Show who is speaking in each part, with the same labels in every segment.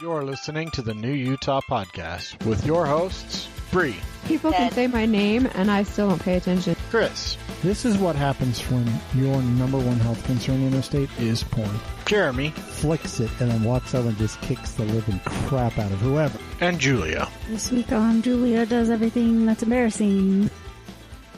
Speaker 1: You're listening to the New Utah Podcast with your hosts, Bree,
Speaker 2: People can say my name and I still don't pay attention.
Speaker 1: Chris,
Speaker 3: This is what happens when your number one health concern in the state is porn.
Speaker 1: Jeremy,
Speaker 4: flicks it and then walks over and just kicks the living crap out of whoever.
Speaker 1: and Julia.
Speaker 5: This week on Julia does everything that's embarrassing.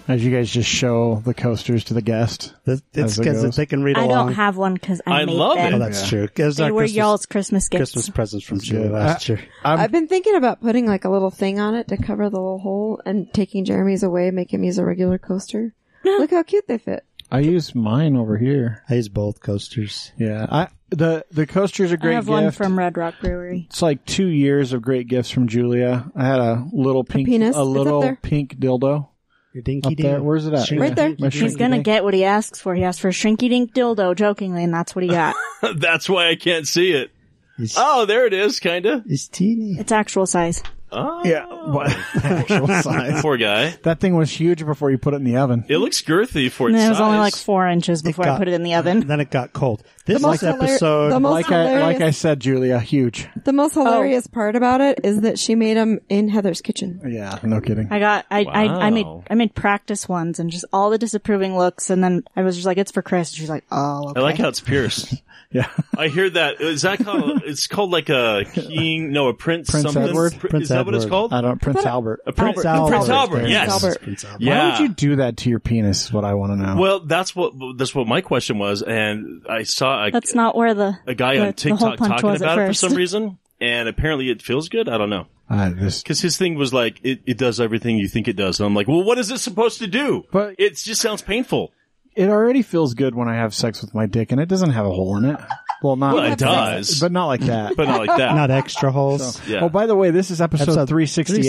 Speaker 3: As you guys just show the coasters to the guest.
Speaker 4: It's
Speaker 3: As it
Speaker 4: because
Speaker 3: goes.
Speaker 4: they can read
Speaker 5: I
Speaker 4: along.
Speaker 5: don't have one because I,
Speaker 6: I
Speaker 5: made
Speaker 6: love
Speaker 5: them.
Speaker 4: oh, that's
Speaker 1: Yeah.
Speaker 4: true. It was
Speaker 5: They
Speaker 4: our
Speaker 5: were
Speaker 4: Christmas,
Speaker 5: y'all's Christmas gifts.
Speaker 4: Christmas presents from Julie
Speaker 3: good.
Speaker 4: last
Speaker 3: I-
Speaker 4: year.
Speaker 3: I'm,
Speaker 2: I've been thinking about putting like a little thing on it to cover the little hole and taking Jeremy's away, make him use a regular coaster. Look how cute they fit.
Speaker 3: I use mine over here.
Speaker 4: I use both coasters.
Speaker 3: Yeah, I the the coaster's a
Speaker 5: I
Speaker 3: great
Speaker 5: have
Speaker 3: gift.
Speaker 5: one from Red Rock Brewery.
Speaker 3: it's like two years of great gifts from Julia. I had a little pink,
Speaker 2: penis? It's up
Speaker 3: little
Speaker 2: there.
Speaker 3: pink dildo
Speaker 4: Your dinky
Speaker 3: up there.
Speaker 4: dink.
Speaker 3: Where's it at?
Speaker 4: Sure.
Speaker 2: Right there.
Speaker 3: My
Speaker 5: He's
Speaker 3: shrinky
Speaker 5: gonna
Speaker 3: dink.
Speaker 5: get what he asks for. He asked for a shrinky dink dildo, jokingly, and that's what he got.
Speaker 6: That's why I can't see it.
Speaker 4: He's,
Speaker 6: Oh, there it is, kinda.
Speaker 4: he's teeny.
Speaker 5: it's actual size.
Speaker 6: Oh,
Speaker 3: Yeah, what actual size?
Speaker 6: poor guy.
Speaker 3: That thing was huge before you put it in the oven.
Speaker 6: It looks girthy for
Speaker 5: And
Speaker 6: its
Speaker 5: it was
Speaker 6: size.
Speaker 5: only like four inches before I
Speaker 4: got-
Speaker 5: put it in the oven.
Speaker 4: Then it got cold. This
Speaker 2: most hilar-
Speaker 4: episode,
Speaker 2: the most-
Speaker 3: Like I like
Speaker 2: hilarious.
Speaker 3: I said, Julia, huge.
Speaker 2: The most hilarious part about it is that she made them in Heather's kitchen.
Speaker 3: Yeah, no kidding.
Speaker 5: I got, I, I, I made,
Speaker 6: Wow.
Speaker 5: I made practice ones and just all the disapproving looks. And then I was just like, it's for Chris. And she's like, oh, okay.
Speaker 6: I like how it's pierced.
Speaker 3: Yeah.
Speaker 6: I hear that. Is that called? it's called like a king? No, a prince.
Speaker 3: Prince
Speaker 6: something.
Speaker 3: Edward?
Speaker 6: Pr-
Speaker 4: Prince
Speaker 6: is that what it's
Speaker 4: Edward.
Speaker 6: called?
Speaker 3: I don't Prince Albert.
Speaker 6: a prince,
Speaker 4: Albert.
Speaker 6: Prince Albert.
Speaker 4: Albert.
Speaker 6: Yes.
Speaker 2: Albert.
Speaker 4: Prince Albert.
Speaker 6: Yeah.
Speaker 3: Why would you do that to your penis? Is what I want to know.
Speaker 6: Well, that's what that's what my question was, and I saw a,
Speaker 5: That's not where the,
Speaker 6: a guy
Speaker 5: the,
Speaker 6: on
Speaker 5: the hole
Speaker 6: TikTok
Speaker 5: punch
Speaker 6: talking
Speaker 5: was
Speaker 6: about
Speaker 5: at
Speaker 6: it for
Speaker 5: first.
Speaker 6: some reason, and apparently it feels good. I don't know
Speaker 3: I just
Speaker 6: because his thing was like it, it does everything you think it does, and I'm like, well, what is it supposed to do?
Speaker 3: But-
Speaker 6: it just sounds painful.
Speaker 3: it already feels good when I have sex with my dick, and it doesn't have a hole in it. Well, not
Speaker 6: Well, it
Speaker 3: like
Speaker 6: does.
Speaker 3: but not like that.
Speaker 6: But not like that.
Speaker 4: not extra holes.
Speaker 6: yeah.
Speaker 3: Oh, by the way, this is episode,
Speaker 4: Episode
Speaker 3: 368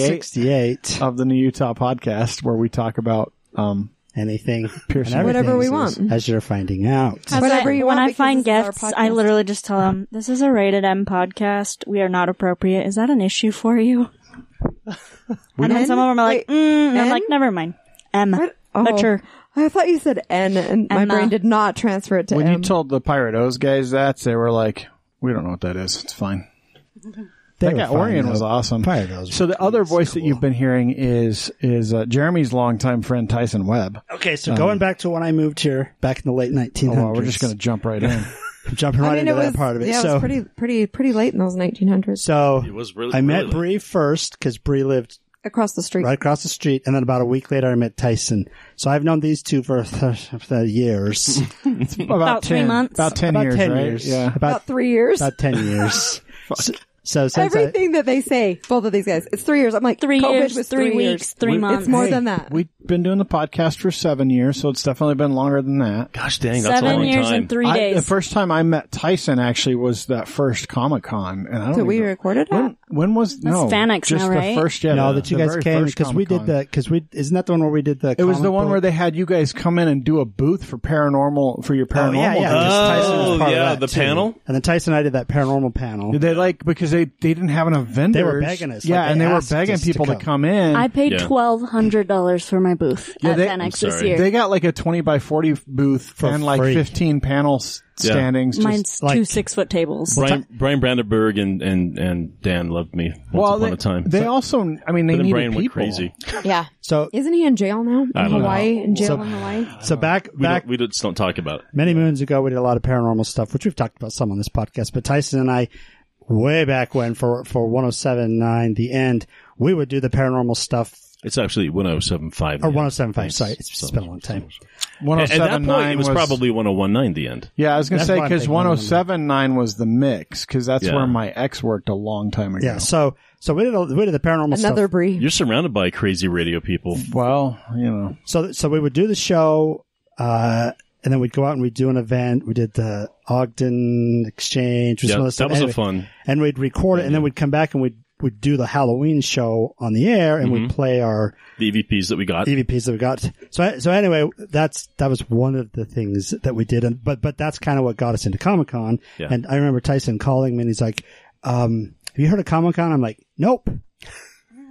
Speaker 4: 368.
Speaker 3: of the New Utah podcast, where we talk about um,
Speaker 4: Anything.
Speaker 3: Piercing.
Speaker 4: and
Speaker 2: Whatever we
Speaker 4: everything,
Speaker 2: want.
Speaker 4: As you're finding out.
Speaker 5: That's
Speaker 2: Whatever
Speaker 5: why-
Speaker 2: you
Speaker 5: when
Speaker 2: want,
Speaker 5: I
Speaker 2: because this
Speaker 5: find
Speaker 2: is our
Speaker 5: guests, I
Speaker 2: podcast.
Speaker 5: literally just tell them, "This is a rated M podcast. We are not appropriate. Is that an issue for you?" and then
Speaker 2: don't-
Speaker 5: some of them are like,
Speaker 2: Wait,
Speaker 5: mm, and "I'm
Speaker 2: N?
Speaker 5: like, never mind." M.
Speaker 2: What? Oh,
Speaker 5: Butcher.
Speaker 2: I thought you said N, and my
Speaker 5: Emma.
Speaker 2: brain did not transfer it to
Speaker 3: when
Speaker 2: M.
Speaker 3: you told the Pirate O's guys that, they were like, "We don't know what that is. It's fine."
Speaker 4: They
Speaker 3: That guy
Speaker 4: were fine,
Speaker 3: Orion
Speaker 4: though.
Speaker 3: was awesome.
Speaker 4: Pirate O's
Speaker 3: So
Speaker 4: were
Speaker 3: the other
Speaker 4: cool.
Speaker 3: voice that you've been hearing is is uh, Jeremy's longtime friend Tyson Webb.
Speaker 5: Oh,
Speaker 4: Okay,
Speaker 6: Um,
Speaker 4: so going back to when I moved here back in the late 1900s.
Speaker 3: Oh, wow, we're just going to jump right in.
Speaker 4: I'm jumping right
Speaker 2: I mean, it
Speaker 4: into
Speaker 2: was
Speaker 4: that part of it.
Speaker 2: Yeah,
Speaker 4: so,
Speaker 2: it was pretty, pretty, pretty late in those 1900s.
Speaker 4: so
Speaker 6: It was really-
Speaker 4: I met
Speaker 6: really-
Speaker 4: Bree first because Bree lived
Speaker 2: Across the street,
Speaker 4: right across the street, and then about a week later I met Tyson. So I've known these two for th- th- years,
Speaker 3: about,
Speaker 5: About three
Speaker 3: 10,
Speaker 5: months.
Speaker 3: About ten
Speaker 4: about
Speaker 3: years,
Speaker 4: ten
Speaker 3: right?
Speaker 4: years,
Speaker 3: Yeah.
Speaker 2: about
Speaker 4: about
Speaker 2: three years.
Speaker 4: about ten years. so, so since I,
Speaker 2: Everything that they say, both of these guys, it's three years. I'm like,
Speaker 5: Three
Speaker 2: COVID
Speaker 5: years,
Speaker 2: was
Speaker 5: three,
Speaker 2: three years.
Speaker 5: weeks, three months,
Speaker 2: It's more
Speaker 4: Hey,
Speaker 2: than that.
Speaker 3: We've been doing the podcast for seven years, so it's definitely been longer than that.
Speaker 6: Gosh dang, that's a
Speaker 5: seven
Speaker 6: long
Speaker 5: years
Speaker 6: time.
Speaker 5: and three
Speaker 3: I- the
Speaker 5: days.
Speaker 3: first time I met Tyson actually was that first Comic Con, and I don't.
Speaker 2: So we
Speaker 3: even-
Speaker 2: recorded
Speaker 3: when,
Speaker 2: it.
Speaker 3: when was no
Speaker 5: Fanex
Speaker 3: just
Speaker 5: now, right?
Speaker 3: the first yeah,
Speaker 4: no
Speaker 3: the-
Speaker 4: that you
Speaker 3: the
Speaker 4: guys
Speaker 3: very
Speaker 4: came
Speaker 3: first
Speaker 4: because we did
Speaker 3: Comic-Con.
Speaker 4: the because we isn't that the one where we did the
Speaker 3: It was the one where
Speaker 4: they
Speaker 3: they had you guys come in and do a booth for paranormal for your paranormal.
Speaker 4: Oh, yeah yeah
Speaker 3: booth.
Speaker 4: just Tyson was
Speaker 6: Oh,
Speaker 4: part of
Speaker 6: yeah,
Speaker 4: that,
Speaker 6: the
Speaker 4: too.
Speaker 6: panel?
Speaker 4: and then Tyson and I did that paranormal panel.
Speaker 3: They like because they they didn't have enough vendors.
Speaker 4: were begging us, like,
Speaker 3: Yeah,
Speaker 4: they
Speaker 3: and they were
Speaker 4: asked
Speaker 3: begging
Speaker 4: us to
Speaker 3: people to come,
Speaker 4: come.
Speaker 3: in.
Speaker 7: I paid
Speaker 6: Yeah.
Speaker 7: twelve hundred dollars for my booth
Speaker 3: Yeah,
Speaker 7: at
Speaker 3: they-
Speaker 7: Fanex
Speaker 6: I'm
Speaker 7: this
Speaker 6: sorry.
Speaker 7: year.
Speaker 3: they got like a twenty by forty booth and like
Speaker 4: free.
Speaker 3: fifteen panel s-
Speaker 6: Yeah.
Speaker 3: standings. just-
Speaker 5: Mine's
Speaker 4: like-
Speaker 5: two six foot tables.
Speaker 6: Brian, Brian Brandenburg and, and, and Dan loved me once
Speaker 3: well,
Speaker 6: upon
Speaker 3: they,
Speaker 6: a time.
Speaker 3: they also, I mean, they
Speaker 6: but then
Speaker 3: needed
Speaker 6: Brian
Speaker 3: people.
Speaker 6: went crazy.
Speaker 2: Yeah.
Speaker 4: So
Speaker 2: Isn't he in jail now? In
Speaker 6: don't know.
Speaker 2: Hawaii? In jail
Speaker 4: So-
Speaker 2: in Hawaii?
Speaker 4: so back
Speaker 6: We,
Speaker 4: back
Speaker 6: don't, we just don't talk about it.
Speaker 4: Many moons ago, we did a lot of paranormal stuff, which we've talked about some on this podcast. But Tyson and I, way back when, for for 107.9, the end, we would do the paranormal stuff
Speaker 6: It's actually 1075.
Speaker 4: or
Speaker 6: now.
Speaker 4: 107.5. Sorry, it's been a long time.
Speaker 3: One oh
Speaker 6: At that
Speaker 3: seven
Speaker 6: point,
Speaker 3: nine
Speaker 6: it was, probably 1019 the end.
Speaker 3: Yeah, I was gonna
Speaker 4: That's
Speaker 3: say
Speaker 4: what I'm
Speaker 3: because
Speaker 4: thinking.
Speaker 3: one oh seven nine was the mix because that's
Speaker 6: Yeah.
Speaker 3: where my ex worked a long time ago.
Speaker 4: Yeah. So so we did a, we did the paranormal
Speaker 2: Another
Speaker 4: stuff.
Speaker 2: Bree.
Speaker 6: You're surrounded by crazy radio people.
Speaker 3: Well, you know,
Speaker 4: So so we would do the show, uh, and then we'd go out and we'd do an event. We did the Ogden Exchange.
Speaker 6: Yeah,
Speaker 4: some of the
Speaker 6: that
Speaker 4: stuff.
Speaker 6: was a
Speaker 4: Anyway,
Speaker 6: fun.
Speaker 4: and we'd record it, and then we'd come back and we'd we'd do the Halloween show on the air, and
Speaker 6: Mm-hmm.
Speaker 4: we'd play our
Speaker 6: The EVPs that we got.
Speaker 3: E
Speaker 4: EVPs that we got. So so anyway, that's that was one of the things that we did, and but but that's kind of what got us into Comic Con.
Speaker 6: Yeah.
Speaker 4: And I remember Tyson calling me, and he's like, um, "Have you heard of Comic Con?" I'm like, "Nope."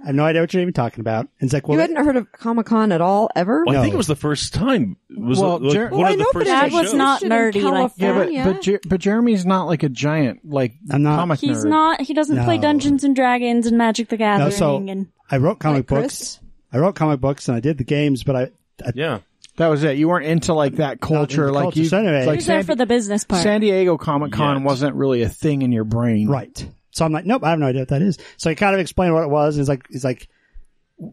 Speaker 4: I have no idea what you're even talking about. And it's like, well,
Speaker 2: you hadn't heard of Comic Con at all ever?
Speaker 6: Well, I
Speaker 4: No.
Speaker 6: think it was the first time. It was
Speaker 3: Well,
Speaker 6: like,
Speaker 3: Jer-
Speaker 6: one
Speaker 2: Well, I
Speaker 6: of the
Speaker 2: know, but
Speaker 6: first
Speaker 5: Dad
Speaker 6: two
Speaker 5: was
Speaker 6: shows.
Speaker 5: not
Speaker 2: Listed in
Speaker 5: nerdy like that.
Speaker 3: Yeah, but
Speaker 2: California.
Speaker 3: but Jer- but Jeremy's not like a giant like
Speaker 4: I'm not-
Speaker 3: comic
Speaker 5: He's
Speaker 3: nerd.
Speaker 5: not. He doesn't play
Speaker 4: No.
Speaker 5: Dungeons and Dragons and Magic the Gathering.
Speaker 4: no, so
Speaker 5: and
Speaker 4: I wrote comic
Speaker 2: Like Chris?
Speaker 4: books. I wrote comic books and I did the games, but I, I
Speaker 6: Yeah.
Speaker 3: That was it. You weren't into like that culture.
Speaker 4: into
Speaker 3: like
Speaker 4: culture. eh?
Speaker 3: you,
Speaker 4: So anyway-
Speaker 3: it's like
Speaker 5: he's there
Speaker 3: San,
Speaker 5: for the business part.
Speaker 3: San Diego Comic Con
Speaker 6: Yet.
Speaker 3: wasn't really a thing in your brain,
Speaker 4: Right. So I'm like, nope, I have no idea what that is. So he kind of explained what it was. And he's like, he's like,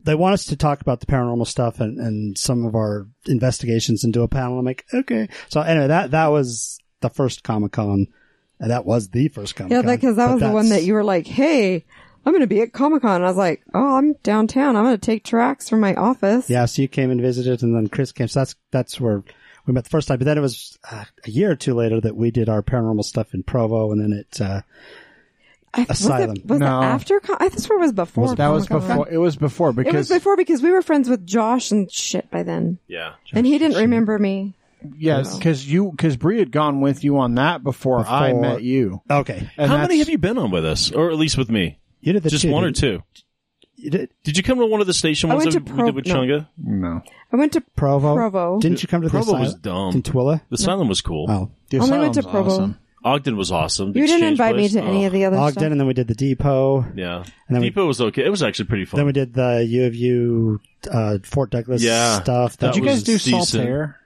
Speaker 4: they want us to talk about the paranormal stuff and, and some of our investigations and do a panel. I'm like, okay. So anyway, that, that was the first Comic Con. And that was the first Comic
Speaker 2: Yeah,
Speaker 4: Con.
Speaker 2: because that was the one that you were like, "Hey, I'm going to be at Comic Con." I was like, "Oh, I'm downtown. I'm going to take tracks from my office."
Speaker 4: Yeah. So you came and visited and then Chris came. So that's, that's where we met the first time. But then it was uh, a year or two later that we did our paranormal stuff in Provo. And then it, uh,
Speaker 2: I, was
Speaker 4: Asylum.
Speaker 2: it, was
Speaker 3: No.
Speaker 2: it after? Con- I swear it was before.
Speaker 3: That was
Speaker 2: Comic-Con.
Speaker 3: before. It was before
Speaker 2: It was
Speaker 3: because
Speaker 2: before because we were friends with Josh and shit by then,
Speaker 6: Yeah.
Speaker 2: and he didn't remember me.
Speaker 3: yeah, because you because Bree had gone with you on that before, I
Speaker 4: Before-
Speaker 3: met you.
Speaker 4: okay.
Speaker 3: And
Speaker 6: How many
Speaker 3: that's-
Speaker 6: have you been on with us, or at least with me?
Speaker 4: You did the
Speaker 6: Just
Speaker 4: two,
Speaker 6: one or
Speaker 4: didn't
Speaker 6: two.
Speaker 4: you? You did
Speaker 6: Did you come to one of the station
Speaker 2: I
Speaker 6: ones
Speaker 2: went
Speaker 6: that
Speaker 2: to
Speaker 6: we
Speaker 2: Pro-
Speaker 6: did with
Speaker 2: no.
Speaker 6: Chunga?
Speaker 3: No,
Speaker 2: I went to
Speaker 4: Provo.
Speaker 2: Provo.
Speaker 4: Didn't you come to the
Speaker 6: Provo was
Speaker 4: asylum
Speaker 6: dumb.
Speaker 4: in Twilla?
Speaker 6: The Silent was cool.
Speaker 4: Oh.
Speaker 3: The
Speaker 2: Only went
Speaker 3: Asylum's
Speaker 2: to Provo.
Speaker 3: awesome.
Speaker 6: Ogden was awesome. The
Speaker 2: You didn't
Speaker 6: exchange
Speaker 2: invite
Speaker 6: place.
Speaker 2: me to any
Speaker 6: Oh.
Speaker 2: of the other
Speaker 4: Ogden,
Speaker 2: stuff.
Speaker 4: and then we did the depot.
Speaker 6: Yeah.
Speaker 4: And then we-
Speaker 6: Depot was okay. It was actually pretty fun.
Speaker 4: Then we did the U of U, uh, Fort Douglas
Speaker 6: Yeah.
Speaker 4: stuff.
Speaker 6: That
Speaker 3: Did you
Speaker 6: was
Speaker 3: guys do
Speaker 6: decent.
Speaker 3: Saltaire?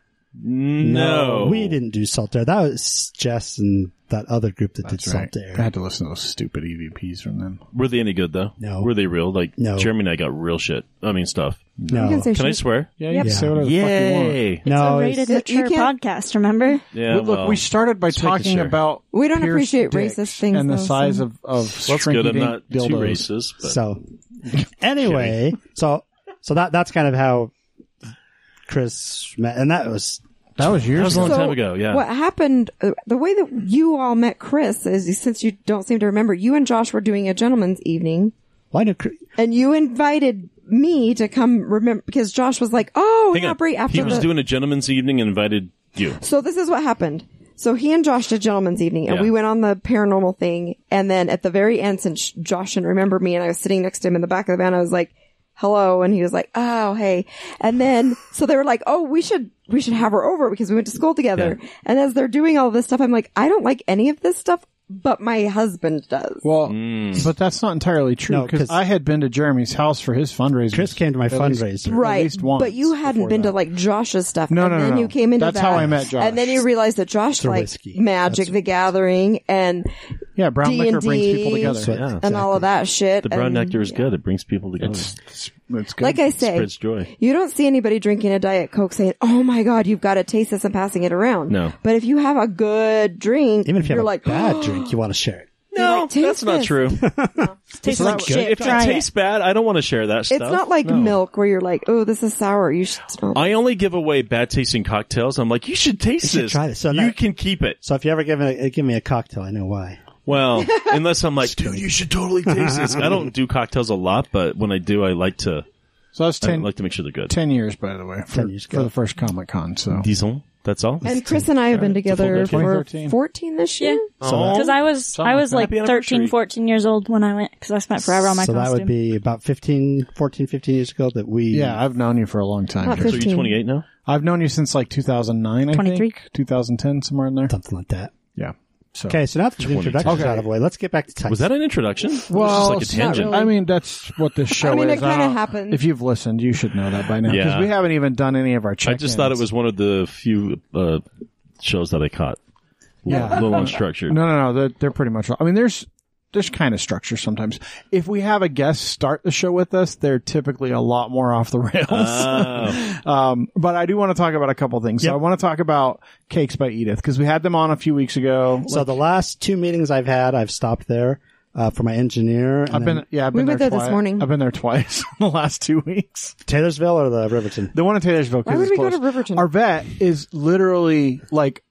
Speaker 6: no.
Speaker 4: we didn't do Salt Air. That was Jess and that other group that did
Speaker 3: Right.
Speaker 4: Salt Air.
Speaker 3: I had to listen to those stupid EVPs from them.
Speaker 6: Were they any good though?
Speaker 4: No.
Speaker 6: Were they real? Like
Speaker 4: No.
Speaker 6: Jeremy and I got real shit. I mean stuff.
Speaker 4: no,
Speaker 2: You can say
Speaker 6: Can I
Speaker 2: shit.
Speaker 6: swear?
Speaker 3: Yeah,
Speaker 2: Yep.
Speaker 3: you can say whatever the fuck you want.
Speaker 6: Yay.
Speaker 4: no.
Speaker 5: a
Speaker 4: it's-
Speaker 5: rated
Speaker 2: it's- you
Speaker 5: mature
Speaker 2: can't-
Speaker 5: podcast. Remember?
Speaker 6: Yeah.
Speaker 3: Look,
Speaker 6: well,
Speaker 3: we started by
Speaker 6: just making
Speaker 3: talking
Speaker 6: sure.
Speaker 3: about
Speaker 2: We don't
Speaker 3: pierced
Speaker 2: appreciate
Speaker 3: dicks
Speaker 2: racist things,
Speaker 3: and the
Speaker 2: though,
Speaker 3: size
Speaker 2: so-
Speaker 3: of of
Speaker 6: well, that's good. I'm
Speaker 3: shrinky-dink
Speaker 6: not too
Speaker 3: dildos.
Speaker 6: racist. But
Speaker 4: So anyway, so so that that's kind of how Chris met, and that was
Speaker 3: That was
Speaker 6: that
Speaker 3: years
Speaker 6: was a long
Speaker 3: ago.
Speaker 6: time ago. Yeah.
Speaker 2: What happened? uh, The way that you all met Chris is since you don't seem to remember, you and Josh were doing a gentleman's evening,
Speaker 4: why did Chris,
Speaker 2: and you invited me to come. Remember because Josh was like, "Oh,
Speaker 6: Hang
Speaker 2: yeah,
Speaker 6: on.
Speaker 2: Brie." After
Speaker 6: he was
Speaker 2: the-
Speaker 6: doing a gentleman's evening and invited you.
Speaker 2: So this is what happened. So he and Josh did gentleman's evening, and
Speaker 6: Yeah.
Speaker 2: we went on the paranormal thing. And then at the very end, since Josh didn't remember me, and I was sitting next to him in the back of the van, I was like, "Hello," and he was like, "Oh, hey." And then so they were like, "Oh, we should we should have her over because we went to school together." And as they're doing all this stuff, I'm like, "I don't like any of this stuff, but my husband does."
Speaker 3: Well,
Speaker 6: Mm.
Speaker 3: but that's not entirely true
Speaker 4: No, 'cause-
Speaker 3: because I had been to Jeremy's house for his fundraiser.
Speaker 4: Chris came to my
Speaker 3: At
Speaker 4: fundraiser.
Speaker 3: least- at
Speaker 2: Right,
Speaker 3: least once
Speaker 2: but you hadn't
Speaker 3: before
Speaker 2: been to
Speaker 3: that.
Speaker 2: like Josh's stuff.
Speaker 3: No,
Speaker 2: and
Speaker 3: no, no,
Speaker 2: Then
Speaker 3: no.
Speaker 2: you came into
Speaker 3: That's
Speaker 2: that,
Speaker 3: how I met Josh.
Speaker 2: and then you realized that Josh
Speaker 4: Through
Speaker 2: likes
Speaker 4: whiskey.
Speaker 2: Magic, The Gathering, and
Speaker 3: yeah, brown liquor brings
Speaker 2: D&D.
Speaker 3: people together.
Speaker 4: That's what-
Speaker 6: Yeah.
Speaker 2: and all of that shit.
Speaker 6: The brown
Speaker 2: and-
Speaker 6: nectar is good. It brings people together.
Speaker 3: It's, it's good.
Speaker 2: Like I say,
Speaker 6: spreads joy.
Speaker 2: you don't see anybody drinking a Diet Coke saying, oh my God, you've got to taste this and passing it around.
Speaker 6: No.
Speaker 2: But if you have a good drink,
Speaker 4: even if you
Speaker 2: are
Speaker 4: have
Speaker 2: like, "Oh."
Speaker 4: a bad drink, you want to share it.
Speaker 6: No,
Speaker 2: like, taste
Speaker 6: that's not
Speaker 2: this.
Speaker 6: true.
Speaker 5: Tastes like shit.
Speaker 6: if
Speaker 5: Try
Speaker 6: it tastes bad, I don't want to share that
Speaker 2: it's
Speaker 6: stuff.
Speaker 2: not like milk where you're like, oh, this is sour. You should smell it.
Speaker 6: I only give away bad tasting cocktails. I'm like, you should taste
Speaker 4: You should
Speaker 6: this.
Speaker 4: try this. So
Speaker 6: you
Speaker 4: that-
Speaker 6: can keep it.
Speaker 4: So if you ever give a, give me a cocktail, I know why.
Speaker 6: Well, unless I'm like, dude, you should totally taste this. I don't do cocktails a lot, but when I do, I like to.
Speaker 3: so that's
Speaker 6: I
Speaker 3: 10,
Speaker 6: like to make sure they're good.
Speaker 3: 10 years, by the way, for,
Speaker 4: 10 years ago.
Speaker 3: for the first Comic Con. So
Speaker 6: Diesel. That's all.
Speaker 2: And Chris and I have been together
Speaker 6: full day.
Speaker 2: for
Speaker 3: 2013.
Speaker 2: 14 this year.
Speaker 5: Because I was I was like
Speaker 6: Happy anniversary.
Speaker 5: 13, 14 years old when I went because I spent forever on my
Speaker 4: so
Speaker 5: costume.
Speaker 4: that would be about 15, 14, 15 years ago that we
Speaker 3: yeah, I've known you for a long time.
Speaker 2: Not
Speaker 3: Chris.
Speaker 6: so you're 28 now.
Speaker 3: I've known you since like 2009, I
Speaker 5: 23.
Speaker 3: think. 2010, somewhere in there.
Speaker 4: something like that.
Speaker 3: Yeah. So.
Speaker 4: Okay, so now that the introduction's
Speaker 3: Okay.
Speaker 4: out of the way, let's get back to Tyson.
Speaker 6: Was that an introduction?
Speaker 3: Well,
Speaker 6: it was
Speaker 3: it's
Speaker 6: just like
Speaker 3: not
Speaker 6: a tangent.
Speaker 3: really- I mean, that's what this show
Speaker 2: I mean,
Speaker 3: is.
Speaker 2: it kinda
Speaker 3: don't-
Speaker 2: happened.
Speaker 3: If you've listened, you should know that by now because
Speaker 6: Yeah.
Speaker 3: we haven't even done any of our
Speaker 6: I
Speaker 3: check.
Speaker 6: just thought it was one of the few uh, shows that I caught.
Speaker 3: Yeah.
Speaker 6: a little unstructured.
Speaker 3: No, no, no. They're, they're pretty much. I mean, there's there's kind of structure sometimes. If we have a guest start the show with us, they're typically a lot more off the rails.
Speaker 6: Oh.
Speaker 3: um, but I do want to talk about a couple things. So I want to talk about Cakes by Edith because we had them on a few weeks ago.
Speaker 4: So the last two meetings I've had, I've stopped there uh, for my engineer. And
Speaker 3: I've been yeah, I've
Speaker 2: We
Speaker 3: been
Speaker 2: went
Speaker 3: there,
Speaker 2: there this
Speaker 3: twi-
Speaker 2: morning.
Speaker 3: I've been there twice in the last two weeks.
Speaker 4: Taylorsville or the Riverton.
Speaker 3: The one in Taylorsville. 'cause
Speaker 2: Why would
Speaker 3: it's
Speaker 2: we go
Speaker 3: close.
Speaker 2: to Riverton?
Speaker 3: Our vet is literally like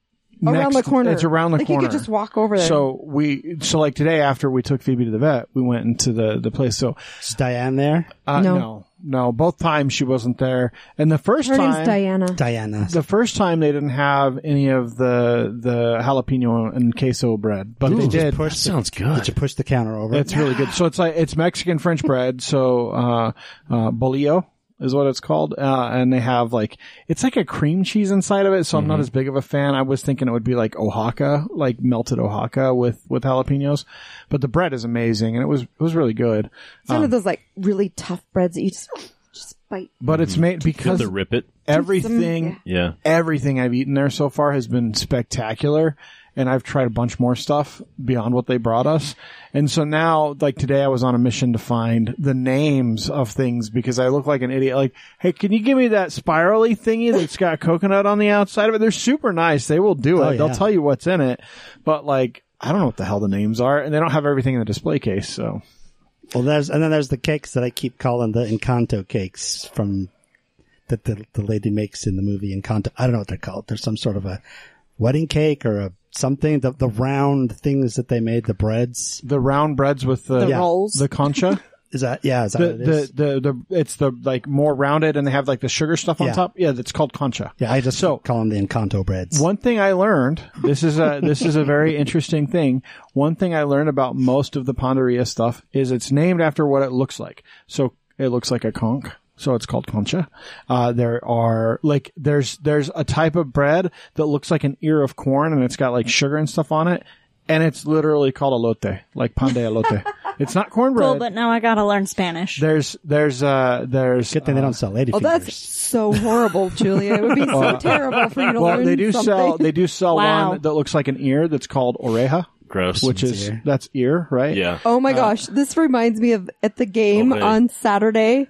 Speaker 2: around
Speaker 3: next-
Speaker 2: the corner.
Speaker 3: It's around the
Speaker 2: like
Speaker 3: corner.
Speaker 2: You could just walk over there.
Speaker 3: So we, so like today after we took Phoebe to the vet, we went into the, the place. So,
Speaker 4: Is Diane there?
Speaker 3: uh,
Speaker 2: No.
Speaker 3: no. no, both times she wasn't there. And the first
Speaker 2: her name's
Speaker 3: time,
Speaker 2: Diana.
Speaker 4: Diana.
Speaker 3: the first time they didn't have any of the, the jalapeno and queso bread, but they
Speaker 4: Did you
Speaker 3: did.
Speaker 4: just push the-
Speaker 6: sounds
Speaker 4: Did you
Speaker 6: good.
Speaker 4: push the counter over?
Speaker 3: It's really good. So it's like it's Mexican French bread. So uh, uh, bolillo is what it's called, uh, and they have like it's like a cream cheese inside of it. So I'm not as big of a fan. I was thinking it would be like Oaxaca, like melted Oaxaca with with jalapenos, but the bread is amazing, and it was it was really good.
Speaker 2: It's one
Speaker 6: Um.
Speaker 2: of those like really tough breads that you just just bite.
Speaker 3: But it's made
Speaker 6: Got
Speaker 3: because
Speaker 6: the rip it.
Speaker 3: everything
Speaker 2: yeah.
Speaker 6: Yeah.
Speaker 3: everything I've eaten there so far has been spectacular. And I've tried a bunch more stuff beyond what they brought us. And so now, like today, I was on a mission to find the names of things because I look like an idiot. Like, hey, can you give me that spirally thingy that's got coconut on the outside of it? They're super nice. They will do it.
Speaker 4: Oh,
Speaker 3: They'll
Speaker 4: yeah.
Speaker 3: tell you what's in it. But like, I don't know what the hell the names are. And they don't have everything in the display case. So
Speaker 4: Well, there's and then there's the cakes that I keep calling the Encanto cakes from that the the lady makes in the movie Encanto. I don't know what they're called. There's some sort of a wedding cake or a something. The the round things that they made, the breads.
Speaker 3: the round breads with the,
Speaker 2: The Yeah. rolls.
Speaker 3: the concha.
Speaker 4: Is that yeah? Is that
Speaker 3: the,
Speaker 4: what it is?
Speaker 3: the the the it's the like more rounded and they have like the sugar stuff on
Speaker 4: Yeah.
Speaker 3: top. Yeah, that's called concha.
Speaker 4: yeah, I just
Speaker 3: so-
Speaker 4: call them the Encanto breads.
Speaker 3: One thing I learned, this is a this is a very interesting thing. One thing I learned about most of the Ponderia stuff is it's named after what it looks like. So it looks like a conch, so it's called concha. Uh, there are like there's there's a type of bread that looks like an ear of corn and it's got like sugar and stuff on it. And it's literally called elote, like pan de elote. it's not
Speaker 5: Cool,
Speaker 3: cornbread.
Speaker 5: but now I gotta learn Spanish.
Speaker 3: there's there's uh there's
Speaker 4: Good thing they don't sell lady
Speaker 2: Oh,
Speaker 4: fingers.
Speaker 2: that's so horrible, Julia. It would be so terrible for you to
Speaker 3: Well,
Speaker 2: learn
Speaker 3: they do
Speaker 2: something.
Speaker 3: sell they do sell
Speaker 5: Wow.
Speaker 3: one that looks like an ear that's called oreja,
Speaker 6: Gross.
Speaker 3: which is that's ear, right?
Speaker 6: yeah.
Speaker 2: Oh
Speaker 3: uh,
Speaker 2: my gosh, this reminds me of at the game
Speaker 6: Okay.
Speaker 2: on Saturday.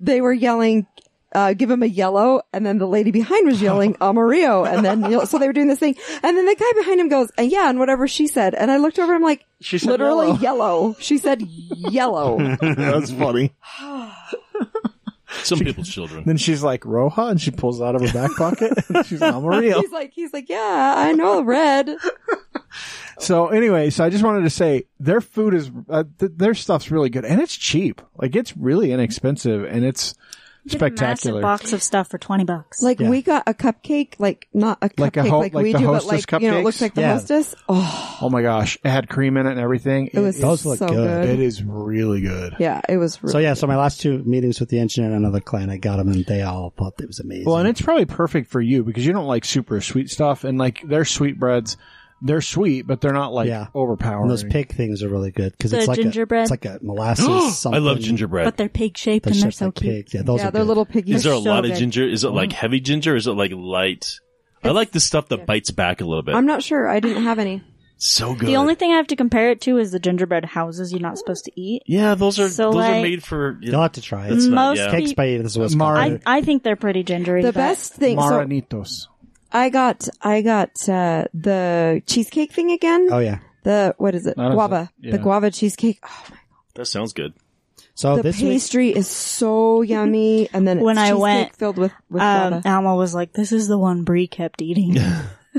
Speaker 2: They were yelling, uh, "Give him a yellow," and then the lady behind was yelling "Amarillo," and then you know, so they were doing this thing, and then the guy behind him goes, "And yeah," and whatever she said, and I looked over, I'm like,
Speaker 3: She said
Speaker 2: literally
Speaker 3: yellow.
Speaker 2: yellow. She said yellow.
Speaker 3: that's funny.
Speaker 6: Some people's children.
Speaker 3: Then she's like Roja, and she pulls out of her back pocket. she's an amarillo.
Speaker 2: he's like, he's like, yeah, I know red.
Speaker 3: So anyway, so I just wanted to say their food is uh, th- their stuff's really good, and it's cheap. Like it's really inexpensive, and it's
Speaker 5: Get a massive
Speaker 3: spectacular.
Speaker 5: box of stuff for twenty bucks.
Speaker 2: Like we got a cupcake, like not a cupcake
Speaker 3: Like
Speaker 2: like,
Speaker 3: a ho- like
Speaker 2: we
Speaker 3: the
Speaker 2: do, but like
Speaker 3: hostess
Speaker 2: you know, it
Speaker 3: cupcakes?
Speaker 2: looks like the
Speaker 4: Yeah.
Speaker 2: hostess. Oh,
Speaker 3: Oh my gosh, it had cream in it and everything.
Speaker 2: it was
Speaker 4: Those
Speaker 2: so
Speaker 4: look
Speaker 2: good.
Speaker 4: good.
Speaker 3: it is really good.
Speaker 2: Yeah, it was. Really
Speaker 4: so yeah, so my last two meetings with the engineer and another client, I got them, and they all thought it was amazing.
Speaker 3: Well, and it's probably perfect for you because you don't like super sweet stuff, and like their sweetbreads, they're sweet, but they're not like
Speaker 4: Yeah.
Speaker 3: overpowering.
Speaker 4: And those pig things are really good because
Speaker 5: The
Speaker 4: it's like A,
Speaker 5: gingerbread?
Speaker 4: it's like a molasses.
Speaker 6: I
Speaker 4: something.
Speaker 6: love gingerbread.
Speaker 5: but they're pig shaped and
Speaker 4: They're
Speaker 5: they're
Speaker 4: shaped
Speaker 5: so
Speaker 4: like
Speaker 5: cute.
Speaker 4: pigs. Yeah, those
Speaker 2: yeah,
Speaker 4: are
Speaker 2: they're
Speaker 4: good.
Speaker 2: little piggies.
Speaker 6: Is there a
Speaker 5: so
Speaker 6: lot of
Speaker 5: good.
Speaker 6: ginger? Is it
Speaker 2: Mm-hmm.
Speaker 6: like heavy ginger? Is it like light? I like the stuff that bites back a little bit.
Speaker 2: I'm not sure. I didn't have any.
Speaker 6: so good.
Speaker 5: The only thing I have to compare it to is the gingerbread houses you're not supposed to eat.
Speaker 6: yeah, those are
Speaker 5: So,
Speaker 6: those are
Speaker 5: like-
Speaker 6: made for.
Speaker 4: You'll have to try it.
Speaker 6: It's not,
Speaker 5: Most
Speaker 6: yeah.
Speaker 4: Cakes by ear. This is what's
Speaker 3: Mara-
Speaker 5: I, I think they're pretty gingery.
Speaker 2: The
Speaker 5: but
Speaker 2: best thing. So
Speaker 3: Maranitos.
Speaker 2: I got I got uh, the cheesecake thing again.
Speaker 4: Oh yeah.
Speaker 2: The what is it?
Speaker 3: That is
Speaker 2: guava.
Speaker 3: it,
Speaker 2: The
Speaker 3: yeah.
Speaker 2: guava cheesecake. Oh,
Speaker 6: That sounds good.
Speaker 4: So
Speaker 2: the
Speaker 4: Oh, this week,
Speaker 2: pastry is so yummy, and then it's
Speaker 5: When I
Speaker 2: cheesecake
Speaker 5: went,
Speaker 2: filled with with
Speaker 5: Um,
Speaker 2: guava.
Speaker 5: Alma was like, "This is the one Bree kept eating."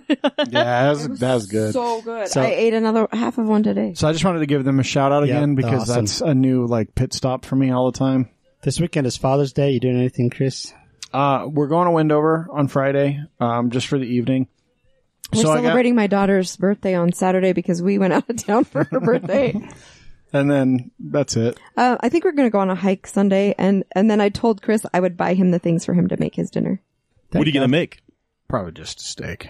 Speaker 3: Yeah, that's, that's good. So-
Speaker 2: So good.
Speaker 4: So-
Speaker 2: I ate another half of one today.
Speaker 3: I just wanted to give them a shout out
Speaker 4: Yeah,
Speaker 3: again because
Speaker 4: awesome.
Speaker 3: that's a new like pit stop for me all the time.
Speaker 4: this weekend is Father's Day. You doing anything, Chris?
Speaker 3: Uh, we're going to Wendover on Friday, um, just for the evening.
Speaker 2: We're
Speaker 3: so I got-
Speaker 2: celebrating my daughter's birthday on Saturday because we went out of town for her birthday.
Speaker 3: and then that's it.
Speaker 2: Uh, I think we're going to go on a hike Sunday, and and then I told Chris I would buy him the things for him to make his dinner.
Speaker 6: what are you gonna make?
Speaker 3: Probably just a steak.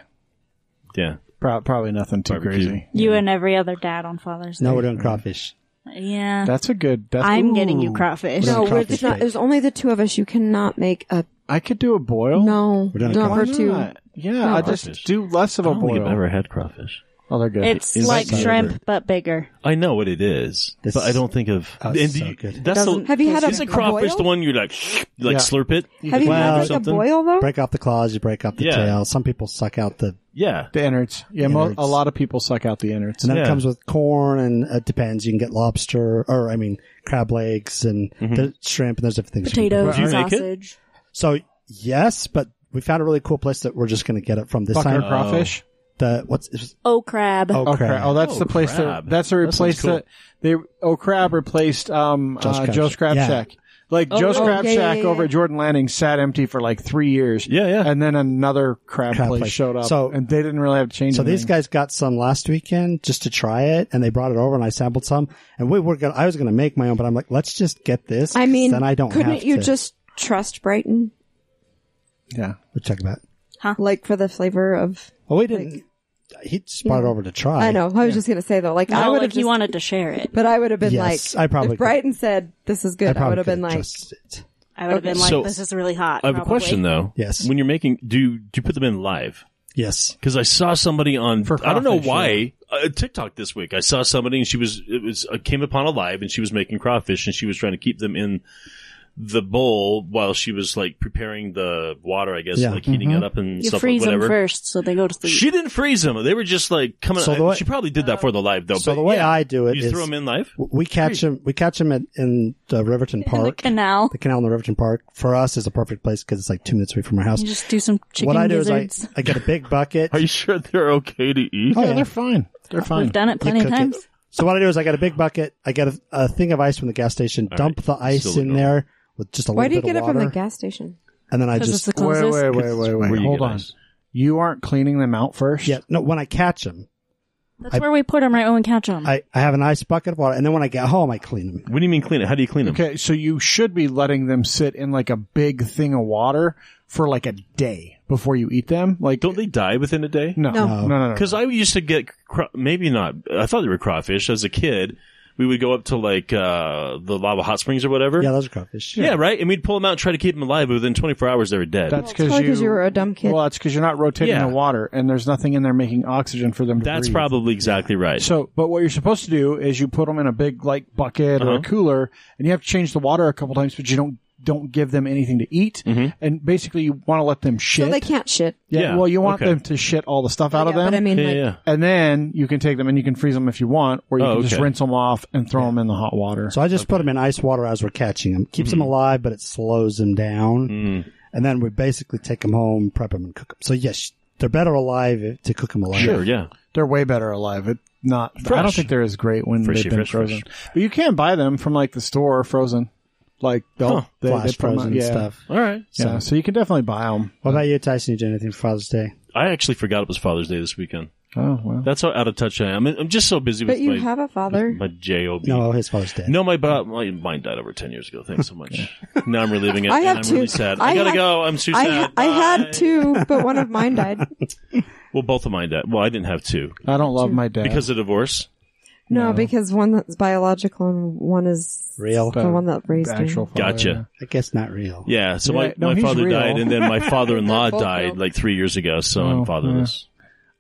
Speaker 6: Yeah,
Speaker 3: Pro- probably nothing too
Speaker 6: Barbecue.
Speaker 3: crazy.
Speaker 5: you and every other dad on Father's Day.
Speaker 4: No, we're doing
Speaker 6: Mm.
Speaker 4: crawfish.
Speaker 5: yeah,
Speaker 3: That's a good. That's,
Speaker 5: I'm getting you
Speaker 3: ooh.
Speaker 5: crawfish.
Speaker 4: No.
Speaker 2: No,
Speaker 4: Doing
Speaker 2: we're-
Speaker 4: crawfish
Speaker 2: it's not.
Speaker 4: bake.
Speaker 2: There's only the two of us. You cannot make a
Speaker 3: I could do a boil.
Speaker 2: no.
Speaker 4: We're doing a
Speaker 2: Not
Speaker 3: Why
Speaker 2: for two.
Speaker 3: not? Yeah, I just
Speaker 6: Crawfish.
Speaker 3: do less
Speaker 4: Oh,
Speaker 3: of a
Speaker 6: I don't think I've
Speaker 3: boil.
Speaker 6: ever had crawfish.
Speaker 3: Oh, they're good.
Speaker 5: It's
Speaker 6: Is
Speaker 5: like
Speaker 6: that
Speaker 5: shrimp
Speaker 6: good?
Speaker 5: but bigger.
Speaker 6: I know what it is,
Speaker 4: This-
Speaker 6: but I don't think of.
Speaker 4: Oh, it's
Speaker 6: do
Speaker 4: so
Speaker 6: you-
Speaker 4: good.
Speaker 6: That's the,
Speaker 2: Doesn't- Have you had a-
Speaker 6: isn't
Speaker 2: a
Speaker 6: crawfish
Speaker 2: boil?
Speaker 6: the one you're like you like
Speaker 3: Yeah.
Speaker 6: slurp it?
Speaker 2: Have you
Speaker 4: Well,
Speaker 2: had like
Speaker 6: something.
Speaker 2: a boil though?
Speaker 4: Break off the claws. You break off the
Speaker 6: Yeah.
Speaker 4: tail. Some people suck out the.
Speaker 6: Yeah,
Speaker 3: the innards. Yeah, mo-
Speaker 4: Innards.
Speaker 3: a lot of people suck out the innards.
Speaker 4: And then it
Speaker 6: Yeah.
Speaker 4: comes with corn, and it depends. You can get lobster, or I mean, crab legs, and
Speaker 6: Mm-hmm.
Speaker 4: the shrimp, and there's different things. you can
Speaker 7: Potatoes
Speaker 3: Do you
Speaker 7: and
Speaker 6: make it?
Speaker 7: sausage.
Speaker 4: put. So yes, but we found a really cool place that we're just going to get it from this
Speaker 3: Bucker
Speaker 4: time.
Speaker 3: crawfish.
Speaker 4: the what's it was
Speaker 7: Oh, crab.
Speaker 4: oh
Speaker 3: Oh,
Speaker 4: crap.
Speaker 3: crab. Oh, that's
Speaker 6: Oh,
Speaker 3: the place
Speaker 6: crab.
Speaker 3: that that's a
Speaker 6: That
Speaker 3: replace
Speaker 6: sounds
Speaker 3: that they Oh Crab replaced um
Speaker 4: Joe's
Speaker 3: uh,
Speaker 4: Crab
Speaker 3: Joe's
Speaker 4: Shack.
Speaker 3: Crab
Speaker 4: Yeah.
Speaker 3: Shack. Like
Speaker 6: Oh,
Speaker 3: Joe's
Speaker 6: oh,
Speaker 3: Crab
Speaker 2: yeah, yeah,
Speaker 3: Shack
Speaker 2: yeah,
Speaker 3: over
Speaker 2: yeah.
Speaker 3: at Jordan Landing sat empty for like three years.
Speaker 6: Yeah, yeah.
Speaker 3: And then another crab,
Speaker 4: Crab
Speaker 3: place,
Speaker 4: place.
Speaker 3: showed up.
Speaker 4: So-
Speaker 3: and they didn't really have to change.
Speaker 4: So these
Speaker 3: anything.
Speaker 4: guys got some last weekend just to try it, and they brought it over, and I sampled some. And we were gonna, I was gonna make my own, but I'm like, let's just get this.
Speaker 2: I mean,
Speaker 4: then I don't
Speaker 2: couldn't
Speaker 4: have
Speaker 2: you
Speaker 4: to.
Speaker 2: just trust Brighton
Speaker 3: yeah.
Speaker 4: We'll check that.
Speaker 2: like for the flavor of?
Speaker 4: Well, we didn't. he just brought it over to try.
Speaker 2: I know. I was just gonna say though, like I
Speaker 5: Not
Speaker 2: would
Speaker 5: like
Speaker 2: have
Speaker 5: you
Speaker 2: just-
Speaker 5: wanted to share it.
Speaker 2: but I would have been
Speaker 4: Yes,
Speaker 2: like,
Speaker 4: I probably
Speaker 2: if Brighton said this is
Speaker 4: I
Speaker 2: good, I,
Speaker 4: probably
Speaker 2: would have been
Speaker 4: could've
Speaker 2: like,
Speaker 4: just- it.
Speaker 5: I would have been like,
Speaker 6: So-
Speaker 5: this is really hot.
Speaker 6: I have a
Speaker 5: probably.
Speaker 6: question though.
Speaker 4: Yes.
Speaker 6: When you're making, do you, do you put them in live?
Speaker 4: yes,
Speaker 6: Because I saw somebody on
Speaker 3: For
Speaker 6: I don't know
Speaker 3: crawfish,
Speaker 6: why uh, TikTok this week. I saw somebody and she was it was uh, came upon a live and she was making crawfish and she was trying to keep them in the bowl while she was like preparing the water. I guess
Speaker 4: Yeah. Mm-hmm.
Speaker 6: like heating it up and
Speaker 7: You
Speaker 6: stuff
Speaker 7: freeze them
Speaker 6: whatever.
Speaker 7: first so they go to sleep.
Speaker 6: She didn't freeze them. They were just like coming.
Speaker 4: So the way-
Speaker 6: she probably did that for the live though.
Speaker 4: so
Speaker 6: but
Speaker 4: the way
Speaker 6: yeah.
Speaker 4: I do it
Speaker 6: you
Speaker 4: is-
Speaker 6: throw them in live.
Speaker 4: W- we catch him. We catch him at, in the Riverton
Speaker 7: In the
Speaker 4: Park.
Speaker 7: canal.
Speaker 4: the canal in the Riverton Park for us is a perfect place because it's like two minutes away from our house.
Speaker 7: You just do some chicken
Speaker 4: what I do
Speaker 7: gizzards.
Speaker 4: is I, I get a big bucket.
Speaker 6: Are you sure they're okay to eat?
Speaker 4: Oh,
Speaker 3: yeah,
Speaker 4: yeah.
Speaker 3: they're fine. They're fine.
Speaker 7: We've done it plenty of
Speaker 4: cook it.
Speaker 7: times.
Speaker 4: So what I do is I get a big bucket. I get a, a thing of ice from the gas station. dump the ice
Speaker 6: Still
Speaker 4: in
Speaker 6: don't.
Speaker 4: there with just a
Speaker 2: why do you
Speaker 4: little
Speaker 2: get
Speaker 4: bit
Speaker 2: it
Speaker 4: of
Speaker 2: from
Speaker 4: water,
Speaker 2: the gas station?
Speaker 4: and then I
Speaker 7: Because
Speaker 4: just
Speaker 7: it's the closest.
Speaker 3: wait, wait,
Speaker 6: Where you
Speaker 3: Hold
Speaker 6: get
Speaker 3: on.
Speaker 6: ice.
Speaker 3: You aren't cleaning them out first.
Speaker 4: yeah. No, when I catch them,
Speaker 7: That's where we put them right when we catch them.
Speaker 4: I, I have an ice bucket of water, and then when I get home, I clean them.
Speaker 6: What do you mean clean it? How do you clean them?
Speaker 3: Okay, so you should be letting them sit in like a big thing of water for like a day before you eat them. Like
Speaker 6: Don't they die within a day?
Speaker 3: no, no, no,
Speaker 2: No.
Speaker 3: no. no.
Speaker 6: Because I used to get cra- maybe not. I thought they were crawfish as a kid. We would go up to like uh, the lava hot springs or whatever.
Speaker 4: Yeah, those are crawfish.
Speaker 6: Yeah, right. And we'd pull them out, and try to keep them alive, but within 24 hours they were dead.
Speaker 3: that's
Speaker 2: It's
Speaker 3: because
Speaker 2: probably
Speaker 3: you,
Speaker 2: because you were a dumb kid.
Speaker 3: Well, it's because you're not rotating
Speaker 6: Yeah.
Speaker 3: the water, and there's nothing in there making oxygen for them. to
Speaker 6: That's
Speaker 3: breathe.
Speaker 6: probably exactly right.
Speaker 3: So, but what you're supposed to do is you put them in a big like bucket or a
Speaker 6: Uh-huh.
Speaker 3: cooler, and you have to change the water a couple times, but you don't don't give them anything to eat, and basically you want to let them shit.
Speaker 2: so they can't shit.
Speaker 3: yeah,
Speaker 6: Mm-hmm. Yeah,
Speaker 3: well, you want
Speaker 6: okay.
Speaker 3: them to shit all the stuff out of them,
Speaker 2: But I mean,
Speaker 6: yeah,
Speaker 2: like,
Speaker 6: yeah.
Speaker 3: and then you can take them and you can freeze them if you want, or you
Speaker 6: Oh,
Speaker 3: can just
Speaker 6: okay.
Speaker 3: rinse them off and throw them in the hot water.
Speaker 4: So I just put them in ice water as we're catching them. Keeps them
Speaker 6: Mm-hmm.
Speaker 4: alive, but it slows them down.
Speaker 6: Mm.
Speaker 4: And then we basically take them home, prep them, and cook them. So yes, they're better alive if- to cook them alive.
Speaker 6: Sure, yeah.
Speaker 3: They're way better alive. It not. I don't
Speaker 6: Fresh.
Speaker 3: think they're as great when
Speaker 6: Freshy,
Speaker 3: they've been
Speaker 6: fresh,
Speaker 3: frozen.
Speaker 6: fresh.
Speaker 3: But you can buy them from like the store frozen, like they'll,
Speaker 6: Huh.
Speaker 3: they,
Speaker 4: Flash
Speaker 3: they put 'em
Speaker 4: frozen
Speaker 3: out- yeah.
Speaker 4: stuff.
Speaker 6: All right.
Speaker 3: Yeah, so. you can definitely buy them.
Speaker 4: What about you, Tyson? You do anything for Father's Day?
Speaker 6: I actually forgot it was Father's Day this weekend.
Speaker 3: Oh well.
Speaker 6: That's how out of touch I am. I'm just so busy
Speaker 2: but
Speaker 6: with
Speaker 2: you
Speaker 6: my
Speaker 2: have a father.
Speaker 6: my job.
Speaker 4: No, his father's dead.
Speaker 6: No, my, bo- my mine died over ten years ago. Thanks so much. now I'm reliving it.
Speaker 2: I have
Speaker 6: and I'm
Speaker 2: two.
Speaker 6: really sad. I, gotta
Speaker 2: had-
Speaker 6: go. I'm too
Speaker 2: I,
Speaker 6: sad.
Speaker 2: ha- I
Speaker 6: Bye.
Speaker 2: had two, but one of mine died.
Speaker 6: Well, both of mine died. Well, I didn't have two
Speaker 3: I don't love my dad
Speaker 6: because of divorce.
Speaker 2: No, because one that's biological and one is
Speaker 4: Real.
Speaker 2: The one that raised me.
Speaker 3: actual father.
Speaker 6: Gotcha.
Speaker 4: I guess not real.
Speaker 6: Yeah, so
Speaker 3: Yeah,
Speaker 6: my,
Speaker 3: no,
Speaker 6: my
Speaker 3: he's
Speaker 6: father
Speaker 3: real.
Speaker 6: died, and then my father-in-law
Speaker 2: both
Speaker 6: died
Speaker 2: real.
Speaker 6: like three years ago, so
Speaker 3: Oh,
Speaker 6: I'm fatherless.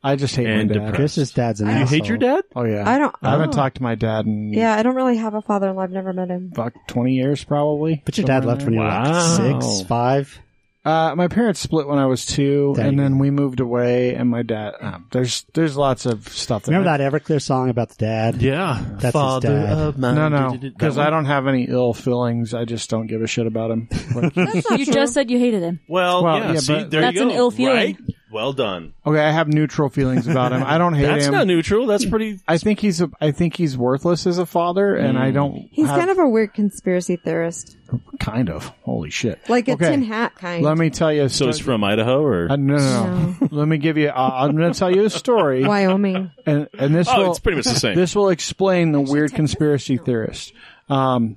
Speaker 3: I just hate
Speaker 6: And
Speaker 3: my dad.
Speaker 6: depressed.
Speaker 4: Chris's dad's an
Speaker 6: You
Speaker 4: asshole.
Speaker 6: hate your dad?
Speaker 3: Oh yeah.
Speaker 2: I don't-
Speaker 3: I haven't
Speaker 2: oh.
Speaker 3: talked to my dad in
Speaker 2: Yeah, I don't really have a father-in-law. I've never met him.
Speaker 3: fuck twenty years probably.
Speaker 4: But your dad
Speaker 3: Somewhere
Speaker 4: left when you were
Speaker 6: Wow.
Speaker 4: like six, five.
Speaker 3: Uh, my parents split when I was two,
Speaker 4: Dang.
Speaker 3: and then we moved away. And my dad, uh, there's there's lots of stuff.
Speaker 4: Remember
Speaker 3: I-
Speaker 4: that Everclear song about the dad?
Speaker 6: Yeah,
Speaker 4: That's his dad.
Speaker 6: mine.
Speaker 3: No, no,
Speaker 6: That uh,
Speaker 3: because
Speaker 6: one?
Speaker 3: I don't have any ill feelings. I just don't give a shit about him. Like,
Speaker 7: you just said you hated him.
Speaker 6: Well,
Speaker 3: Well,
Speaker 6: yeah,
Speaker 3: yeah,
Speaker 6: see,
Speaker 3: but-
Speaker 6: there
Speaker 7: That's
Speaker 6: you go.
Speaker 7: an ill feeling.
Speaker 6: Right? Well done.
Speaker 3: okay, I have neutral feelings about him. I don't hate
Speaker 6: That's
Speaker 3: him.
Speaker 6: not neutral. That's pretty.
Speaker 3: I think he's a, I think he's worthless as a father, and
Speaker 6: Mm.
Speaker 3: I don't.
Speaker 2: He's
Speaker 3: have-
Speaker 2: kind of a weird conspiracy theorist,
Speaker 3: kind of holy shit,
Speaker 2: like a
Speaker 3: Okay.
Speaker 2: tin hat kind.
Speaker 3: Let me tell you.
Speaker 6: So it's from Idaho, or
Speaker 3: Uh, no, no, no. Let me give you. Uh, I'm going to tell you a story,
Speaker 2: Wyoming.
Speaker 3: and and this
Speaker 6: oh,
Speaker 3: will
Speaker 6: it's pretty much the same.
Speaker 3: this will explain the weird conspiracy theorist. Um,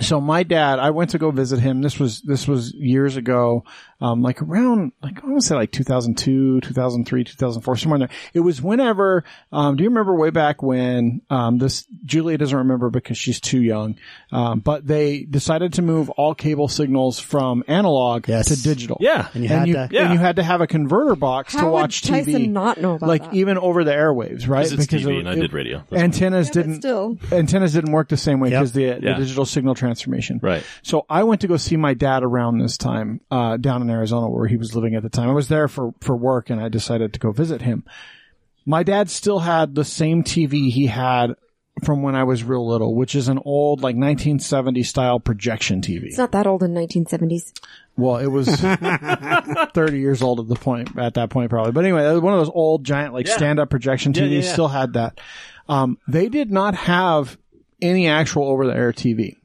Speaker 3: so my dad, I went to go visit him. This was this was years ago, um, like around like I want to say like 2002, 2003, 2004, somewhere in there. It was whenever. Um, do you remember way back when um, this Julia doesn't remember because she's too young, um, but they decided to move all cable signals from analog
Speaker 4: Yes.
Speaker 3: to digital.
Speaker 6: yeah,
Speaker 4: And you
Speaker 3: and
Speaker 4: had
Speaker 3: you,
Speaker 4: to.
Speaker 6: Yeah.
Speaker 3: and you had to have a converter box
Speaker 2: How
Speaker 3: to watch
Speaker 2: would Tyson
Speaker 3: TV,
Speaker 2: not know about
Speaker 3: like
Speaker 2: that?
Speaker 3: even over the airwaves, right?
Speaker 6: because it's TV,
Speaker 3: it-
Speaker 6: and I
Speaker 3: it-
Speaker 6: did radio. That's
Speaker 3: antennas didn't
Speaker 2: still.
Speaker 3: antennas didn't work the same way
Speaker 4: Yep.
Speaker 3: because the,
Speaker 6: Yeah.
Speaker 3: the digital signal transformation.
Speaker 6: Right.
Speaker 3: So I went to go see my dad around this time uh, down in Arizona where he was living at the time. I was there for for work, and I decided to go visit him. My dad still had the same TV he had from when I was real little, which is an old like 1970 style projection
Speaker 2: It's
Speaker 3: TV.
Speaker 2: not that old in 1970s.
Speaker 3: Well, it was 30 years old at the point at that point probably. But anyway, that was one of those old giant like stand up projection TVs.
Speaker 6: yeah.
Speaker 3: Still had that. Um, they did not have any actual over the air TV.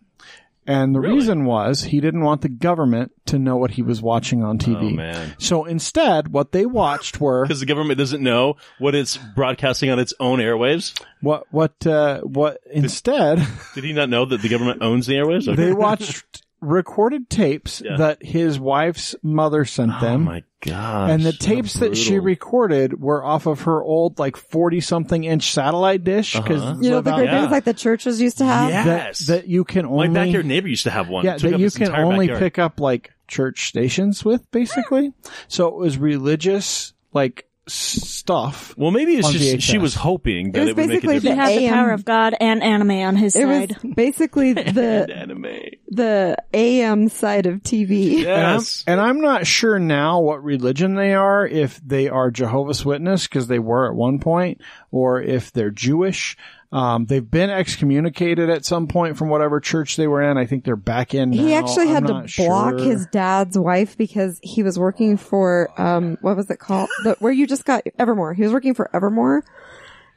Speaker 3: And the reason was he didn't want the government to know what he was watching on TV.
Speaker 6: Oh, man.
Speaker 3: So instead, what they watched were
Speaker 6: Because the government doesn't know what it's broadcasting on its own airwaves.
Speaker 3: what what uh, what instead
Speaker 6: Did he not know that the government owns the airwaves? Okay.
Speaker 3: they watched recorded tapes
Speaker 6: Yeah.
Speaker 3: that his wife's mother sent
Speaker 6: oh
Speaker 3: them.
Speaker 6: my gosh.
Speaker 3: and the
Speaker 6: how
Speaker 3: tapes that she
Speaker 6: brutal.
Speaker 3: recorded were off of her old like 40 something inch satellite dish because
Speaker 6: Uh-huh.
Speaker 2: You know, the great
Speaker 6: yeah.
Speaker 2: things like the churches used to have.
Speaker 6: Yeah.
Speaker 3: that,
Speaker 6: Yes.
Speaker 3: that you can
Speaker 6: My
Speaker 3: only
Speaker 6: backyard neighbor used to have one.
Speaker 3: yeah
Speaker 6: It took
Speaker 3: that
Speaker 6: up
Speaker 3: you
Speaker 6: his
Speaker 3: can
Speaker 6: entire
Speaker 3: only
Speaker 6: backyard.
Speaker 3: pick up like church stations with basically so it was religious like s- stuff
Speaker 6: Well, maybe it's
Speaker 3: on
Speaker 6: just she
Speaker 3: VHS.
Speaker 6: was hoping that
Speaker 2: was
Speaker 6: it, would make a
Speaker 2: basically
Speaker 6: difference.
Speaker 2: the
Speaker 7: He had the
Speaker 2: AM.
Speaker 7: power of God and anime on his
Speaker 2: It
Speaker 7: side.
Speaker 2: was basically the
Speaker 6: anime.
Speaker 2: the AM side of TV.
Speaker 3: and I'm,
Speaker 6: Yes.
Speaker 3: and I'm not sure now what religion they are, if they are Jehovah's Witness, because they were at one point, or if they're Jewish. Um, they've been excommunicated at some point from whatever church they were in. I think they're back in.
Speaker 2: He
Speaker 3: now.
Speaker 2: actually
Speaker 3: I'm
Speaker 2: had to
Speaker 3: not sure.
Speaker 2: block his dad's wife because he was working for um what was it called? The, where you just got Evermore. He was working for Evermore.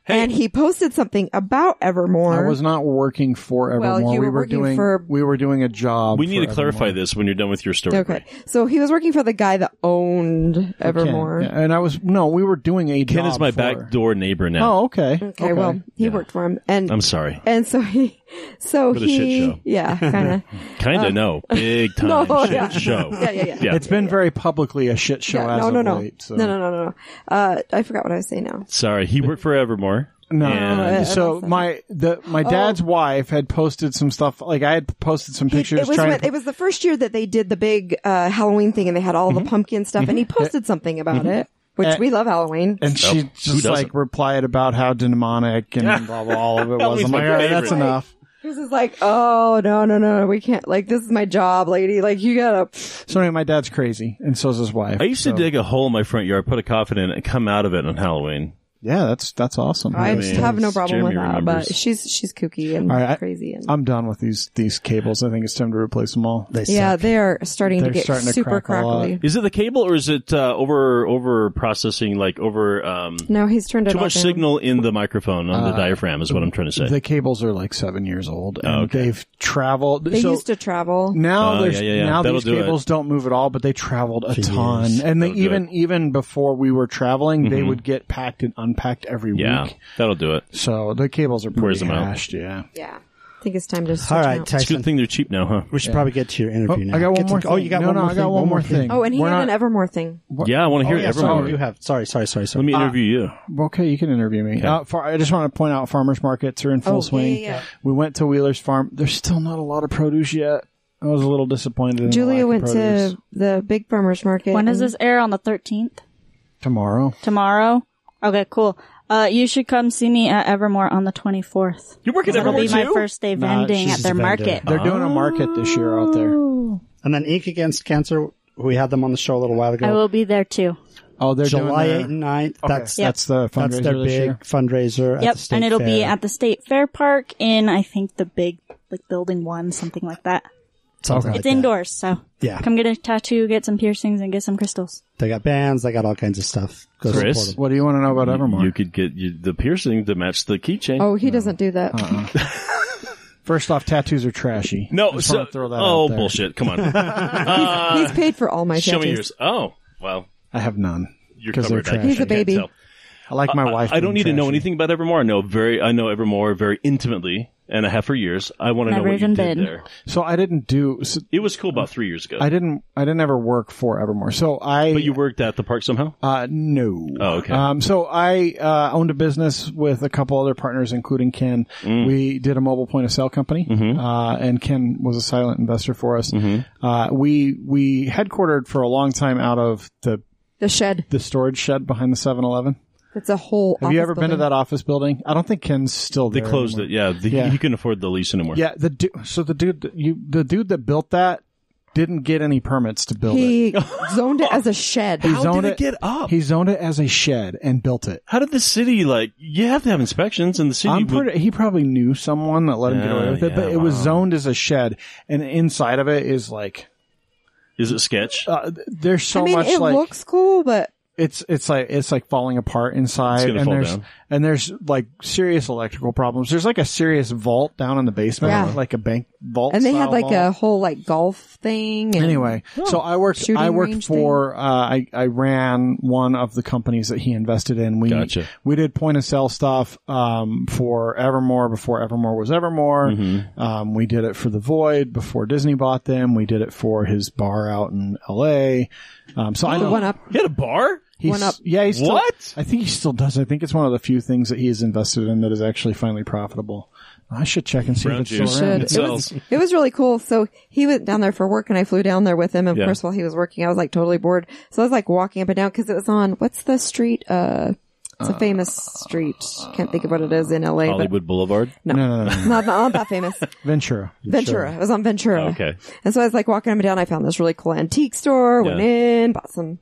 Speaker 2: And he posted something about
Speaker 3: I
Speaker 2: Evermore.
Speaker 3: was not working for
Speaker 2: Well,
Speaker 3: Evermore.
Speaker 2: you
Speaker 3: we
Speaker 2: were working
Speaker 3: doing
Speaker 2: for-
Speaker 3: we were doing a job.
Speaker 6: We need
Speaker 3: for
Speaker 6: to clarify
Speaker 3: Evermore.
Speaker 6: this when you're done with your story.
Speaker 2: okay. So he was working for the guy that owned
Speaker 3: Ken,
Speaker 2: Evermore.
Speaker 3: yeah, and I was no, we were doing a
Speaker 6: Ken
Speaker 3: job
Speaker 6: is my
Speaker 3: for-
Speaker 6: backdoor neighbor now.
Speaker 3: Oh, okay. Um,
Speaker 2: Okay, well, he worked for him. And
Speaker 6: I'm sorry.
Speaker 2: and so he so
Speaker 6: What a shit
Speaker 2: he
Speaker 6: show.
Speaker 2: yeah, kind of.
Speaker 6: Kinda no. Big time
Speaker 2: Uh, No,
Speaker 6: shit
Speaker 2: yeah.
Speaker 6: show.
Speaker 2: yeah, yeah, yeah.
Speaker 6: Yeah.
Speaker 3: It's been very publicly a shit show
Speaker 2: Yeah,
Speaker 3: as
Speaker 2: no,
Speaker 3: of
Speaker 2: no, no.
Speaker 3: late. So.
Speaker 2: no, no, no, no, no. Uh, I forgot what I was saying now.
Speaker 6: Sorry. He worked for Evermore.
Speaker 3: No.
Speaker 6: And-
Speaker 2: uh,
Speaker 3: so
Speaker 2: that's-
Speaker 3: my the my
Speaker 2: Oh.
Speaker 3: dad's wife had posted some stuff like I had posted some
Speaker 2: He-
Speaker 3: pictures
Speaker 2: it was
Speaker 3: trying
Speaker 2: when-
Speaker 3: to,
Speaker 2: it was the first year that they did the big uh, Halloween thing, and they had all
Speaker 3: Mm-hmm.
Speaker 2: the pumpkin stuff, and he
Speaker 3: Uh,
Speaker 2: posted something about it, which
Speaker 3: And-
Speaker 2: we love Halloween.
Speaker 3: and
Speaker 6: Nope.
Speaker 3: she
Speaker 6: Who
Speaker 3: just like
Speaker 6: doesn't?
Speaker 3: replied about how demonic and blah blah all of it was.
Speaker 6: Halloween's
Speaker 3: I'm
Speaker 6: my
Speaker 3: like, all right, that's
Speaker 6: favorite.
Speaker 3: enough.
Speaker 2: This is like, oh no, no, no, we can't. Like, this is my job, lady. Like, you gotta.
Speaker 3: So anyway, my dad's crazy, and so's his wife.
Speaker 6: I used to
Speaker 3: so-
Speaker 6: dig a hole in my front yard, put a coffin in, it, and come out of it on Halloween.
Speaker 3: Yeah, that's that's awesome.
Speaker 2: I
Speaker 6: mean,
Speaker 2: have no problem with
Speaker 6: Jeremy
Speaker 2: that,
Speaker 6: remembers.
Speaker 2: but she's she's kooky and
Speaker 3: All right, I-
Speaker 2: crazy and.
Speaker 3: I'm done with these these cables. I think it's time to replace them all.
Speaker 4: They
Speaker 2: yeah,
Speaker 4: suck.
Speaker 2: they are starting
Speaker 3: They're
Speaker 2: to get
Speaker 3: starting to
Speaker 2: super
Speaker 3: crack a lot.
Speaker 2: crackly.
Speaker 6: Is it the cable or is it uh, over over processing like over um,
Speaker 2: No, he's turned it
Speaker 6: too
Speaker 2: all
Speaker 6: much
Speaker 2: down.
Speaker 6: signal in the microphone on the diaphragm is what I'm trying to say.
Speaker 3: Uh, The cables are like seven years old, and they've traveled.
Speaker 2: They
Speaker 3: so
Speaker 2: used to travel.
Speaker 3: now
Speaker 6: Oh,
Speaker 3: there's
Speaker 6: yeah, yeah, yeah.
Speaker 3: now
Speaker 6: That'll
Speaker 3: these
Speaker 6: do it.
Speaker 3: cables don't move at all, but they traveled a ton, and they
Speaker 6: That'll do Mm-hmm.
Speaker 3: even even before we were traveling, they would get packed and unpacked every
Speaker 6: yeah,
Speaker 3: week.
Speaker 6: that'll do it.
Speaker 3: So the cables are
Speaker 6: Where's
Speaker 3: pretty
Speaker 6: them out?
Speaker 3: hashed. Yeah.
Speaker 2: Yeah, I think it's time to. Switch
Speaker 4: All
Speaker 2: now.
Speaker 4: right,
Speaker 6: It's a
Speaker 4: Tyson.
Speaker 6: good thing they're cheap now, huh?
Speaker 4: We should probably get to your interview
Speaker 3: Oh,
Speaker 4: now.
Speaker 3: I got
Speaker 4: Get
Speaker 3: one
Speaker 4: to-
Speaker 3: more.
Speaker 4: Oh,
Speaker 3: thing.
Speaker 4: you got
Speaker 3: no,
Speaker 4: one
Speaker 3: no,
Speaker 4: more
Speaker 3: I
Speaker 4: thing.
Speaker 3: got one, more thing.
Speaker 2: Oh, and he
Speaker 3: We're
Speaker 2: had an
Speaker 3: not-
Speaker 2: Evermore thing.
Speaker 6: Yeah, I want to
Speaker 4: Oh,
Speaker 6: hear
Speaker 4: yeah,
Speaker 6: Evermore.
Speaker 4: sorry, you have. Sorry, sorry, sorry, sorry.
Speaker 6: Let me
Speaker 3: Uh,
Speaker 6: interview you.
Speaker 3: Okay, you can interview me. Uh, far, I just want to point out farmers markets are in full
Speaker 2: Oh, yeah,
Speaker 3: swing.
Speaker 2: yeah, yeah.
Speaker 3: We went to Wheeler's Farm. There's still not a lot of produce yet. I was a little disappointed. In the lack
Speaker 2: Julia
Speaker 3: of
Speaker 2: went
Speaker 3: produce.
Speaker 2: to the big farmers market.
Speaker 7: When does
Speaker 2: and-
Speaker 7: this air? On the 13th?
Speaker 3: tomorrow.
Speaker 7: Tomorrow? Okay, cool. Uh, you should come see me at Evermore on the 24th.
Speaker 6: You work at
Speaker 7: That'll
Speaker 6: Evermore
Speaker 7: be my
Speaker 6: too?
Speaker 7: first day vending
Speaker 4: she's
Speaker 7: at their
Speaker 4: a vendor.
Speaker 7: market.
Speaker 3: They're doing a market this year out there.
Speaker 4: And then Ink Against Cancer, we had them on the show a little while ago.
Speaker 7: I will be there too.
Speaker 3: Oh, they're
Speaker 4: July
Speaker 3: doing
Speaker 4: 8th
Speaker 3: their-
Speaker 4: and 9th. That's,
Speaker 7: Yep.
Speaker 3: that's the fundraiser
Speaker 4: that's their
Speaker 3: this
Speaker 4: big
Speaker 3: year.
Speaker 4: fundraiser. at
Speaker 7: Yep,
Speaker 4: the state
Speaker 7: and it'll be
Speaker 4: fair.
Speaker 7: at the State Fair Park in I think the big like building one, something like that.
Speaker 4: Something
Speaker 3: Okay.
Speaker 4: like
Speaker 7: It's
Speaker 4: that.
Speaker 7: indoors, so
Speaker 4: Yeah.
Speaker 7: come get a tattoo, get some piercings, and get some crystals.
Speaker 4: They got bands. They got all kinds of stuff. Go
Speaker 6: Chris?
Speaker 4: support 'em.
Speaker 3: What do you want to know about Evermore?
Speaker 6: You could get you, the piercing to match the keychain.
Speaker 2: Oh, he doesn't do that.
Speaker 3: First off, tattoos are trashy.
Speaker 6: no,
Speaker 3: Just
Speaker 6: so
Speaker 3: wanna throw that
Speaker 6: oh
Speaker 3: out there.
Speaker 6: bullshit! Come on,
Speaker 2: He's paid for all my
Speaker 6: show me
Speaker 2: tattoos.
Speaker 6: yours. Oh, well,
Speaker 3: I have none.
Speaker 6: you're
Speaker 3: 'Cause they're
Speaker 6: covered. I
Speaker 3: trashy.
Speaker 2: He's a
Speaker 6: can't
Speaker 2: baby.
Speaker 6: tell.
Speaker 3: I like my
Speaker 6: I-
Speaker 3: wife.
Speaker 6: I
Speaker 3: being
Speaker 6: don't need to know
Speaker 3: trashy.
Speaker 6: anything about Evermore. I know very, I know Evermore very intimately, and I have for years. I want to know
Speaker 7: Never
Speaker 6: what you
Speaker 7: even
Speaker 6: did
Speaker 7: been.
Speaker 6: there.
Speaker 3: So I didn't do. So
Speaker 6: It was cool about three years ago.
Speaker 3: I didn't. I didn't ever work for Evermore. So I.
Speaker 6: but you worked at the park somehow.
Speaker 3: Uh, no.
Speaker 6: Oh, okay.
Speaker 3: Um, so I uh, owned a business with a couple other partners, including Ken.
Speaker 6: Mm.
Speaker 3: We did a mobile point of sale company,
Speaker 6: Mm-hmm.
Speaker 3: uh, and Ken was a silent investor for us. Uh, we we headquartered for a long time out of the
Speaker 2: The shed.
Speaker 3: the storage shed behind the 7-Eleven.
Speaker 2: It's a whole.
Speaker 3: Have you ever been to that office building? I don't think Ken's still
Speaker 6: They
Speaker 3: there.
Speaker 6: closed
Speaker 3: anymore.
Speaker 6: it. Yeah, the,
Speaker 3: Yeah.
Speaker 6: he couldn't afford the lease anymore.
Speaker 3: Yeah, the du- so the dude you the dude that built that didn't get any permits to build it.
Speaker 2: He zoned it as a shed.
Speaker 3: He
Speaker 6: How
Speaker 3: zoned
Speaker 6: did it get up?
Speaker 3: He zoned it as a shed and built it.
Speaker 6: How did the city like? You have to have inspections, and the city.
Speaker 3: I'm
Speaker 6: would-
Speaker 3: pretty, he probably knew someone that let him get away
Speaker 6: Yeah,
Speaker 3: with it, but
Speaker 6: yeah,
Speaker 3: it was
Speaker 6: wow.
Speaker 3: zoned as a shed, and inside of it is like
Speaker 6: is it sketch?
Speaker 3: uh, th- there's so
Speaker 2: I mean,
Speaker 3: much
Speaker 2: it
Speaker 3: like
Speaker 2: looks cool, but
Speaker 3: it's it's like it's like falling apart
Speaker 6: It's
Speaker 3: inside,
Speaker 6: gonna
Speaker 3: and
Speaker 6: fall
Speaker 3: there's
Speaker 6: down.
Speaker 3: and there's like serious electrical problems. There's like a serious vault down in the basement,
Speaker 2: Yeah.
Speaker 3: like a bank vault,
Speaker 2: and they had
Speaker 3: style
Speaker 2: like
Speaker 3: vault.
Speaker 2: a whole like golf thing. And
Speaker 3: Anyway, so I worked.
Speaker 2: Oh, shooting
Speaker 3: I worked
Speaker 2: range
Speaker 3: for. Uh, I I ran one of the companies that he invested in. We
Speaker 6: Gotcha.
Speaker 3: we did point of sale stuff um, for Evermore before Evermore was Evermore.
Speaker 6: Mm-hmm.
Speaker 3: Um, we did it for the Void before Disney bought them. We did it for his bar out in L.A. Um, so I
Speaker 2: The
Speaker 3: don't.
Speaker 2: Oh, one up.
Speaker 6: You had a bar.
Speaker 3: He's,
Speaker 2: one up.
Speaker 3: Yeah, he's still,
Speaker 6: What?
Speaker 3: I think he still does. I think it's one of the few things that he has invested in that is actually finally profitable. I should check and see
Speaker 6: Brown
Speaker 3: if it's
Speaker 6: juice.
Speaker 3: still around.
Speaker 2: Should. It was it was really cool. So he went down there for work, and I flew down there with him. And
Speaker 6: Yeah.
Speaker 2: of course, while he was working, I was like totally bored. So I was like walking up and down because it was on what's the street? Uh, it's a famous street. Can't think of what it is in LA. But
Speaker 6: Hollywood Boulevard.
Speaker 3: No, no, no, no.
Speaker 2: not, not that famous.
Speaker 3: Ventura.
Speaker 2: Ventura. It was on Ventura.
Speaker 6: Oh, okay.
Speaker 2: And so I was like walking up and down. I found this really cool antique store. Went
Speaker 6: Yeah.
Speaker 2: in, bought some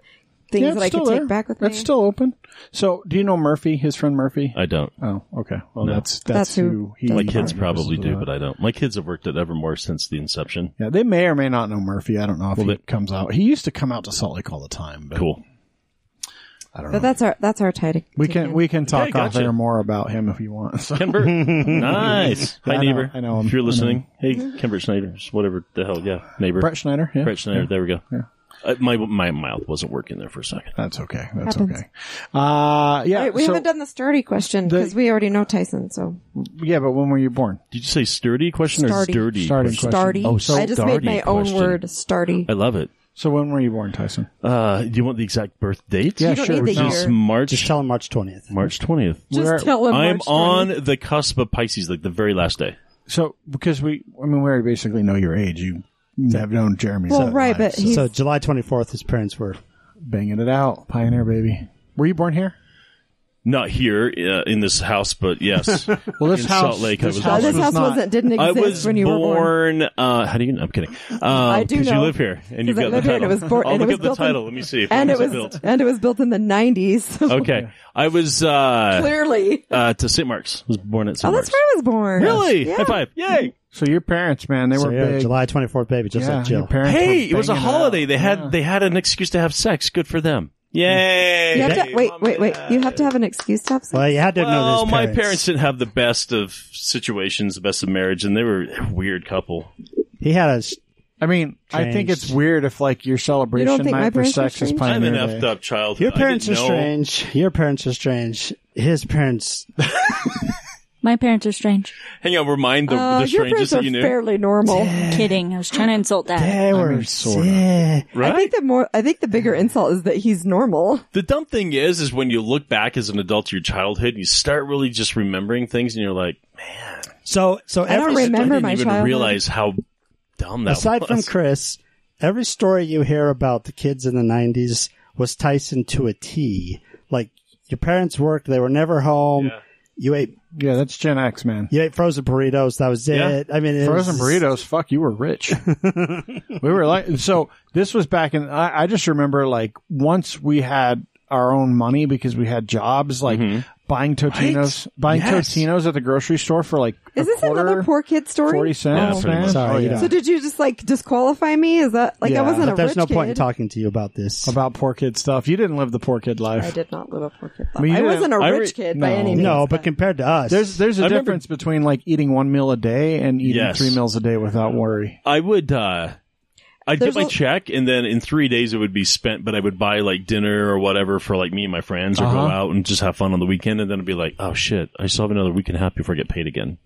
Speaker 2: things
Speaker 3: Yeah, it's
Speaker 2: that I could
Speaker 3: still there.
Speaker 2: take back with
Speaker 3: That's
Speaker 2: me.
Speaker 3: still open. So, do you know Murphy? His friend Murphy.
Speaker 6: I don't.
Speaker 3: oh, okay. Well, that's, that's
Speaker 2: That's who
Speaker 3: who he. Uh,
Speaker 2: does
Speaker 6: My
Speaker 2: Yeah.
Speaker 6: kids probably do, but I don't. My kids have worked at Evermore since the inception.
Speaker 3: yeah, they may or may not know Murphy. I don't know if he
Speaker 6: they-
Speaker 3: comes out. He used to come out to Salt Lake all the time. But
Speaker 6: Cool.
Speaker 3: I don't know.
Speaker 2: but that's our that's our title.
Speaker 3: we can we can talk
Speaker 6: Okay, gotcha.
Speaker 3: off air more about him if you want. So,
Speaker 6: Kemper, nice. Hi,
Speaker 3: I know-
Speaker 6: neighbor.
Speaker 3: I know him.
Speaker 6: If you're
Speaker 3: I know
Speaker 6: listening, hey, Kemper Schneider, whatever the hell, yeah, neighbor.
Speaker 3: Brett Schneider. Yeah.
Speaker 6: Brett Schneider. There we go. Uh, my my mouth wasn't working there for a second.
Speaker 3: That's okay. That's
Speaker 2: Happens.
Speaker 3: okay. Uh, yeah.
Speaker 2: All right, we
Speaker 3: so-
Speaker 2: haven't done the sturdy question because we already know Tyson. So
Speaker 3: Yeah, but when were you born?
Speaker 6: Did you say sturdy question or
Speaker 2: Stardy.
Speaker 6: sturdy?
Speaker 3: Starting
Speaker 6: question?
Speaker 3: question.
Speaker 2: stardy.
Speaker 6: Oh, so
Speaker 2: I just made
Speaker 6: stardy
Speaker 2: my own
Speaker 6: question.
Speaker 2: word, stardy.
Speaker 6: I love it.
Speaker 3: So when were you born, Tyson?
Speaker 6: Uh, do you want the exact birth date?
Speaker 3: Yeah,
Speaker 2: You don't
Speaker 3: sure.
Speaker 2: need the
Speaker 3: No.
Speaker 2: year.
Speaker 6: It's March
Speaker 4: Just tell him March 20th.
Speaker 6: March twentieth.
Speaker 2: Just
Speaker 3: We're-
Speaker 2: tell him.
Speaker 6: I'm
Speaker 2: March 20th.
Speaker 6: on the cusp of Pisces, like the very last day.
Speaker 3: So because we, I mean, we already basically know your age. You have known Jeremy.
Speaker 2: Well,
Speaker 3: Sutton
Speaker 2: right,
Speaker 3: live,
Speaker 2: but
Speaker 3: so
Speaker 2: he's
Speaker 4: So July 24th, his parents were.
Speaker 3: banging it out, pioneer
Speaker 6: Mm-hmm.
Speaker 3: baby. Were you born here?
Speaker 6: Not here uh, in this house, but yes.
Speaker 3: Well, this
Speaker 6: In
Speaker 3: house,
Speaker 6: Salt Lake, I
Speaker 3: this
Speaker 6: was
Speaker 2: Uh,
Speaker 3: house,
Speaker 6: born.
Speaker 2: this
Speaker 3: was
Speaker 2: house
Speaker 3: not-
Speaker 2: wasn't didn't
Speaker 6: I
Speaker 2: exist
Speaker 6: was
Speaker 2: when you
Speaker 6: born.
Speaker 2: were born.
Speaker 6: Uh, how do you? know? I'm kidding. Um, I
Speaker 2: do
Speaker 6: Because you
Speaker 2: know.
Speaker 6: live here and you've
Speaker 2: Because I
Speaker 6: got the
Speaker 2: live here and
Speaker 6: title.
Speaker 2: it was born-
Speaker 6: I'll
Speaker 2: and it
Speaker 6: look
Speaker 2: was
Speaker 6: up the
Speaker 2: built in-
Speaker 6: title. Let me see. If
Speaker 2: And it
Speaker 6: when
Speaker 2: was
Speaker 6: built.
Speaker 2: and it was built in the nineties.
Speaker 6: Okay, I was uh,
Speaker 2: Clearly,
Speaker 6: uh, to St. Mark's. Was born at St.
Speaker 2: oh,
Speaker 6: Mark's.
Speaker 2: that's where I was born.
Speaker 6: Really?
Speaker 2: Yeah.
Speaker 6: High five! Yay!
Speaker 3: So your parents, man, they
Speaker 4: So,
Speaker 3: were
Speaker 4: yeah,
Speaker 3: big.
Speaker 4: July 24th, baby, just
Speaker 3: yeah,
Speaker 4: like
Speaker 3: your
Speaker 4: Jill.
Speaker 3: parents were
Speaker 6: Hey, it was a
Speaker 3: banging
Speaker 6: holiday.
Speaker 3: out.
Speaker 6: They had
Speaker 3: Yeah.
Speaker 6: they had an excuse to have sex. Good for them. Yay!
Speaker 2: You have to, wait, wait, wait. You have to have an excuse to have sex.
Speaker 4: Well, you had to know
Speaker 6: Well,
Speaker 4: his
Speaker 6: my parents didn't have the best of situations, the best of marriage, and they were a weird couple.
Speaker 4: He had a. s-
Speaker 3: I mean, I think it's
Speaker 4: Changed.
Speaker 3: weird if like your
Speaker 2: You
Speaker 3: celebration
Speaker 2: don't think my
Speaker 3: night for
Speaker 2: parents were
Speaker 3: sex is
Speaker 2: strange?
Speaker 6: I'm
Speaker 3: pioneer
Speaker 6: an
Speaker 3: day.
Speaker 6: effed up child.
Speaker 4: Your parents
Speaker 6: I
Speaker 4: are
Speaker 6: didn't know-
Speaker 4: strange. Your parents are strange. His parents.
Speaker 5: My parents are strange.
Speaker 6: Hang on, remind the,
Speaker 2: Uh,
Speaker 6: the
Speaker 2: your parents
Speaker 6: strangest
Speaker 2: are
Speaker 6: that you knew.
Speaker 2: fairly normal.
Speaker 5: Kidding. I was trying to insult that.
Speaker 4: They were.
Speaker 3: mean, sorta.
Speaker 4: Yeah.
Speaker 6: right?
Speaker 2: I think the more, I think the
Speaker 4: Mm.
Speaker 2: bigger insult is that he's normal.
Speaker 6: the dumb thing is, is when you look back as an adult to your childhood, and you start really just remembering things, and you're like,
Speaker 4: So, so
Speaker 2: I don't
Speaker 4: every.
Speaker 2: remember
Speaker 6: I didn't
Speaker 2: my
Speaker 6: even
Speaker 2: childhood.
Speaker 6: realize how dumb that
Speaker 4: aside
Speaker 6: was.
Speaker 4: from Chris, every story you hear about the kids in the 90s was Tyson to a T. Like, your parents worked, they were never home. You ate
Speaker 3: Yeah, that's Gen X, man.
Speaker 4: you ate frozen burritos. That was
Speaker 6: Yeah.
Speaker 4: it. I mean, it
Speaker 3: Frozen
Speaker 4: was,
Speaker 3: burritos, fuck, you were rich. we were like, so this was back in, I, I just remember like once we had our own money because we had jobs, like buying Totinos, buying
Speaker 6: Mm-hmm. Yes.
Speaker 3: Totinos at the grocery store for like
Speaker 2: Is
Speaker 3: a
Speaker 2: this
Speaker 3: quarter,
Speaker 2: another poor kid story?
Speaker 3: 40
Speaker 6: Yeah,
Speaker 3: cents,
Speaker 6: pretty
Speaker 3: man.
Speaker 6: much.
Speaker 4: Sorry,
Speaker 3: Oh,
Speaker 4: you
Speaker 3: yeah.
Speaker 4: don't-
Speaker 2: So did you just like disqualify me? Is that like
Speaker 3: Yeah.
Speaker 2: I wasn't
Speaker 4: But
Speaker 2: a
Speaker 4: there's
Speaker 2: rich
Speaker 4: no point
Speaker 2: kid?
Speaker 4: in talking to you about this.
Speaker 3: About poor kid stuff. You didn't live the poor kid life.
Speaker 2: I did not live a poor kid.
Speaker 3: mean,
Speaker 2: life.
Speaker 3: you
Speaker 2: I
Speaker 3: didn't-
Speaker 2: wasn't a
Speaker 6: I re-
Speaker 2: rich kid by
Speaker 3: no.
Speaker 2: any means.
Speaker 4: no, but compared to us,
Speaker 3: There's there's a
Speaker 6: I remember-
Speaker 3: difference between like eating one meal a day and eating
Speaker 6: Yes.
Speaker 3: three meals a day without worry.
Speaker 6: I would uh I'd
Speaker 2: There's
Speaker 6: get my
Speaker 2: a-
Speaker 6: check and then in three days it would be spent, but I would buy like dinner or whatever for like me and my friends or
Speaker 3: Uh-huh.
Speaker 6: go out and just have fun on the weekend and then it'd be like, Oh shit, I still have another week and a half before I get paid again.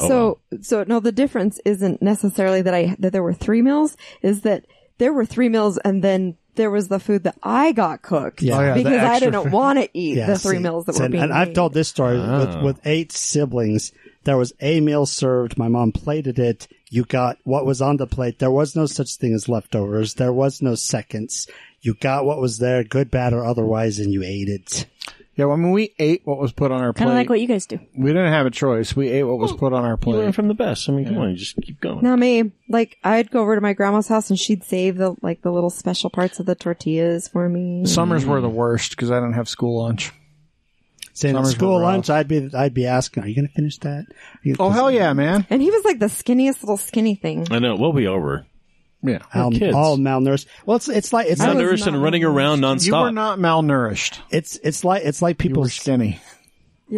Speaker 2: So, so no, the difference isn't necessarily that I, that there were three meals, is that there were three meals and then there was the food that I got cooked.
Speaker 4: Yeah. Oh,
Speaker 3: yeah, the
Speaker 2: because I
Speaker 3: extra
Speaker 2: didn't
Speaker 3: food.
Speaker 2: want to eat
Speaker 4: Yeah,
Speaker 2: the three
Speaker 4: see,
Speaker 2: meals that
Speaker 4: so-
Speaker 2: were being
Speaker 4: And I've
Speaker 2: made.
Speaker 4: told this story
Speaker 3: Ah.
Speaker 4: with, with eight siblings. There was a meal served. My mom plated it. You got what was on the plate. There was no such thing as leftovers. There was no seconds. You got what was there, good, bad, or otherwise, and you ate it.
Speaker 3: Yeah, well, I mean, we ate what was put on our
Speaker 5: Kind
Speaker 3: plate.
Speaker 5: of like what you guys do.
Speaker 3: we didn't have a choice. We ate what was put on our
Speaker 6: You learn
Speaker 3: plate.
Speaker 6: from the best. I mean, come on, you just keep going.
Speaker 2: Not me. Like I'd go over to my grandma's house and she'd save the like the little special parts of the tortillas for me.
Speaker 3: Summers were the worst because I didn't have school lunch.
Speaker 4: Saying at
Speaker 3: Summers
Speaker 4: school
Speaker 3: were rough.
Speaker 4: lunch, I'd be I'd be asking, "Are you going to finish that?"
Speaker 3: Oh hell yeah, man!
Speaker 2: And he was like the skinniest little skinny thing.
Speaker 6: I know. Well, we all were.
Speaker 3: Yeah,
Speaker 4: All,
Speaker 6: kids.
Speaker 4: all malnourished. Well, it's it's like it's
Speaker 2: I was
Speaker 4: like,
Speaker 6: Malnourished
Speaker 2: not
Speaker 6: and running around nonstop.
Speaker 3: you were not malnourished.
Speaker 4: it's it's like it's like
Speaker 3: You were
Speaker 4: people's
Speaker 3: skinny.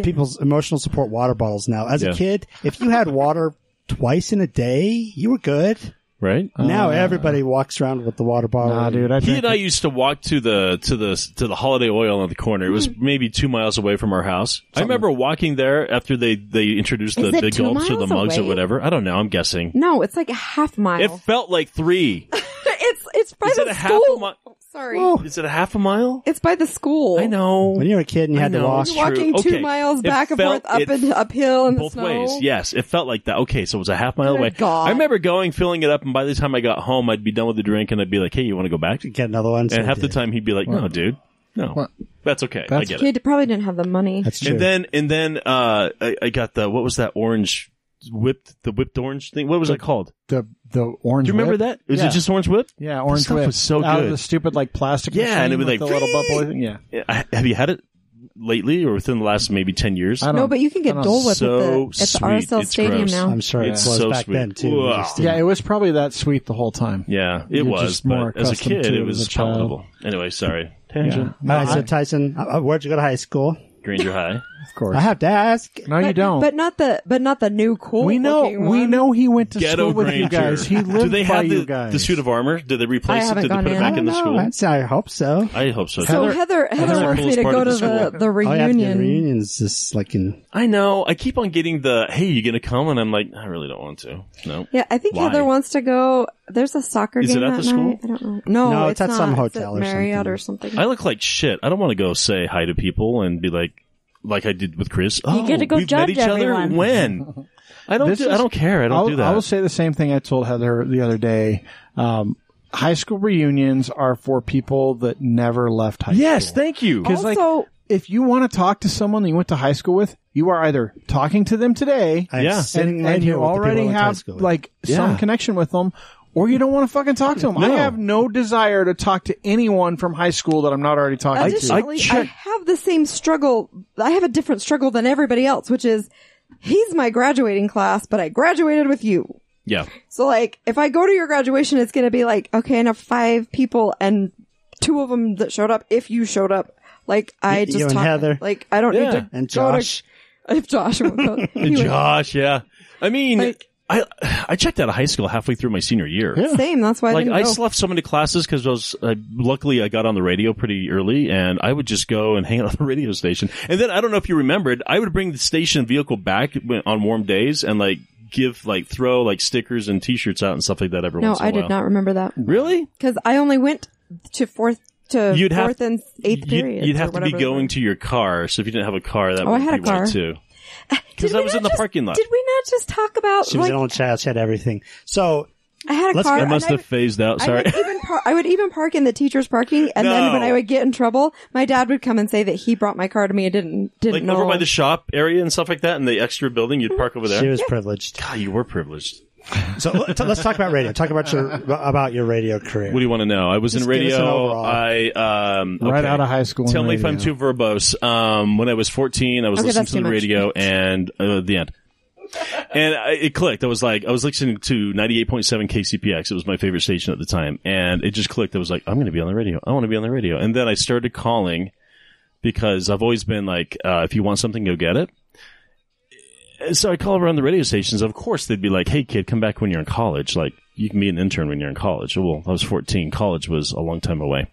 Speaker 4: people's emotional support water bottles now. As
Speaker 6: Yeah.
Speaker 4: a kid, if you had water twice in a day, you were good.
Speaker 6: right?
Speaker 4: now everybody walks around with the water bottle.
Speaker 3: Oh, Nah, dude. I
Speaker 6: He
Speaker 3: drank
Speaker 6: and I used to walk to the to the to the Holiday Oil on the corner. It
Speaker 2: Hmm.
Speaker 6: was maybe two miles away from our house. I remember walking there after they they introduced the,
Speaker 2: Is it
Speaker 6: the
Speaker 2: two
Speaker 6: gulps or the
Speaker 2: miles
Speaker 6: mugs or
Speaker 2: away?
Speaker 6: whatever. I don't know. I'm guessing.
Speaker 2: No, it's like a half mile.
Speaker 6: It felt like three.
Speaker 2: it's it's by
Speaker 6: Is
Speaker 2: the
Speaker 6: it a half a
Speaker 2: school.
Speaker 6: mi-
Speaker 2: Oh, Sorry,
Speaker 6: Is it a half a mile?
Speaker 2: it's by the school.
Speaker 6: I know.
Speaker 4: when you were a kid and you
Speaker 6: I
Speaker 4: had to
Speaker 6: know.
Speaker 4: walk,
Speaker 6: It's true.
Speaker 2: Walking two
Speaker 6: Okay.
Speaker 2: miles
Speaker 6: It
Speaker 2: back and
Speaker 6: felt-
Speaker 2: forth, up
Speaker 6: it-
Speaker 2: and uphill in the
Speaker 6: both
Speaker 2: snow.
Speaker 6: ways. Yes, it felt like that. Okay, so it was a half mile
Speaker 2: Good
Speaker 6: away.
Speaker 2: God.
Speaker 6: I remember going, filling it up, and by the time I got home, I'd be done with the drink, and I'd be like, "Hey, you want to go back?"
Speaker 4: get another one. So
Speaker 6: And
Speaker 4: I
Speaker 6: half the
Speaker 4: did.
Speaker 6: time, he'd be like, "No, dude, no,
Speaker 3: What?
Speaker 6: that's okay. I
Speaker 3: That's
Speaker 6: get it."
Speaker 2: He d- probably didn't have the money.
Speaker 4: that's true.
Speaker 6: And then, and then, uh, I, I got the what was that orange whipped the whipped orange thing? What was it called?
Speaker 3: the the orange.
Speaker 6: Do you remember
Speaker 3: whip.
Speaker 6: that? Was
Speaker 3: Yeah.
Speaker 6: it just orange whip?
Speaker 3: Yeah, orange
Speaker 6: stuff
Speaker 3: whip
Speaker 6: was so
Speaker 3: Out of
Speaker 6: good.
Speaker 3: the stupid like plastic.
Speaker 6: Yeah, and
Speaker 3: machine
Speaker 6: it would,
Speaker 3: with
Speaker 6: like,
Speaker 3: the little bubble. thing. Yeah,
Speaker 6: Yeah. I- Have you had it lately or within the last maybe ten years?
Speaker 3: I don't.
Speaker 2: No, but you can
Speaker 3: I
Speaker 2: get
Speaker 3: don't-
Speaker 2: Dole Whip
Speaker 6: so
Speaker 2: at the, at the
Speaker 6: sweet.
Speaker 2: RSL
Speaker 6: It's
Speaker 2: Stadium
Speaker 6: gross.
Speaker 2: now.
Speaker 4: I'm sure
Speaker 6: It's
Speaker 4: it was
Speaker 6: so
Speaker 4: back
Speaker 6: sweet.
Speaker 4: then too. We
Speaker 6: Wow.
Speaker 4: just didn't-
Speaker 3: Yeah, it was probably that sweet the whole time.
Speaker 6: Yeah, it
Speaker 3: You're
Speaker 6: was,
Speaker 3: just more
Speaker 6: but as a
Speaker 3: accustomed to
Speaker 6: kid, it
Speaker 3: it as
Speaker 6: was
Speaker 3: a child.
Speaker 6: palatable. Anyway, sorry,
Speaker 3: Yeah.
Speaker 6: tangent.
Speaker 4: All right,
Speaker 3: Uh-huh.
Speaker 4: so Tyson, uh, uh, where'd you go to high school?
Speaker 6: Granger High.
Speaker 3: Of course.
Speaker 4: I have to ask.
Speaker 3: no, you
Speaker 2: But-
Speaker 3: don't.
Speaker 2: But not the but not the new cool.
Speaker 3: we know.
Speaker 2: looking
Speaker 3: We
Speaker 2: one.
Speaker 3: know he went to
Speaker 6: Ghetto
Speaker 3: school with
Speaker 6: Granger.
Speaker 3: you guys. He lived
Speaker 6: Do they
Speaker 3: by
Speaker 6: have the,
Speaker 3: you guys.
Speaker 6: the suit of armor? Did they
Speaker 2: I
Speaker 6: replace it?
Speaker 2: haven't
Speaker 6: Did they
Speaker 2: gone
Speaker 6: put it
Speaker 2: in.
Speaker 6: back
Speaker 2: I
Speaker 6: in the
Speaker 4: No,
Speaker 6: school?
Speaker 4: I'd say I hope so.
Speaker 6: I hope so.
Speaker 2: So Heather Heather
Speaker 6: the
Speaker 2: wants me
Speaker 6: coolest
Speaker 2: to
Speaker 6: part
Speaker 2: go
Speaker 6: of
Speaker 2: to
Speaker 6: the
Speaker 2: the
Speaker 6: school.
Speaker 2: the
Speaker 4: Oh, yeah, the
Speaker 2: reunion.
Speaker 4: reunions just like in
Speaker 6: I know. I keep on getting the hey, you gonna come? And I'm like, I really don't want to. No.
Speaker 2: Yeah, I think
Speaker 6: Why?
Speaker 2: Heather wants to go. There's a soccer
Speaker 6: Is it
Speaker 2: game
Speaker 6: at
Speaker 2: that
Speaker 6: the
Speaker 2: night. I
Speaker 6: school?
Speaker 2: don't know. No,
Speaker 4: No, it's at
Speaker 2: not.
Speaker 4: some
Speaker 2: It's
Speaker 4: hotel
Speaker 2: at
Speaker 4: or
Speaker 2: Marriott
Speaker 4: something.
Speaker 2: or something.
Speaker 6: I look like shit. I don't want to go say hi to people and be like, like I did with Chris. Oh,
Speaker 5: get to go
Speaker 6: we've
Speaker 5: judge
Speaker 6: met each
Speaker 5: everyone."
Speaker 6: other when. I don't.
Speaker 3: This
Speaker 6: Do, I
Speaker 3: is-
Speaker 6: don't care. I don't
Speaker 3: I'll,
Speaker 6: do that.
Speaker 3: I will say the same thing I told Heather the other day. Um, high school reunions are for people that never left high
Speaker 6: yes,
Speaker 3: school.
Speaker 6: thank you.
Speaker 3: Because like,
Speaker 2: Also-
Speaker 3: if you want to talk to someone that you went to high school with, you are either talking to them today,
Speaker 4: I'm
Speaker 6: Yeah.
Speaker 4: sitting
Speaker 3: and,
Speaker 4: right
Speaker 3: and
Speaker 4: here
Speaker 3: you
Speaker 4: with the people I
Speaker 3: already
Speaker 4: went to high
Speaker 3: have
Speaker 4: school with.
Speaker 3: like some
Speaker 6: Yeah.
Speaker 3: connection with them, or you don't want to fucking talk to them. I
Speaker 6: No.
Speaker 3: have no desire to talk to anyone from high school that I'm not already talking to.
Speaker 2: Additionally,
Speaker 6: I
Speaker 2: I,
Speaker 6: checked-
Speaker 2: have the same struggle. I have a different struggle than everybody else, which is he's my graduating class, but I graduated with you.
Speaker 6: yeah,
Speaker 2: So like, if I go to your graduation, it's going to be like, okay, enough five people and two of them that showed up. If you showed up, like I
Speaker 4: you
Speaker 2: just
Speaker 4: and
Speaker 2: talk-
Speaker 4: Heather.
Speaker 2: like I don't
Speaker 6: Yeah.
Speaker 2: need to
Speaker 4: and
Speaker 2: go to-
Speaker 4: Josh.
Speaker 2: if Josh, would go- he would-
Speaker 6: Josh. Yeah. I mean,
Speaker 2: Like-
Speaker 6: I I checked out of high school halfway through my senior year.
Speaker 2: same. That's why I
Speaker 6: like
Speaker 2: didn't
Speaker 6: I
Speaker 2: go.
Speaker 6: just left so many classes because I was uh, luckily I got on the radio pretty early, and I would just go and hang out on the radio station. And then I don't know if you remembered, I would bring the station vehicle back when- on warm days and like give like throw like stickers and T-shirts out and stuff like that every
Speaker 2: no,
Speaker 6: once in a
Speaker 2: I
Speaker 6: while.
Speaker 2: did not remember that.
Speaker 6: Really?
Speaker 2: Because I only went to fourth to
Speaker 6: You'd have-
Speaker 2: fourth and eighth
Speaker 6: You'd-
Speaker 2: period.
Speaker 6: You'd have to be going to your car, so if you didn't have a car, that
Speaker 2: Oh, I
Speaker 6: would
Speaker 2: had
Speaker 6: be
Speaker 2: a car.
Speaker 6: why too. Because I was in the parking lot.
Speaker 2: Did we not just talk about
Speaker 4: She was
Speaker 2: like
Speaker 4: an only child. She had everything. So
Speaker 2: I had a
Speaker 4: Let's-
Speaker 2: car?
Speaker 6: I
Speaker 2: and
Speaker 6: must
Speaker 2: I
Speaker 6: have
Speaker 2: would-
Speaker 6: phased out. Sorry.
Speaker 2: I would, even par- I would even park in the teacher's parking, and then when
Speaker 6: No.
Speaker 2: I would get in trouble, my dad would come and say that he brought my car to me and didn't didn't
Speaker 6: Like
Speaker 2: know.
Speaker 6: over by the shop area and stuff like that, and the extra building, you'd park over
Speaker 4: she
Speaker 6: there.
Speaker 4: was privileged.
Speaker 6: God, you were privileged.
Speaker 4: So let- let's talk about radio. Talk about your about your radio career.
Speaker 6: What do you want to know? I was in
Speaker 4: Just give us an
Speaker 6: radio.
Speaker 4: overall.
Speaker 6: I um
Speaker 3: Right
Speaker 6: okay.
Speaker 3: out of high school in
Speaker 6: Tell me if I'm
Speaker 3: radio.
Speaker 6: too verbose. Um, when I was 14, I was
Speaker 2: Okay,
Speaker 6: listening
Speaker 2: that's
Speaker 6: to
Speaker 2: too
Speaker 6: the
Speaker 2: much.
Speaker 6: radio, and uh, the end. And I, it clicked. I was like, I was listening to 98.7 KCPX. It was my favorite station at the time, and it just clicked. I was like, I'm going to be on the radio. I want to be on the radio. And then I started calling because I've always been like, uh, if you want something, go get it. And so I call around the radio stations. Of course, they'd be like, "Hey, kid, come back when you're in college. Like, you can be an intern when you're in college." Well, I was 14. College was a long time away.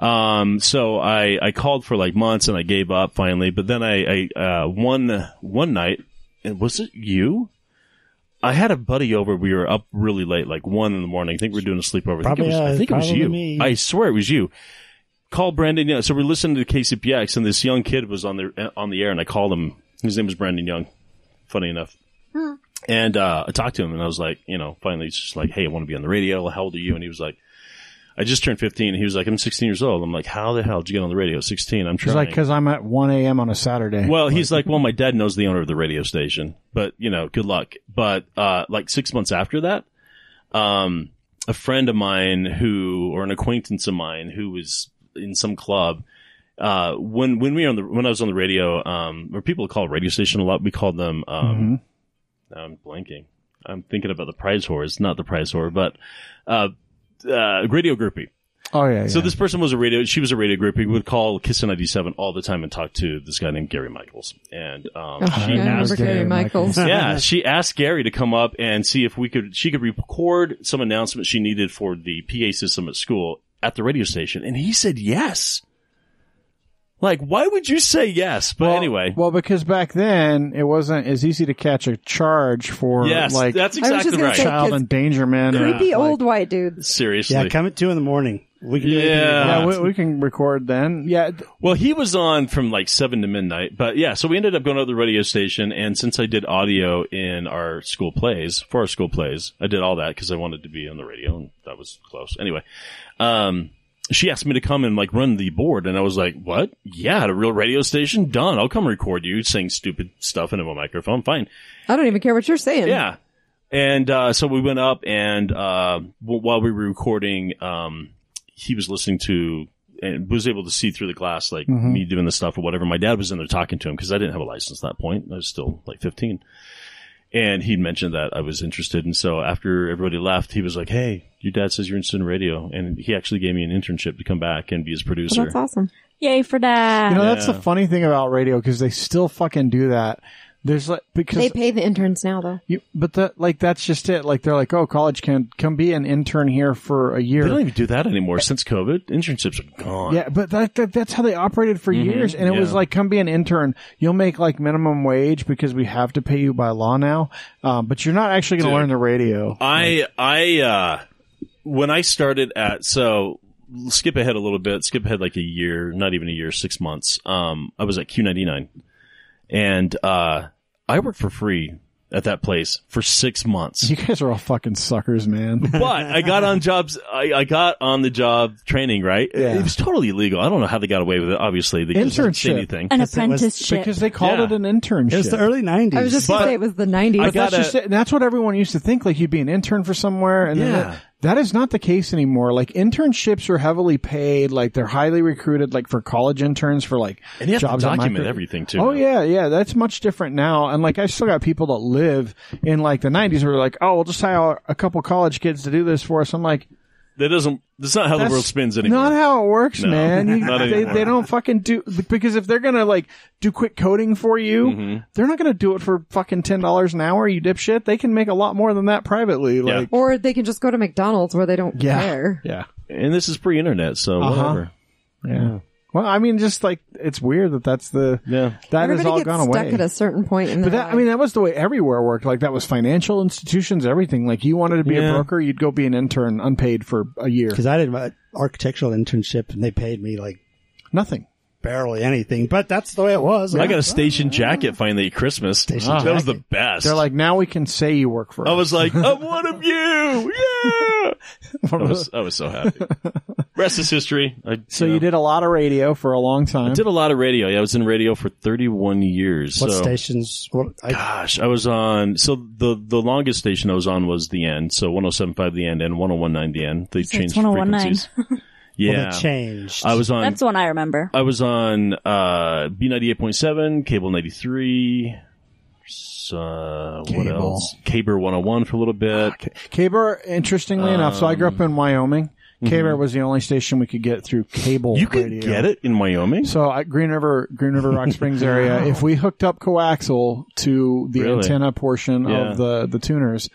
Speaker 6: Um, so I, I called for like months and I gave up finally, but then I, I, uh, one, one night, and was it you? I had a buddy over. We were up really late, like one in the morning. I think we were doing a sleepover. I think it
Speaker 4: Probably,
Speaker 6: was, I
Speaker 4: uh,
Speaker 6: think it was
Speaker 4: probably
Speaker 6: you.
Speaker 4: me.
Speaker 6: I swear it was you. Call Brandon Young. So we're listening to KCPX and this young kid was on the, on the air and I called him. His name was Brandon Young. Funny enough. And, uh, I talked to him and I was like, you know, finally he's just like, Hey, I want to be on the radio. How old are you? And he was like, I just turned 15. He was like, I'm 16 years old. I'm like, how the hell did you get on the radio? 16. I'm
Speaker 3: It's
Speaker 6: trying.
Speaker 3: like because I'm at 1 a.m. on a Saturday.
Speaker 6: Well, he's like, well, my dad knows the owner of the radio station, but you know, good luck. But uh, like six months after that, um, a friend of mine who, or an acquaintance of mine who was in some club, uh, when when we were on the when I was on the radio, um, or people call radio station a lot, we called them. Um, now I'm blanking. I'm thinking about the prize whores, not the prize whore, but uh, uh, radio groupie.
Speaker 3: oh yeah.
Speaker 6: So
Speaker 3: yeah.
Speaker 6: this person was a radio. She was a radio group. He would call Kiss ninety seven all the time and talk to this guy named Gary Michaels. And um,
Speaker 2: I
Speaker 6: she asked,
Speaker 2: remember Gary
Speaker 3: Gary
Speaker 2: Michaels.
Speaker 6: yeah, she asked Gary to come up and see if we could. She could record some announcement she needed for the PA system at school at the radio station, and he said yes. Like, why would you say yes? But anyway,
Speaker 3: Well, because back then it wasn't as easy to catch a charge for
Speaker 6: yes,
Speaker 3: like
Speaker 6: that's
Speaker 2: was just
Speaker 6: exactly
Speaker 2: gonna
Speaker 6: right.
Speaker 2: say-
Speaker 3: child
Speaker 2: Because
Speaker 3: endangerment. or,
Speaker 2: Creepy
Speaker 3: like-
Speaker 2: old white dudes.
Speaker 6: Seriously,
Speaker 4: Yeah, come at two in the morning. We can do anything
Speaker 6: Yeah.
Speaker 4: we want.
Speaker 3: Yeah, we, we can record then. Yeah, th-
Speaker 6: Well, he was on from like seven to midnight, but yeah, so we ended up going to the radio station. And since I did audio in our school plays, for our school plays, I did all that because I wanted to be on the radio and that was close. Anyway, um, she asked me to come and like run the board. And I was like, what? Yeah, at a real radio station? Done. I'll come record you saying stupid stuff into a microphone. Fine.
Speaker 2: I don't even care what you're saying.
Speaker 6: Yeah. And uh, so we went up, and uh, w- while we were recording, um, he was listening to and was able to see through the glass, like
Speaker 2: Mm-hmm.
Speaker 6: me doing the stuff or whatever. My dad was in there talking to him because I didn't have a license at that point. I was still like 15. And he'd mentioned that I was interested. And so after everybody left, he was like, Hey, your dad says you're interested in radio. And he actually gave me an internship to come back and be his
Speaker 2: Well,
Speaker 6: producer.
Speaker 2: that's awesome.
Speaker 5: Yay for
Speaker 3: you
Speaker 5: that.
Speaker 3: know that's the funny thing about radio because they still fucking do that. There's like because
Speaker 2: They pay the interns now, though.
Speaker 3: You, but that, like, that's just it. Like, they're like, oh, college can come be an intern here for a year.
Speaker 6: They don't even do that anymore since COVID. Internships are gone.
Speaker 3: Yeah, but that, that that's how they operated for years, and it was
Speaker 6: Mm-hmm. yeah.
Speaker 3: like, come be an intern. You'll make like minimum wage because we have to pay you by law now, um, but you're not actually going to learn the radio.
Speaker 6: I I uh when I started at so skip ahead a little bit, skip ahead like a year, not even a year, six months. Um, I was at Q ninety nine, and uh, I worked for free at that place for six months.
Speaker 3: You guys are all fucking suckers, man.
Speaker 6: But I got on jobs. I, I got on the job training. Right,
Speaker 3: Yeah.
Speaker 6: it was totally illegal. I don't know how they got away with it. Obviously, they just didn't say
Speaker 3: Internship.
Speaker 6: anything.
Speaker 5: An
Speaker 4: it was-
Speaker 5: apprenticeship.
Speaker 3: because they called
Speaker 6: Yeah.
Speaker 3: it an internship.
Speaker 4: It was the early 90s.
Speaker 2: I was just going
Speaker 6: But-
Speaker 2: to say it was the 90s.
Speaker 6: I got
Speaker 3: that's just
Speaker 6: gotta-
Speaker 3: it. And that's what everyone used to think. Like you'd be an intern for somewhere, and then
Speaker 6: Yeah.
Speaker 3: that- that is not the case anymore. Like internships are heavily paid. Like they're highly recruited. Like for college interns, for like
Speaker 6: And you have to
Speaker 3: jobs at
Speaker 6: document
Speaker 3: micro-
Speaker 6: everything, too,
Speaker 3: Oh
Speaker 6: now.
Speaker 3: yeah, yeah. That's much different now. And like I still got people that live in like the '90s where they're like, oh, we'll just hire a couple college kids to do this for us. I'm like,
Speaker 6: that doesn't. That's not how the
Speaker 3: that's
Speaker 6: world spins anymore.
Speaker 3: Not how it works, man. You-
Speaker 6: not
Speaker 3: they,
Speaker 6: anymore.
Speaker 3: they don't fucking do because if they're gonna like do quick coding for you,
Speaker 6: Mm-hmm.
Speaker 3: they're not gonna do it for fucking ten dollars an hour. You dipshit. They can make a lot more than that privately.
Speaker 6: Yeah.
Speaker 3: Like,
Speaker 2: Or they can just go to McDonald's where they don't
Speaker 3: yeah,
Speaker 2: care.
Speaker 3: yeah,
Speaker 6: and this is pre-internet, so
Speaker 3: Uh-huh.
Speaker 6: whatever.
Speaker 3: yeah. Well, I mean, just like it's weird that that's the
Speaker 6: Yeah.
Speaker 3: that has
Speaker 2: Everybody
Speaker 3: all
Speaker 2: gets
Speaker 3: gone
Speaker 2: stuck
Speaker 3: away.
Speaker 2: at a certain point in
Speaker 3: But
Speaker 2: their
Speaker 3: that, I mean, that was the way everywhere worked. Like that was financial institutions, everything. Like you wanted to be
Speaker 6: Yeah.
Speaker 3: a broker, you'd go be an intern, unpaid for a year,
Speaker 4: because I did an architectural internship and they paid me like
Speaker 3: nothing.
Speaker 4: barely anything, but that's the way it was.
Speaker 6: I got a station jacket finally at Christmas. that was the best.
Speaker 3: They're like, now we can say you work for
Speaker 6: I
Speaker 3: us.
Speaker 6: was like, I'm one of you. Yeah. I was, I was so happy. Rest is history. I,
Speaker 3: So you did a lot of radio for a long time.
Speaker 6: did a lot of radio. Yeah, I was in radio for 31 years.
Speaker 4: what
Speaker 6: so,
Speaker 4: stations? What, I,
Speaker 6: Gosh, I was on. So the the longest station I was on was the end. So 107.5 the end and 101.9 the end. They
Speaker 5: So it's
Speaker 6: changed
Speaker 5: 101.9.
Speaker 6: frequencies.
Speaker 4: well,
Speaker 6: yeah,
Speaker 4: they changed.
Speaker 6: I was on.
Speaker 5: That's the one I remember.
Speaker 6: I was on uh, B ninety eight point seven, cable ninety three, uh, what
Speaker 3: Cable. Ah,
Speaker 6: else? Caber one hundred one for a little bit.
Speaker 3: Caber, interestingly enough, so I grew up
Speaker 6: Um,
Speaker 3: in Wyoming. Caber was the only station we could get through cable.
Speaker 6: mm-hmm. You could
Speaker 3: radio.
Speaker 6: get it in Wyoming.
Speaker 3: So I, Green River, Green River, Rock Springs area. If we hooked up coaxial to the
Speaker 6: Really?
Speaker 3: antenna portion
Speaker 6: Yeah.
Speaker 3: of the the tuners,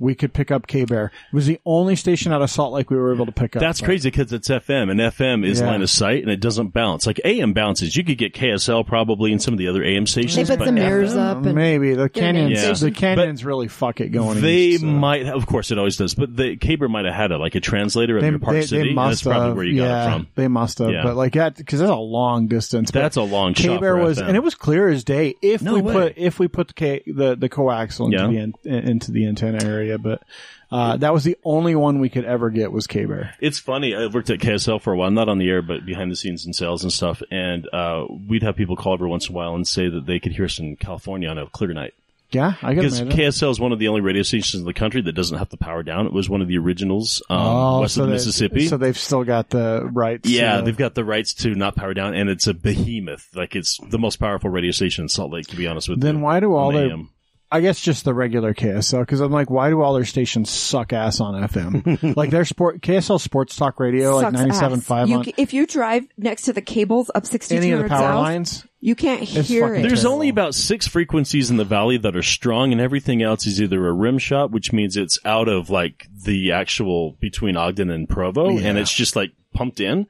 Speaker 3: we could pick up K Bear. It was the only station out of Salt Lake we were able to pick up.
Speaker 6: That's crazy because it's FM and FM is
Speaker 3: Yeah.
Speaker 6: line of sight and it doesn't bounce. Like AM bounces. You could get KSL probably and some of the other AM
Speaker 2: They
Speaker 6: stations.
Speaker 2: put
Speaker 6: but
Speaker 2: the mirrors up and
Speaker 3: Maybe the canyons,
Speaker 6: Yeah.
Speaker 3: the canyons really fuck it going.
Speaker 6: They
Speaker 3: east, uh, so.
Speaker 6: might, of course, it always does. But the Caber might have had it like a translator at
Speaker 3: They,
Speaker 6: your Park
Speaker 3: they- they
Speaker 6: City. and
Speaker 3: must
Speaker 6: that's probably
Speaker 3: have,
Speaker 6: where you
Speaker 3: yeah,
Speaker 6: got it from.
Speaker 3: They must have,
Speaker 6: Yeah.
Speaker 3: but like that because that's a long distance. but
Speaker 6: That's a long shot
Speaker 3: K-Bear
Speaker 6: for
Speaker 3: was,
Speaker 6: FM.
Speaker 3: and it was clear as day. If
Speaker 6: No
Speaker 3: we
Speaker 6: way.
Speaker 3: put if we put the K, the the coaxial into
Speaker 6: Yeah.
Speaker 3: the an, into the antenna area, area, but uh, that was the only one we could ever get was K Bear.
Speaker 6: It's funny. I worked at KSL for a while, not on the air, but behind the scenes in sales and stuff. And uh, we'd have people call every once in a while and say that they could hear us in California on a clear night.
Speaker 3: Yeah, I can
Speaker 6: Because
Speaker 3: imagine.
Speaker 6: KSL is one of the only radio stations in the country that doesn't have to power down. It was one of the originals um, west
Speaker 3: Oh,
Speaker 6: of
Speaker 3: they-
Speaker 6: the Mississippi.
Speaker 3: So they've still got the rights.
Speaker 6: yeah,
Speaker 3: uh,
Speaker 6: they've got the rights to not power down, and it's a behemoth. Like it's the most powerful radio station in Salt Lake, to be honest with you.
Speaker 3: Then why do all
Speaker 6: On
Speaker 3: their
Speaker 6: AM.
Speaker 3: I guess just the regular KSL because I'm like, why do all their stations suck ass on FM? like their sport KSL sports talk radio, like
Speaker 2: Sucks ass.
Speaker 3: 97.5
Speaker 2: You
Speaker 3: on
Speaker 2: ca- If you drive next to the cables up 62
Speaker 3: any of the
Speaker 2: yards
Speaker 3: power
Speaker 2: south,
Speaker 3: lines.
Speaker 2: you can't
Speaker 3: It's
Speaker 2: hear
Speaker 3: fucking
Speaker 2: it.
Speaker 3: terrible.
Speaker 6: There's only about six frequencies in the valley that are strong, and everything else is either a rim shot, which means it's out of like the actual between Ogden and Provo, and it's just like pumped in,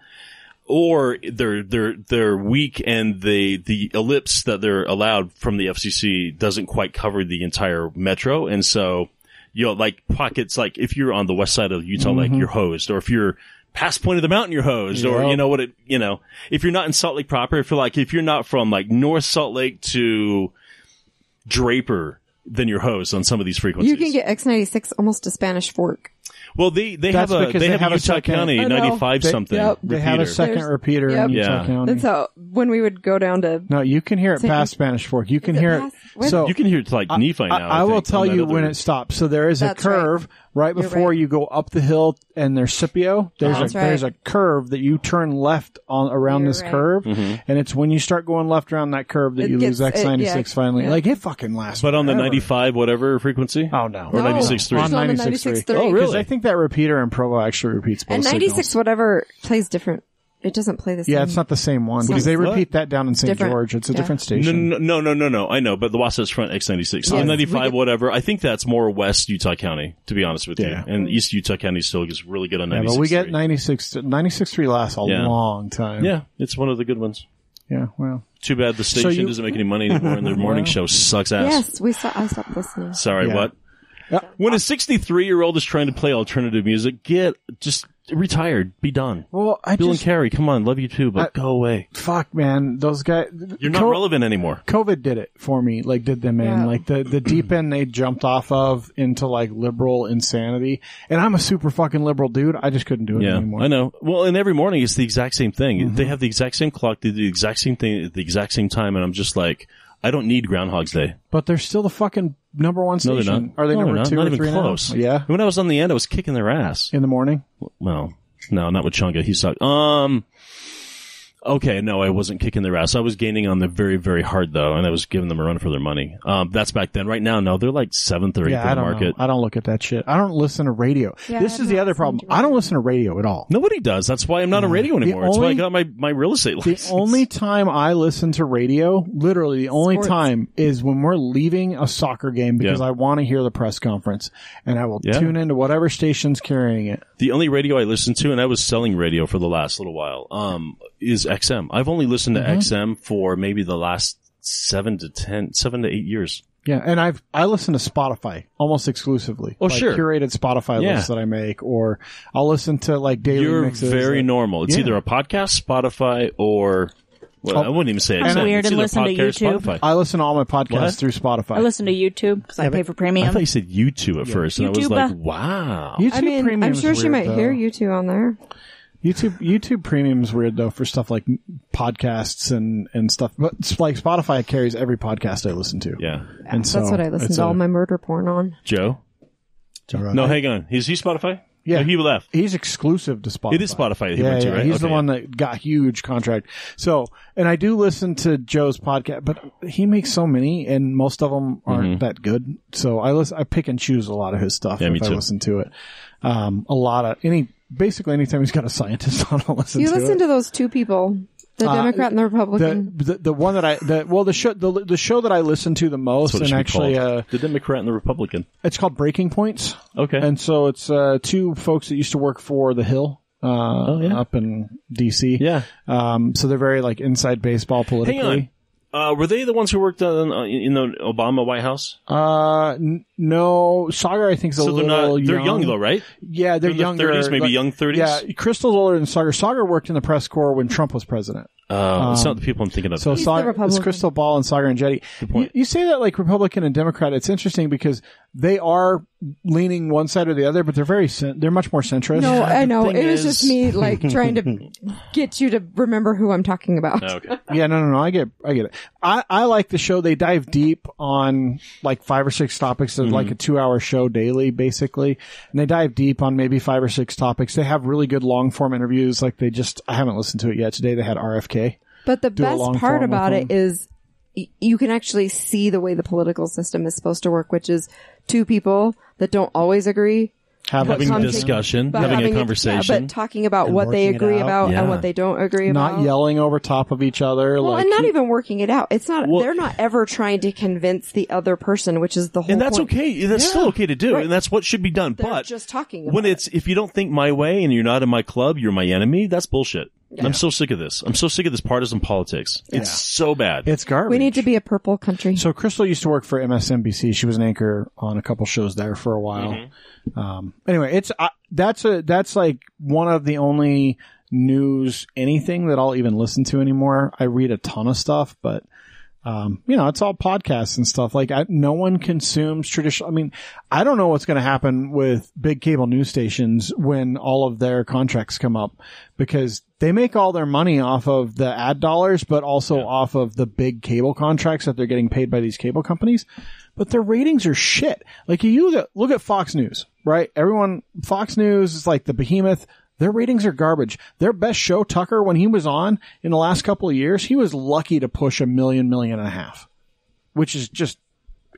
Speaker 6: or they're they're they're weak, and the the ellipse that they're allowed from the FCC doesn't quite cover the entire metro, and so you know like pockets like if you're on the west side of Utah,
Speaker 3: Mm-hmm.
Speaker 6: like you're hosed, or if you're past point of the mountain you're hosed or you know what it you know if you're not in salt lake proper if you're like if you're not from like north salt lake to draper then you're hosed on some of these frequencies
Speaker 2: You can get X96 almost to Spanish Fork.
Speaker 6: well they they
Speaker 3: That's
Speaker 6: have a
Speaker 3: because
Speaker 6: they,
Speaker 3: they
Speaker 6: have,
Speaker 3: have
Speaker 6: a
Speaker 3: a
Speaker 6: utah
Speaker 3: second-
Speaker 6: county
Speaker 3: I
Speaker 2: know.
Speaker 6: 95
Speaker 3: They-
Speaker 6: something
Speaker 3: yep, they have a
Speaker 6: repeater.
Speaker 3: second
Speaker 2: There's-
Speaker 3: repeater
Speaker 2: yep.
Speaker 3: in Utah
Speaker 6: Yeah.
Speaker 3: County.
Speaker 2: That's how, when we would go down to,
Speaker 3: no, you can hear it
Speaker 2: Is it-
Speaker 3: past Spanish Fork. You can
Speaker 2: it
Speaker 3: hear
Speaker 2: past-
Speaker 3: it.
Speaker 2: when-
Speaker 3: So
Speaker 6: you can hear it to like nephi now
Speaker 3: I, I will
Speaker 6: think,
Speaker 3: tell
Speaker 6: on that
Speaker 3: you
Speaker 6: other-
Speaker 3: when it stops. So there is a
Speaker 2: That's
Speaker 3: curve right, before
Speaker 2: right.
Speaker 3: you go up the hill and there's Scipio. There's
Speaker 2: That's
Speaker 3: a
Speaker 2: right.
Speaker 3: there's a curve that you turn left on around
Speaker 2: You're
Speaker 3: this
Speaker 2: right.
Speaker 3: curve,
Speaker 6: Mm-hmm.
Speaker 3: and it's when you start going left around that curve that
Speaker 2: It
Speaker 3: you lose
Speaker 2: gets-
Speaker 3: X ninety
Speaker 2: it- yeah.
Speaker 3: six finally. Like it fucking lasts.
Speaker 6: but on the
Speaker 3: forever.
Speaker 6: 95 whatever frequency
Speaker 3: Oh no.
Speaker 6: Or
Speaker 2: No,
Speaker 6: 96.3.
Speaker 2: it's on the
Speaker 3: 96.3.
Speaker 2: 96.3.
Speaker 6: Oh,
Speaker 3: Because
Speaker 6: really?
Speaker 3: I think that repeater in Provo actually repeats both
Speaker 2: and 96
Speaker 3: signals.
Speaker 2: whatever plays different. It doesn't play the same.
Speaker 3: Yeah, it's not the same one because they
Speaker 6: What?
Speaker 3: repeat that down in St.
Speaker 2: Different.
Speaker 3: George. It's a
Speaker 2: Yeah.
Speaker 3: different
Speaker 6: no,
Speaker 3: station.
Speaker 6: no, no, no, no, no. I know, but the Wasatch Front X96,
Speaker 2: Yes.
Speaker 6: the 95,
Speaker 2: We get-
Speaker 6: whatever. I think that's more West Utah County, to be honest with
Speaker 3: Yeah.
Speaker 6: you. And East Utah County still gets really good on
Speaker 3: Yeah,
Speaker 6: 96.
Speaker 3: but we get 96 96.3 lasts a
Speaker 6: Yeah.
Speaker 3: long time.
Speaker 6: Yeah, it's one of the good ones.
Speaker 3: Yeah, well.
Speaker 6: Too bad the station
Speaker 3: you-
Speaker 6: doesn't make any money anymore, and their morning show sucks ass.
Speaker 2: Yes, we saw, I stopped listening.
Speaker 6: Sorry,
Speaker 3: Yeah.
Speaker 6: what?
Speaker 3: Yeah.
Speaker 6: When a 63 year old is trying to play alternative music, get just retired, be done.
Speaker 3: Well, I
Speaker 6: Bill
Speaker 3: just
Speaker 6: and Carrie, come on, love you too, but
Speaker 3: I-
Speaker 6: go away.
Speaker 3: fuck man, those guys
Speaker 6: You're not relevant anymore.
Speaker 3: COVID did it for me. Like, did them in.
Speaker 2: Yeah.
Speaker 3: Like the the deep end they jumped off of into like liberal insanity. And I'm a super fucking liberal dude. I just couldn't do it
Speaker 6: Yeah,
Speaker 3: anymore. Mm-hmm.
Speaker 6: I know. Well, and every morning it's the exact same thing. They have the exact same clock, they do the exact same thing at the exact same time, and I'm just like, I don't need Groundhog's Day.
Speaker 3: But they're still the fucking number one
Speaker 6: No,
Speaker 3: station.
Speaker 6: they're not.
Speaker 3: Are they
Speaker 6: No, they're
Speaker 3: number
Speaker 6: not.
Speaker 3: two
Speaker 6: Not
Speaker 3: or
Speaker 6: even
Speaker 3: three now?
Speaker 6: close.
Speaker 3: Yeah,
Speaker 6: When I was on the end, I was kicking their ass.
Speaker 3: in the morning.
Speaker 6: Well, no, not with Chunga. He sucked. Um, okay, no, I wasn't kicking their ass. I was gaining on them very, very hard though, and I was giving them a run for their money. Um, that's back then. Right now, no, they're like seventh or eighth
Speaker 3: Yeah, I
Speaker 6: in the
Speaker 3: don't
Speaker 6: market.
Speaker 3: know. I don't look at that shit. I don't listen to radio.
Speaker 2: Yeah,
Speaker 3: this
Speaker 2: I've
Speaker 3: is the
Speaker 2: not
Speaker 3: other
Speaker 2: listened
Speaker 3: problem.
Speaker 2: to
Speaker 3: I don't listen to radio at all.
Speaker 6: Nobody does. That's why I'm not on radio anymore. That's why I
Speaker 3: only-
Speaker 6: got my, my real estate
Speaker 3: The
Speaker 6: license.
Speaker 3: only time I listen to radio, literally the only
Speaker 2: Sports.
Speaker 3: time, is when we're leaving a soccer game because
Speaker 6: Yeah.
Speaker 3: I want to hear the press conference, and I will
Speaker 6: Yeah.
Speaker 3: tune into whatever station's carrying it.
Speaker 6: the only radio I listened to, and I was selling radio for the last little while, um, is XM. I've only listened to
Speaker 3: Mm-hmm.
Speaker 6: XM for maybe the last seven to ten, seven to eight years.
Speaker 3: Yeah, and I've I listen to Spotify almost exclusively.
Speaker 6: Oh,
Speaker 3: Like,
Speaker 6: sure.
Speaker 3: curated Spotify
Speaker 6: Yeah.
Speaker 3: lists that I make, or I'll listen to like daily
Speaker 6: You're
Speaker 3: mixes.
Speaker 6: very
Speaker 3: that-
Speaker 6: normal. It's
Speaker 3: Yeah. Oh.
Speaker 6: either a podcast, Spotify, or well, I wouldn't even say it's
Speaker 5: weird
Speaker 6: it's
Speaker 5: and
Speaker 6: either
Speaker 5: listen to
Speaker 6: podcast,
Speaker 5: YouTube.
Speaker 6: Spotify.
Speaker 3: I listen to all my podcasts
Speaker 6: What?
Speaker 3: through Spotify.
Speaker 5: I listen to YouTube because I pay for
Speaker 6: I
Speaker 5: premium.
Speaker 6: thought you said YouTube at first, and I was
Speaker 5: YouTube,
Speaker 6: like,
Speaker 5: uh,
Speaker 6: wow.
Speaker 3: YouTube
Speaker 2: I mean,
Speaker 3: Premium
Speaker 2: I'm
Speaker 3: is
Speaker 2: sure she
Speaker 3: weird,
Speaker 2: might
Speaker 3: though.
Speaker 2: hear you two on there.
Speaker 3: YouTube YouTube Premium's weird though for stuff like podcasts and and stuff. But it's like Spotify carries every podcast I listen to.
Speaker 6: yeah,
Speaker 3: and so
Speaker 2: That's what I listen
Speaker 3: it's
Speaker 2: to
Speaker 3: a-
Speaker 2: all my murder porn on.
Speaker 6: Joe. No, hang on. Is he Spotify?
Speaker 3: Yeah.
Speaker 6: No, he left.
Speaker 3: He's exclusive to Spotify.
Speaker 6: It is Spotify that he
Speaker 3: yeah,
Speaker 6: went to,
Speaker 3: yeah,
Speaker 6: right?
Speaker 3: He's
Speaker 6: Okay,
Speaker 3: the one that got huge contract. So, and I do listen to Joe's podcast, but he makes so many, and most of them aren't that good. So I listen, I pick and choose a lot of his stuff
Speaker 6: Mm-hmm. Yeah, me
Speaker 3: if I
Speaker 6: too.
Speaker 3: listen to it. Um, a lot of any, basically anytime he's got a scientist on, I'll listen
Speaker 2: You
Speaker 3: to
Speaker 2: listen
Speaker 3: it. Uh,
Speaker 2: to those two people, the Democrat and the
Speaker 3: the,
Speaker 2: Republican.
Speaker 3: the the one that I the well the show the, the show that I listen to the
Speaker 6: That's
Speaker 3: most
Speaker 6: what
Speaker 3: and
Speaker 6: it should be
Speaker 3: actually
Speaker 6: called.
Speaker 3: uh
Speaker 6: the Democrat and the Republican.
Speaker 3: it's called Breaking Points
Speaker 6: Okay.
Speaker 3: and so it's uh two folks that used to work for the Hill uh
Speaker 6: Oh, yeah.
Speaker 3: up in DC
Speaker 6: yeah.
Speaker 3: Um, so they're very like inside baseball politically.
Speaker 6: Hang on. Uh, were they the ones who worked on, uh, in the Obama White House?
Speaker 3: Uh, n- no, Sagar I think is a
Speaker 6: so they're
Speaker 3: little
Speaker 6: not. They're young, though, right?
Speaker 3: Yeah, they're,
Speaker 6: They're in their
Speaker 3: younger.
Speaker 6: 30s, maybe young 30s?
Speaker 3: Yeah, Crystal's older than Sagar. Sagar worked in the press corps when Trump was president.
Speaker 6: Uh,
Speaker 2: Um,
Speaker 6: it's not the people I'm thinking of.
Speaker 3: So
Speaker 2: He's
Speaker 3: Sa-
Speaker 2: the
Speaker 3: it's
Speaker 2: Republican.
Speaker 3: Crystal Ball and Sagar and Jetty. You, you say that like Republican and Democrat. It's interesting because they are leaning one side or the other, but they're very cen- they're much more centrist.
Speaker 2: No, I know.
Speaker 6: thing
Speaker 2: It was
Speaker 6: is-
Speaker 2: just me like trying to get you to remember who I'm talking about.
Speaker 6: okay.
Speaker 3: Yeah, no, no, no. I get, I get it. I, I like the show. They dive deep on like five or six topics of like a two hour show daily, basically. And they dive deep on maybe five or six topics. They have really good long form interviews. Like they just, I haven't listened to it yet. Today they had RFK.
Speaker 2: But the
Speaker 3: Do a
Speaker 2: best
Speaker 3: long
Speaker 2: part
Speaker 3: form with
Speaker 2: about it
Speaker 3: them.
Speaker 2: is y- you can actually see the way the political system is supposed to work, which is two people that don't always agree
Speaker 3: Have
Speaker 6: Having
Speaker 2: Something-
Speaker 6: discussion,
Speaker 2: but
Speaker 6: having, a
Speaker 2: yeah,
Speaker 6: conversation.
Speaker 2: but talking about
Speaker 4: And
Speaker 2: what they
Speaker 4: working it
Speaker 2: agree
Speaker 4: out.
Speaker 2: about
Speaker 6: Yeah.
Speaker 2: and what they don't agree about.
Speaker 3: not yelling over top of each other.
Speaker 2: Well,
Speaker 3: like,
Speaker 2: and not even working it out. It's not.
Speaker 6: Well-
Speaker 2: they're not ever trying to convince the other person, which is the whole.
Speaker 6: and that's
Speaker 2: point.
Speaker 6: okay. That's still okay to do,
Speaker 2: Right.
Speaker 6: and that's what should be done.
Speaker 2: They're
Speaker 6: but
Speaker 2: just talking.
Speaker 6: when
Speaker 2: about
Speaker 6: it's if you don't think my way and you're not in my club, you're my enemy. That's bullshit. I'm so sick of this. I'm so sick of this partisan politics. It's so bad.
Speaker 3: it's
Speaker 2: it.
Speaker 3: garbage.
Speaker 2: e-, we need to be a purple country.
Speaker 3: So Crystal used to work for MSNBC. She was an anchor on a couple shows there for a while. Um, anyway, it's uh, that's a that's like one of the only news anything that I'll even listen to anymore. I read a ton of stuff, but um, you know, it's all podcasts and stuff. Like I, no one consumes traditional. I mean, I don't know what's going to happen with big cable news stations when all of their contracts come up because they make all their money off of the ad dollars, but also off of the big cable contracts that they're getting paid by these cable companies. But their ratings are shit. Like you look at, look at Fox News, right? Everyone, Fox News is like the behemoth. Their ratings are garbage. Their best show, Tucker, when he was on in the last couple of years, he was lucky to push a million, million and a half, which is just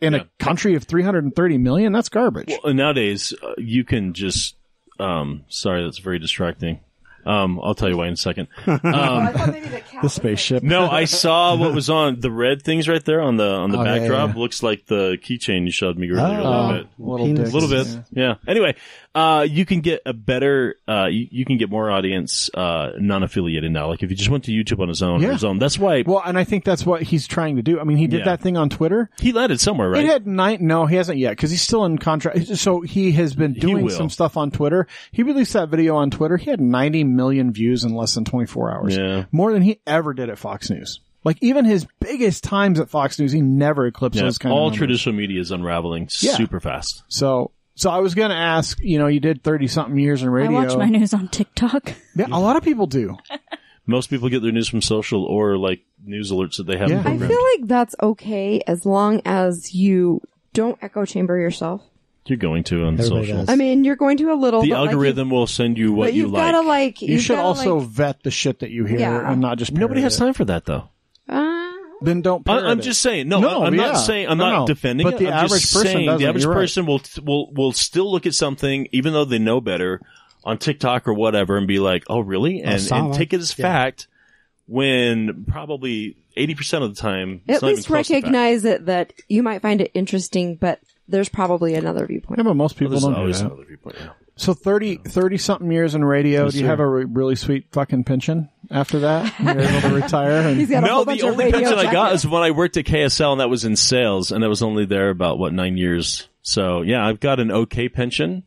Speaker 3: in
Speaker 6: Yeah.
Speaker 3: a country of 330 million. That's garbage.
Speaker 6: Well, nowadays uh, you can just. Um, sorry, that's very distracting. Um, I'll tell you why in a second. Um,
Speaker 3: the spaceship.
Speaker 6: no, I saw what was on the red things right there on the on the
Speaker 3: Oh, yeah, yeah,
Speaker 6: backdrop.
Speaker 3: yeah.
Speaker 6: Looks like the keychain you showed me earlier a little
Speaker 3: Oh,
Speaker 6: bit.
Speaker 3: little
Speaker 4: Penis.
Speaker 3: dicks.
Speaker 6: A little bit, yeah. Anyway, uh, you can get a better, uh, you, you can get more audience uh, non-affiliated now. Like if you just went to YouTube on his own, or
Speaker 3: Yeah.
Speaker 6: his own. That's why
Speaker 3: Well, and I think that's what he's trying to do. I mean, he did
Speaker 6: Yeah.
Speaker 3: that thing on Twitter.
Speaker 6: he landed somewhere, right?
Speaker 3: It had nine. No, he hasn't yet because he's still in contract. So he has been doing
Speaker 6: will.
Speaker 3: some stuff on Twitter. He released that video on Twitter. He had 90 million views in less than 24 hours.
Speaker 6: Yeah.
Speaker 3: More than he ever did at Fox News. Like even his biggest times at Fox News, he never eclipsed
Speaker 6: Yeah,
Speaker 3: those kind
Speaker 6: all
Speaker 3: of numbers.
Speaker 6: traditional media is unraveling
Speaker 3: Yeah.
Speaker 6: super fast.
Speaker 3: So, so I was going to ask, you know, you did 30 something years in
Speaker 5: I
Speaker 3: radio.
Speaker 5: watch my news on TikTok.
Speaker 3: yeah, a lot of people do.
Speaker 6: Most people get their news from social or like news alerts that they
Speaker 3: Yeah.
Speaker 6: haven't
Speaker 3: I
Speaker 2: I
Speaker 6: programmed.
Speaker 2: feel like that's okay as long as you don't echo chamber yourself.
Speaker 6: You're going to on
Speaker 4: Everybody
Speaker 6: social.
Speaker 4: does.
Speaker 2: I mean, you're going to a little.
Speaker 6: The
Speaker 2: but, like,
Speaker 6: algorithm will send you what
Speaker 2: but
Speaker 6: you
Speaker 2: you've
Speaker 6: like.
Speaker 2: gotta like.
Speaker 3: You
Speaker 2: you've
Speaker 3: should
Speaker 2: gotta,
Speaker 3: also
Speaker 2: like,
Speaker 3: vet the shit that you hear
Speaker 2: Yeah.
Speaker 3: and not just
Speaker 6: Nobody
Speaker 3: parrot
Speaker 6: has
Speaker 3: it.
Speaker 6: time for that though.
Speaker 2: uh,
Speaker 3: Then don't.
Speaker 6: I,
Speaker 3: parrot
Speaker 6: I'm
Speaker 3: it.
Speaker 6: just saying. No,
Speaker 3: No,
Speaker 6: I- I'm
Speaker 3: yeah.
Speaker 6: not saying. I'm
Speaker 3: No,
Speaker 6: not
Speaker 3: no.
Speaker 6: defending.
Speaker 3: But
Speaker 6: it.
Speaker 3: the
Speaker 6: I'm
Speaker 3: average
Speaker 6: just
Speaker 3: person
Speaker 6: saying,
Speaker 3: doesn't.
Speaker 6: the average
Speaker 3: You're right.
Speaker 6: person will will will still look at something, even though they know better, on TikTok or whatever, and be like, "Oh, really?" and,
Speaker 4: Osama.
Speaker 6: and take it as
Speaker 4: Yeah.
Speaker 6: fact. When probably eighty percent of the time, it's
Speaker 2: at
Speaker 6: not even
Speaker 2: least
Speaker 6: close to fact.
Speaker 2: recognize it that you might find it interesting, but there's probably another viewpoint.
Speaker 3: Yeah, but most people
Speaker 6: Well, there's
Speaker 3: don't do
Speaker 6: always
Speaker 3: that.
Speaker 6: another viewpoint. yeah.
Speaker 3: So 30, 30 something years in radio.
Speaker 6: Yes,
Speaker 3: do you
Speaker 6: sir.
Speaker 3: have a re- really sweet fucking pension after that? You're able to retire. And,
Speaker 2: He's got a
Speaker 6: No,
Speaker 2: whole
Speaker 6: the
Speaker 2: bunch of
Speaker 6: only
Speaker 2: radio
Speaker 6: pension I got
Speaker 2: jackets.
Speaker 6: is when I worked at KSL, and that was in sales, and I was only there about what nine years. So yeah, I've got an okay pension,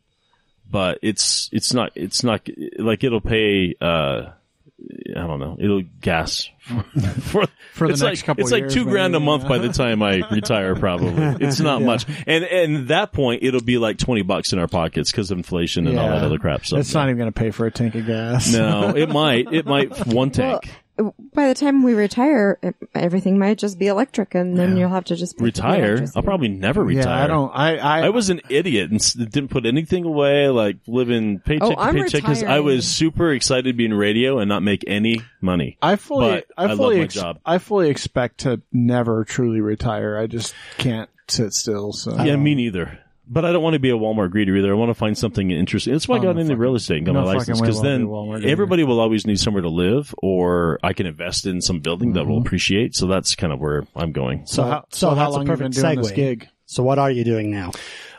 Speaker 6: but it's it's not it's not like it'll pay. uh I don't know. It'll gas for, for,
Speaker 3: For the
Speaker 6: it's
Speaker 3: next
Speaker 6: like,
Speaker 3: couple
Speaker 6: It's like
Speaker 3: years,
Speaker 6: two grand a
Speaker 3: maybe,
Speaker 6: month
Speaker 3: yeah.
Speaker 6: by the time I retire. Probably it's not much. And and that point, it'll be like twenty bucks in our pockets because of inflation and all
Speaker 3: Yeah.
Speaker 6: that other crap. So
Speaker 3: It's not even going to pay for a tank of gas.
Speaker 6: no, it might it might one tank.
Speaker 2: By the time we retire, it- everything might just be electric, and then you'll have to just pay for the
Speaker 6: retire.
Speaker 2: electricity.
Speaker 6: I'll probably never retire.
Speaker 3: Yeah, I don't. I I,
Speaker 6: I was an idiot and s- didn't put anything away, like living paycheck
Speaker 2: Oh,
Speaker 6: to
Speaker 2: I'm
Speaker 6: paycheck because I
Speaker 2: retiring.
Speaker 6: was super excited to be in radio and not make any money.
Speaker 3: I fully.
Speaker 6: but
Speaker 3: I
Speaker 6: I
Speaker 3: fully.
Speaker 6: love my
Speaker 3: ex-
Speaker 6: job.
Speaker 3: I fully expect to never truly retire. I just can't sit still. So
Speaker 6: yeah, me neither. But I don't want to be a Walmart greeter either. I want to find something interesting. That's why I
Speaker 3: Oh,
Speaker 6: got
Speaker 3: no
Speaker 6: into
Speaker 3: fucking-
Speaker 6: real estate and got
Speaker 3: no
Speaker 6: my
Speaker 3: fucking
Speaker 6: license
Speaker 3: way
Speaker 6: because
Speaker 3: I'll be a
Speaker 6: then
Speaker 3: Walmart greeter.
Speaker 6: everybody will always need somewhere to live, or I can invest in some building that
Speaker 3: Mm-hmm.
Speaker 6: will appreciate. So that's kind of where I'm going.
Speaker 3: So how, so how
Speaker 4: that's a
Speaker 3: long you been
Speaker 4: perfect
Speaker 3: doing this
Speaker 4: segue.
Speaker 3: gig?
Speaker 4: So what are you doing now?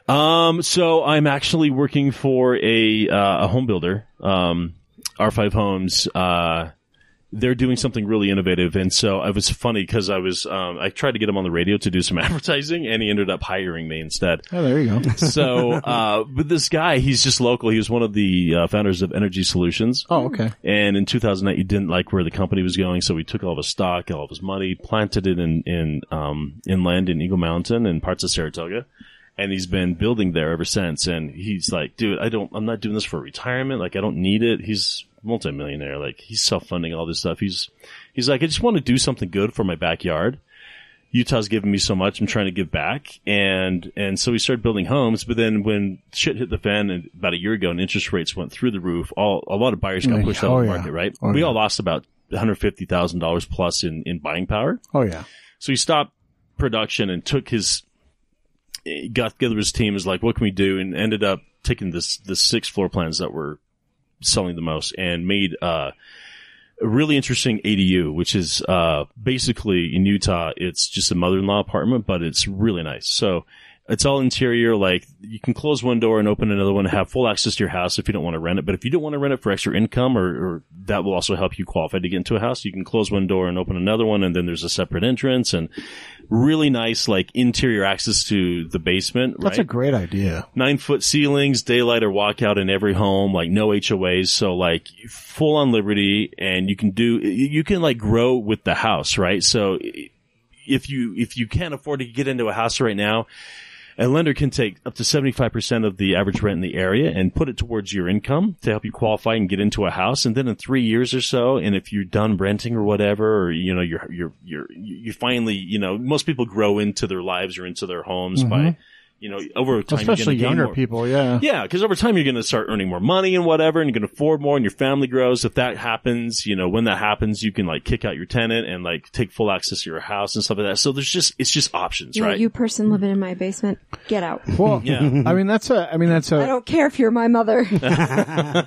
Speaker 6: Um, so I'm actually working for a uh, a home builder, um, R5 Homes, uh, they're doing something really innovative. And so it was funny because I was, um, I tried to get him on the radio to do some advertising and he ended up hiring me instead.
Speaker 3: Oh, there you go.
Speaker 6: So, uh, but this guy, he's just local. He was one of the uh, founders of Energy Solutions.
Speaker 3: Oh, okay.
Speaker 6: And in 2008, he didn't like where the company was going, so he took all of his stock, all of his money, planted it in in um, inland in Eagle Mountain and parts of Saratoga, and he's been building there ever since. And he's like, dude, I don't, I'm not doing this for retirement. Like, I don't need it. He's multimillionaire. Like, he's self funding all this stuff. He's he's like, I just want to do something good for my backyard. Utah's given me so much. I'm trying to give back. And, and so we started building homes. But then when shit hit the fan and about a year ago and interest rates went through the roof, all, a lot of buyers got
Speaker 3: Yeah.
Speaker 6: pushed out
Speaker 3: Oh,
Speaker 6: of the
Speaker 3: yeah.
Speaker 6: market, right?
Speaker 3: Oh,
Speaker 6: we
Speaker 3: yeah.
Speaker 6: all lost about $150,000 plus in, in buying power.
Speaker 3: Oh yeah.
Speaker 6: So he stopped production and took his, eh, got together his team is like, what can we do? And ended up taking this, the six floor plans that were selling the most and made, uh, a really interesting ADU, which is, uh, basically in Utah, it's just a mother-in-law apartment, but it's really nice. So it's all interior. Like you can close one door and open another one, have full access to your house if you don't want to rent it. But if you don't want to rent it for extra income or, or that will also help you qualify to get into a house, you can close one door and open another one. And then there's a separate entrance and really nice, like interior access to the basement.
Speaker 3: That's a
Speaker 6: right?
Speaker 3: great idea.
Speaker 6: nine foot ceilings, daylight or walkout in every home, like no HOAs. So like full on liberty and you can do, you can like grow with the house, right? So if you, if you can't afford to get into a house right now, a lender can take up to 75% of the average rent in the area and put it towards your income to help you qualify and get into a house. And then in three years or so, and if you're done renting or whatever, or, you know, you're, you're, you're, you finally, you know, most people grow into their lives or into their homes by, you know, over time. you're gonna
Speaker 3: Mm-hmm. Especially
Speaker 6: gain
Speaker 3: younger
Speaker 6: more-
Speaker 3: people. Yeah.
Speaker 6: yeah, because over time you're going to start earning more money and whatever, and you're going to afford more, and your family grows. If that happens, you know when that happens, you can like kick out your tenant and like take full access to your house and stuff like that. So there's just it's just options,
Speaker 2: You know,
Speaker 6: right?
Speaker 2: you person living in my basement, get out.
Speaker 3: Well,
Speaker 6: Yeah.
Speaker 3: I mean, that's a. I mean, that's
Speaker 2: I
Speaker 3: a.
Speaker 2: don't care if you're my mother.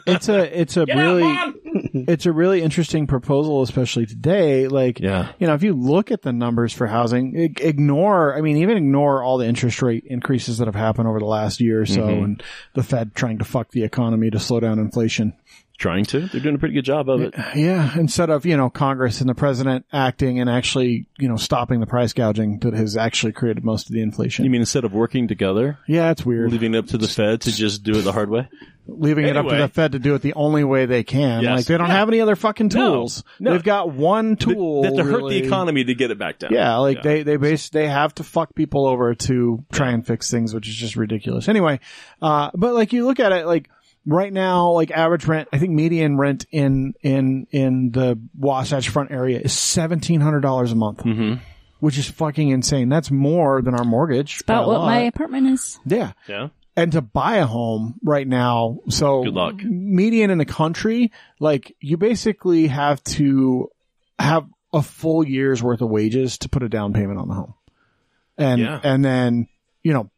Speaker 3: It's a. It's a really. it's a really interesting proposal, especially today. Like,
Speaker 6: Yeah.
Speaker 3: you know, if you look at the numbers for housing, ig- ignore, I mean, even ignore all the interest rate increases that have happened over the last year or so
Speaker 6: Mm-hmm.
Speaker 3: and the Fed trying to fuck the economy to slow down inflation.
Speaker 6: Trying to, they're doing a pretty good job of it.
Speaker 3: Yeah. Instead of, you know, Congress and the president acting and actually, you know, stopping the price gouging that has actually created most of the inflation.
Speaker 6: You mean instead of working together,
Speaker 3: yeah, it's weird.
Speaker 6: leaving it up to the Fed to just do it the hard way?
Speaker 3: leaving it up to
Speaker 6: Anyway.
Speaker 3: the Fed to do it the only way they can.
Speaker 6: Yes.
Speaker 3: Like they don't
Speaker 6: Yeah.
Speaker 3: have any other fucking
Speaker 6: No.
Speaker 3: tools.
Speaker 6: No.
Speaker 3: They've got one tool
Speaker 6: that to hurt
Speaker 3: really.
Speaker 6: the economy to get it back down.
Speaker 3: Yeah, like they they base they have to fuck people over to try and fix things, which is just ridiculous. Anyway, uh, but like you look at it, like right now, like average rent, I think median rent in in in the Wasatch Front area is seventeen hundred dollars a month.
Speaker 6: Mm-hmm.
Speaker 3: Which is fucking insane. That's more than our mortgage. by
Speaker 7: About
Speaker 3: a
Speaker 7: what
Speaker 3: lot.
Speaker 7: my apartment is.
Speaker 3: yeah,
Speaker 6: yeah.
Speaker 3: and to buy a home right now. So
Speaker 6: Good luck.
Speaker 3: Median in the country, like you basically have to have a full year's worth of wages to put a down payment on the home. And,
Speaker 6: Yeah.
Speaker 3: and then, you know,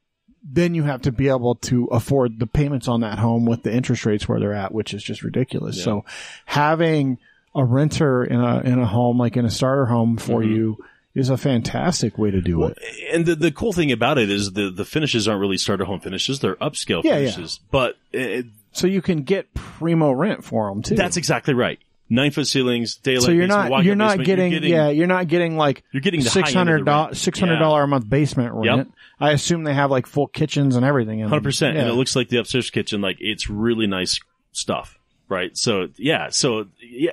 Speaker 3: then you have to be able to afford the payments on that home with the interest rates where they're at, which is just ridiculous. So having a renter in a, in a home, like in a starter home for
Speaker 6: Mm-hmm.
Speaker 3: you is a fantastic way to do it.
Speaker 6: and the, the cool thing about it is the, the finishes aren't really starter home finishes; they're upscale
Speaker 3: Yeah, yeah.
Speaker 6: finishes. But it,
Speaker 3: So you can get primo rent for them too.
Speaker 6: That's exactly right. Nine foot ceilings, daylight.
Speaker 3: so you're
Speaker 6: basement,
Speaker 3: not
Speaker 6: walkout
Speaker 3: you're not
Speaker 6: basement.
Speaker 3: getting,
Speaker 6: You're
Speaker 3: yeah you're not getting like
Speaker 6: You're getting the high end
Speaker 3: six
Speaker 6: of the
Speaker 3: hundred dollar
Speaker 6: rent.
Speaker 3: six hundred dollar a month basement rent. I assume they have like full kitchens and everything. in them.
Speaker 6: hundred percent. And
Speaker 3: Yeah.
Speaker 6: it looks like the upstairs kitchen. Like it's really nice stuff, right? So yeah, so yeah,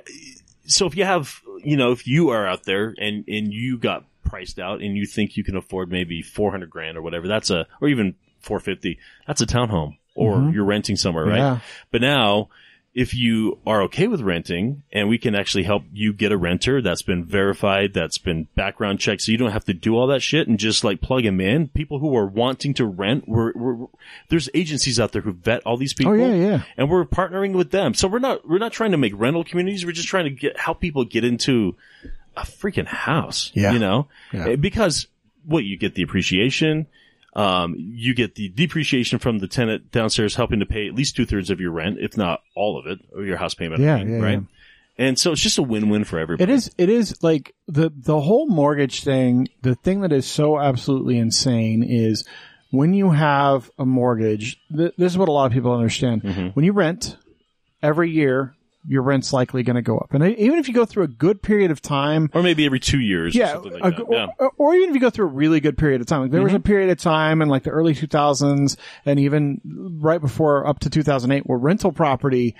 Speaker 6: so if you have, you know, if you are out there and and you got priced out and you think you can afford maybe four hundred grand or whatever, that's a or even four fifty. That's a townhome, or you're renting somewhere, right?
Speaker 3: Mm-hmm. Yeah.
Speaker 6: But now, if you are okay with renting and we can actually help you get a renter that's been verified, that's been background checked, so you don't have to do all that shit and just like plug them in. People who are wanting to rent, we're, we're there's agencies out there who vet all these people.
Speaker 3: Oh, yeah, yeah.
Speaker 6: And we're partnering with them. So we're not, we're not trying to make rental communities. We're just trying to get, help people get into a freaking house.
Speaker 3: Yeah.
Speaker 6: You know?
Speaker 3: Yeah.
Speaker 6: Eh, Because what you get the appreciation, um, you get the depreciation from the tenant downstairs helping to pay at least two thirds of your rent, if not all of it, or your house payment. I
Speaker 3: Yeah,
Speaker 6: mean,
Speaker 3: yeah,
Speaker 6: right. And so it's just a win-win for everybody.
Speaker 3: It is. It is like the the whole mortgage thing. The thing that is so absolutely insane is when you have
Speaker 6: Mm-hmm.
Speaker 3: a mortgage. Th- this is what a lot of people understand. When you rent every year, your rent's likely going to go up. And even if you go through a good period of time
Speaker 6: or maybe every two years. or
Speaker 3: yeah,
Speaker 6: something like
Speaker 3: a-
Speaker 6: that.
Speaker 3: or,
Speaker 6: yeah. Mm-hmm.
Speaker 3: or- or even if you go through a really good period of time. Like there was a period of time in like the early 2000s and even right before up to 2008 where rental property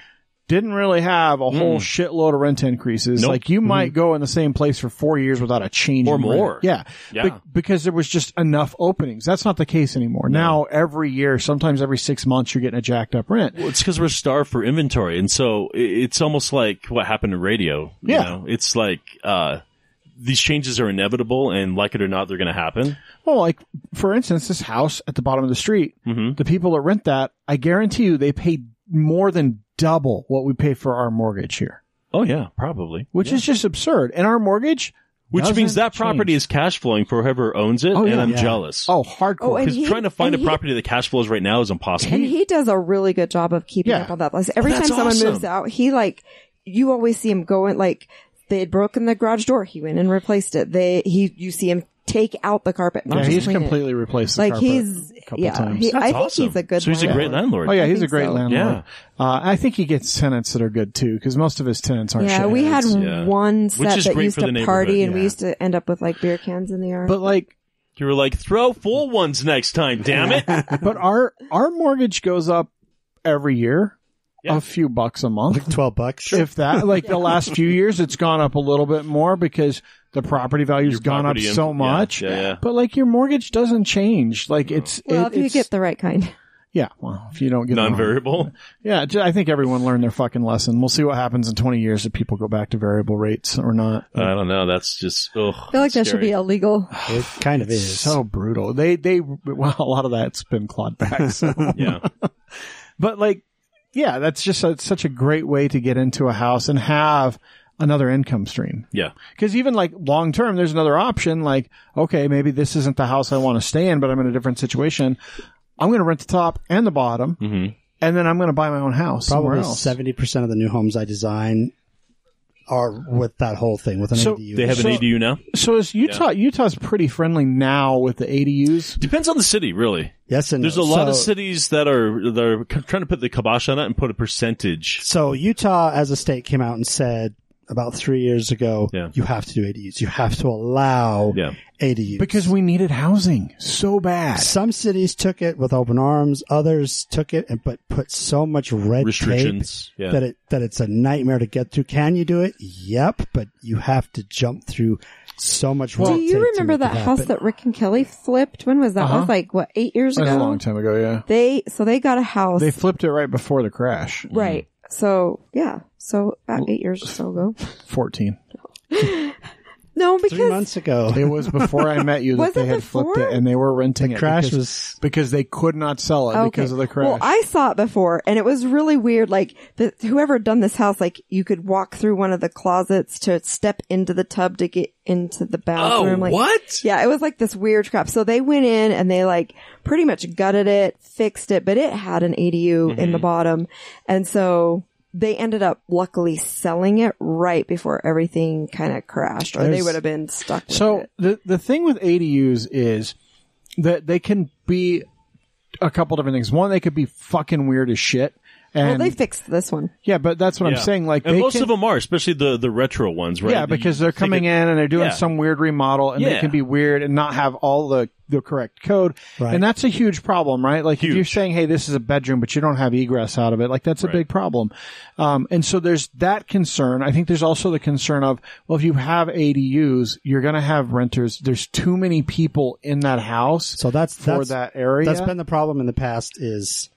Speaker 3: didn't really have a whole shitload of rent increases.
Speaker 6: Mm. Nope. Mm-hmm.
Speaker 3: Like you might go in the same place for four years without a change
Speaker 6: Or
Speaker 3: in rent.
Speaker 6: more.
Speaker 3: Yeah,
Speaker 6: Yeah.
Speaker 3: because there was just enough openings. That's not the case anymore. Now every year, sometimes every six months, you're getting a jacked up rent.
Speaker 6: Well, it's because we're starved for inventory, and so i- it's almost like what happened to radio. you
Speaker 3: Yeah.
Speaker 6: know? it's like uh, these changes are inevitable, and like it or not, they're going to happen.
Speaker 3: Well, like for instance, this house at the bottom of the street, the people that rent that, I guarantee you, they pay more than double what we pay for our mortgage here,
Speaker 6: Oh yeah, probably.
Speaker 3: which is just absurd. And our mortgage,
Speaker 6: Which means
Speaker 3: doesn't
Speaker 6: that property
Speaker 3: change.
Speaker 6: is cash flowing for whoever owns it,
Speaker 3: Oh,
Speaker 6: and
Speaker 3: yeah.
Speaker 6: I'm
Speaker 4: Yeah.
Speaker 6: jealous.
Speaker 3: oh hardcore.
Speaker 2: Oh, and
Speaker 6: because
Speaker 2: he-
Speaker 6: trying to find a
Speaker 2: and he-
Speaker 6: property that cash flows right now is impossible.
Speaker 2: And he does a really good job of keeping
Speaker 3: Yeah.
Speaker 2: up on that list. Every
Speaker 6: Oh,
Speaker 2: time
Speaker 6: that's
Speaker 2: someone moves
Speaker 6: awesome.
Speaker 2: out, he like you always see him going like they had broken the garage door, he went and replaced it. They he you see him take out the carpet. Not
Speaker 3: yeah,
Speaker 2: just
Speaker 3: he's
Speaker 2: clean it.
Speaker 3: completely replaced. The
Speaker 2: like
Speaker 3: carpet
Speaker 2: he's
Speaker 3: a couple
Speaker 2: yeah.
Speaker 3: times.
Speaker 2: He, I think
Speaker 6: awesome.
Speaker 2: he's a good.
Speaker 6: So he's a great
Speaker 2: landlord.
Speaker 6: landlord.
Speaker 3: Oh yeah,
Speaker 2: I
Speaker 3: he's a
Speaker 2: think
Speaker 3: great
Speaker 2: so.
Speaker 3: landlord. Uh, I think he gets tenants that are good too, because most of his tenants aren't.
Speaker 2: Yeah,
Speaker 3: shitheads.
Speaker 2: we had
Speaker 6: yeah.
Speaker 2: one
Speaker 6: Which
Speaker 2: set
Speaker 6: is
Speaker 2: that
Speaker 6: great
Speaker 2: used
Speaker 6: for the
Speaker 2: to
Speaker 6: neighborhood,
Speaker 2: party, and we
Speaker 3: yeah.
Speaker 2: used to end up with like beer cans in the yard.
Speaker 3: but like
Speaker 6: You were like, throw full ones next time, damn it.
Speaker 3: but our our mortgage goes up every year
Speaker 6: Yeah.
Speaker 3: a few bucks a month
Speaker 4: Twelve bucks.
Speaker 3: if that like the last few years it's gone up a little bit more because the property value's
Speaker 6: Your
Speaker 3: gone up
Speaker 6: property in-
Speaker 3: so
Speaker 6: yeah,
Speaker 3: much
Speaker 6: yeah, yeah.
Speaker 3: but like your mortgage doesn't change like it's it-
Speaker 2: well, if you
Speaker 3: it's-
Speaker 2: get the right kind,
Speaker 3: yeah well if you don't get the-
Speaker 6: Non-variable.
Speaker 3: yeah ju- i think everyone learned their fucking lesson we'll see what happens in 20 years if people go back to variable rates or not
Speaker 6: I don't know. That's just. Ugh,
Speaker 2: I feel like that should be illegal.
Speaker 4: it kind of is.
Speaker 3: so brutal they they well a lot of that's been clawed back so
Speaker 6: yeah.
Speaker 3: But like, yeah, that's just a, such a great way to get into a house and have another income stream.
Speaker 6: Yeah.
Speaker 3: Because even like long term, there's another option. Like, okay, maybe this isn't the house I want to stay in, but I'm in a different situation. I'm going to rent the top and the bottom, and then I'm going to buy my own house somewhere
Speaker 4: Probably
Speaker 3: else.
Speaker 4: seventy percent of the new homes I design are with that whole thing with an
Speaker 3: So
Speaker 4: ADU.
Speaker 6: They have
Speaker 3: So-
Speaker 6: an ADU now.
Speaker 3: So is Utah? Utah's pretty friendly now with the ADUs.
Speaker 6: Depends on the city, really.
Speaker 4: yes, and
Speaker 6: There's a
Speaker 4: no.
Speaker 6: lot of
Speaker 4: So-
Speaker 6: cities that are that are c- trying to put the kibosh on it and put a percentage.
Speaker 4: So Utah, as a state, came out and said about three years ago,
Speaker 6: Yeah.
Speaker 4: you have to do ADUs. You have to allow
Speaker 6: Yeah.
Speaker 4: ADUs
Speaker 3: Because we needed housing so bad.
Speaker 4: some cities took it with open arms, others took it and but put so much red tape
Speaker 6: Restrictions. Yeah.
Speaker 4: that it that it's a nightmare to get through. Can you do it? Yep, but you have to jump through so much red
Speaker 2: Do
Speaker 4: tape
Speaker 2: you
Speaker 4: to
Speaker 2: remember
Speaker 4: make it
Speaker 2: that house
Speaker 4: happen.
Speaker 2: that Rick and Kelly flipped? When was that? That was like what eight years
Speaker 3: Uh-huh. That
Speaker 2: ago.
Speaker 3: was a long time ago. Yeah,
Speaker 2: They so they got a house.
Speaker 3: they flipped it right before the crash.
Speaker 2: Right. So yeah. So about eight years or so ago.
Speaker 3: Fourteen.
Speaker 2: No,
Speaker 4: three
Speaker 2: because
Speaker 4: months ago?
Speaker 3: It was before I met you that
Speaker 2: Was it
Speaker 3: they had flipped
Speaker 2: before?
Speaker 3: it and they were renting
Speaker 4: The
Speaker 3: it.
Speaker 4: crash
Speaker 3: because,
Speaker 4: was-
Speaker 3: because they could not sell it
Speaker 2: okay.
Speaker 3: because of the crash.
Speaker 2: Well, I saw it before, and it was really weird. Like the, whoever had done this house, like you could walk through one of the closets to step into the tub to get into the
Speaker 3: Oh,
Speaker 2: bathroom. like
Speaker 6: what?
Speaker 2: Yeah, it was like this weird crap. So they went in and they like pretty much gutted it, fixed it, but it had an ADU in
Speaker 3: Mm-hmm.
Speaker 2: the bottom, and so. They ended up luckily selling it right before everything kind of crashed, or they
Speaker 3: There's-
Speaker 2: would have been stuck. With
Speaker 3: so
Speaker 2: it.
Speaker 3: the the thing with ADUs is that they can be a couple different things. One, they could be fucking weird as shit.
Speaker 2: Well,
Speaker 3: And
Speaker 2: they fixed this one.
Speaker 3: yeah, but that's what
Speaker 6: Yeah.
Speaker 3: I'm saying. Like
Speaker 6: and
Speaker 3: they
Speaker 6: most
Speaker 3: can,
Speaker 6: of them are, especially the the retro ones, right?
Speaker 3: Yeah,
Speaker 6: That you
Speaker 3: because they're
Speaker 6: take
Speaker 3: coming
Speaker 6: a-
Speaker 3: in and they're doing
Speaker 6: Yeah.
Speaker 3: some weird remodel and they
Speaker 6: Yeah.
Speaker 3: can be weird and not have all the, the correct code.
Speaker 4: Right.
Speaker 3: And that's a huge problem, right? Like if you're
Speaker 6: Huge.
Speaker 3: saying, hey, this is a bedroom, but you don't have egress out of it, like that's a big problem. Um, and so there's that concern. I think there's also the concern of, well, if you have ADUs, you're going to have renters. There's too many people in that house
Speaker 4: So that's
Speaker 3: for
Speaker 4: that's,
Speaker 3: that area.
Speaker 4: That's been the problem in the past is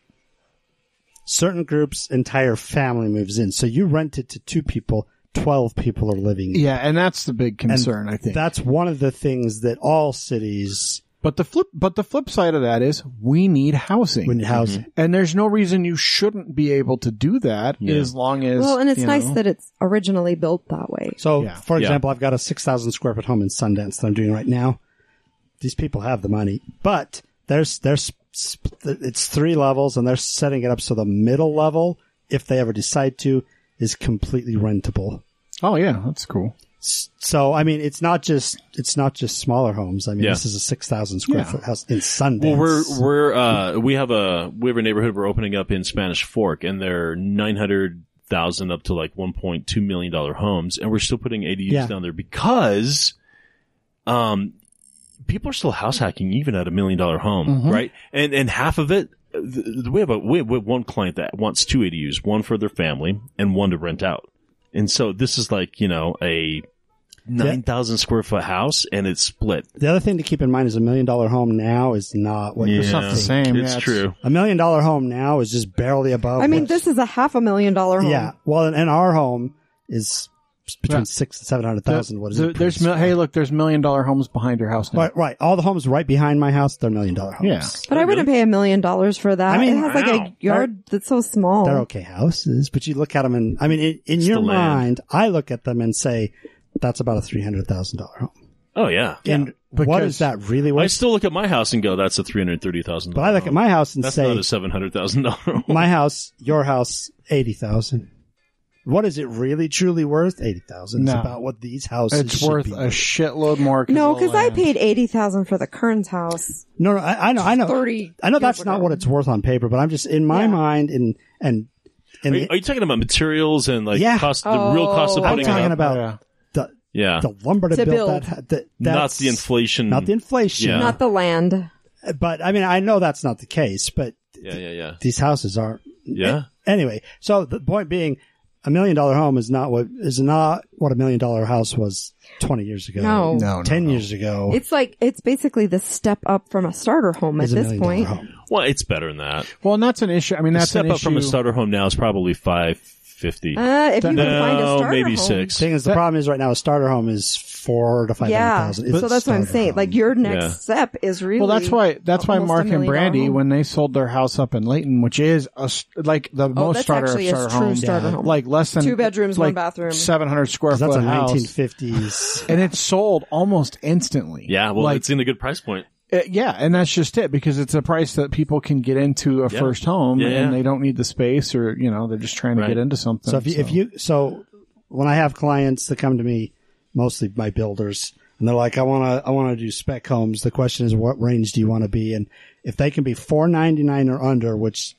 Speaker 4: certain groups' entire family moves in. So you rent it to two people, twelve people are living. in it.
Speaker 3: yeah, and that's the big
Speaker 4: And
Speaker 3: concern, I think.
Speaker 4: That's one of the things that all cities
Speaker 3: but the flip, but the flip side of that is we need housing.
Speaker 4: when housing.
Speaker 3: And there's no reason you shouldn't be able to do that as long as.
Speaker 2: Well, and it's
Speaker 3: you
Speaker 2: nice
Speaker 3: know.
Speaker 2: that it's originally built that way.
Speaker 4: So,
Speaker 3: Yeah.
Speaker 4: for
Speaker 6: Yeah.
Speaker 4: example, I've got a 6,000 square foot home in Sundance that I'm doing right now. These people have the money, but there's, there's, it's three levels and they're setting it up so the middle level, if they ever decide to, is completely rentable.
Speaker 3: Oh yeah, that's cool.
Speaker 4: S- So, I mean, it's not just, it's not just smaller homes. I mean,
Speaker 6: Yeah.
Speaker 4: this is a 6,000 square
Speaker 3: Yeah.
Speaker 4: foot house in Sundance.
Speaker 6: Well, we're we're uh, we have a we have a neighborhood we're opening up in Spanish Fork, and they're nine hundred thousand up to like one point two million dollar homes, and we're still putting ADUs
Speaker 4: Yeah.
Speaker 6: down there because, um, people are still house hacking even at a million dollar home, right? And and half of it, th- we have a we have we have one client that wants two ADUs, one for their family and one to rent out, and so this is like you know a nine thousand square foot house and it's split.
Speaker 4: The other thing to keep in mind is a million dollar home now is not what you're
Speaker 3: It's not the
Speaker 4: saying.
Speaker 3: same.
Speaker 6: It's
Speaker 3: yeah,
Speaker 6: true.
Speaker 4: A million dollar home now is just barely above.
Speaker 2: I mean,
Speaker 4: what-
Speaker 2: this is a half a million dollar home.
Speaker 4: Oh, yeah. Well, and- and our home is between
Speaker 3: Yeah.
Speaker 4: six and seven hundred
Speaker 3: The-
Speaker 4: thousand. What is
Speaker 3: the-
Speaker 4: it?
Speaker 3: There's mil- hey, look, there's million dollar homes behind your house now.
Speaker 4: right, right. All the homes right behind my house, they're million dollar homes.
Speaker 3: Yeah.
Speaker 2: But I wouldn't pay a million dollars for that.
Speaker 4: I
Speaker 2: it
Speaker 4: mean,
Speaker 2: has like
Speaker 6: wow.
Speaker 2: a yard that's so small.
Speaker 4: They're okay houses, but you look at them and I mean, in, in your
Speaker 6: the land.
Speaker 4: mind, I look at them and say, that's about a three hundred thousand dollar home.
Speaker 6: Oh yeah.
Speaker 4: And what
Speaker 3: because-
Speaker 4: is that really
Speaker 6: I
Speaker 4: worth?
Speaker 6: still look at my house and go, "That's a three hundred thirty thousand.
Speaker 4: but I look at my house and
Speaker 6: That's
Speaker 4: say,
Speaker 6: not a seven hundred thousand dollar.
Speaker 4: my house, your house, eighty thousand. What is it really truly worth? Eighty thousand. It's
Speaker 3: No.
Speaker 4: about what these houses.
Speaker 3: It's
Speaker 4: should
Speaker 3: worth
Speaker 4: be
Speaker 3: a shitload more.
Speaker 2: no,
Speaker 3: of
Speaker 2: because
Speaker 3: the
Speaker 2: I
Speaker 3: land.
Speaker 2: paid eighty thousand for the Kearns house.
Speaker 4: No, no, I, I know, I know.
Speaker 2: 30
Speaker 4: I know
Speaker 2: years
Speaker 4: that's not
Speaker 2: ago.
Speaker 4: what it's worth on paper, but I'm just in my
Speaker 2: Yeah.
Speaker 4: mind and and and
Speaker 6: Are you,
Speaker 4: the,
Speaker 6: are you talking about materials and like
Speaker 4: Yeah.
Speaker 6: cost, the real cost of
Speaker 2: Oh.
Speaker 4: I'm
Speaker 6: putting it
Speaker 4: talking
Speaker 6: up?
Speaker 4: about
Speaker 3: Yeah.
Speaker 4: the
Speaker 6: yeah,
Speaker 4: the lumber to,
Speaker 2: To
Speaker 4: build,
Speaker 2: build.
Speaker 4: that. ha- that
Speaker 6: not
Speaker 4: that's-
Speaker 6: the inflation.
Speaker 4: Not the inflation.
Speaker 6: Yeah.
Speaker 2: Not the land.
Speaker 4: But I mean, I know that's not the case. But
Speaker 6: yeah, yeah, yeah,
Speaker 4: these houses aren't.
Speaker 6: yeah.
Speaker 4: Anyway, so the point being, a million dollar home is not what is not what a million dollar house was 20 years ago.
Speaker 2: No.
Speaker 3: No, no,
Speaker 4: ten
Speaker 3: no.
Speaker 4: years ago.
Speaker 2: It's like it's basically the step up from a starter home at
Speaker 4: is a
Speaker 2: this
Speaker 4: million dollar
Speaker 2: point.
Speaker 4: home.
Speaker 6: Well, it's better than that.
Speaker 3: Well, and that's an issue. I mean,
Speaker 6: The
Speaker 3: that's
Speaker 6: step
Speaker 3: an
Speaker 6: up
Speaker 3: issue.
Speaker 6: from a starter home now is probably five fifty.
Speaker 2: Uh, if you can find a
Speaker 6: no,
Speaker 2: starter
Speaker 6: maybe
Speaker 2: home.
Speaker 6: six.
Speaker 4: Thing is, the problem is right now a starter home is four to five hundred
Speaker 2: Yeah.
Speaker 4: thousand.
Speaker 2: so that's what I'm saying. Like your next
Speaker 6: Yeah.
Speaker 2: step is really
Speaker 3: Well, that's why that's why
Speaker 2: almost a
Speaker 3: Mark and
Speaker 2: million dollar
Speaker 3: Brandy,
Speaker 2: home.
Speaker 3: when they sold their house up in Layton, which is a s like the
Speaker 2: oh,
Speaker 3: most
Speaker 2: that's
Speaker 3: starter
Speaker 2: actually
Speaker 3: starter
Speaker 2: a true
Speaker 3: home,
Speaker 2: starter home.
Speaker 3: like less than
Speaker 2: Two bedrooms, one
Speaker 3: like
Speaker 2: bathroom.
Speaker 3: seven hundred square foot
Speaker 4: that's a
Speaker 3: house,
Speaker 4: 1950s.
Speaker 3: and it's sold almost instantly.
Speaker 6: yeah, well,
Speaker 3: like,
Speaker 6: it's in a good price point.
Speaker 3: uh, yeah, and that's just it because it's a price that people can get into a
Speaker 6: Yeah.
Speaker 3: first home,
Speaker 6: Yeah,
Speaker 3: and
Speaker 6: yeah.
Speaker 3: they don't need the space, or you know, they're just trying
Speaker 6: Right.
Speaker 3: to get into something.
Speaker 4: so if you, if you so when I have clients that come to me, mostly my builders, and they're like, I want to I want to do spec homes. The question is, what range do you want to be in? If they can be 499 or under, which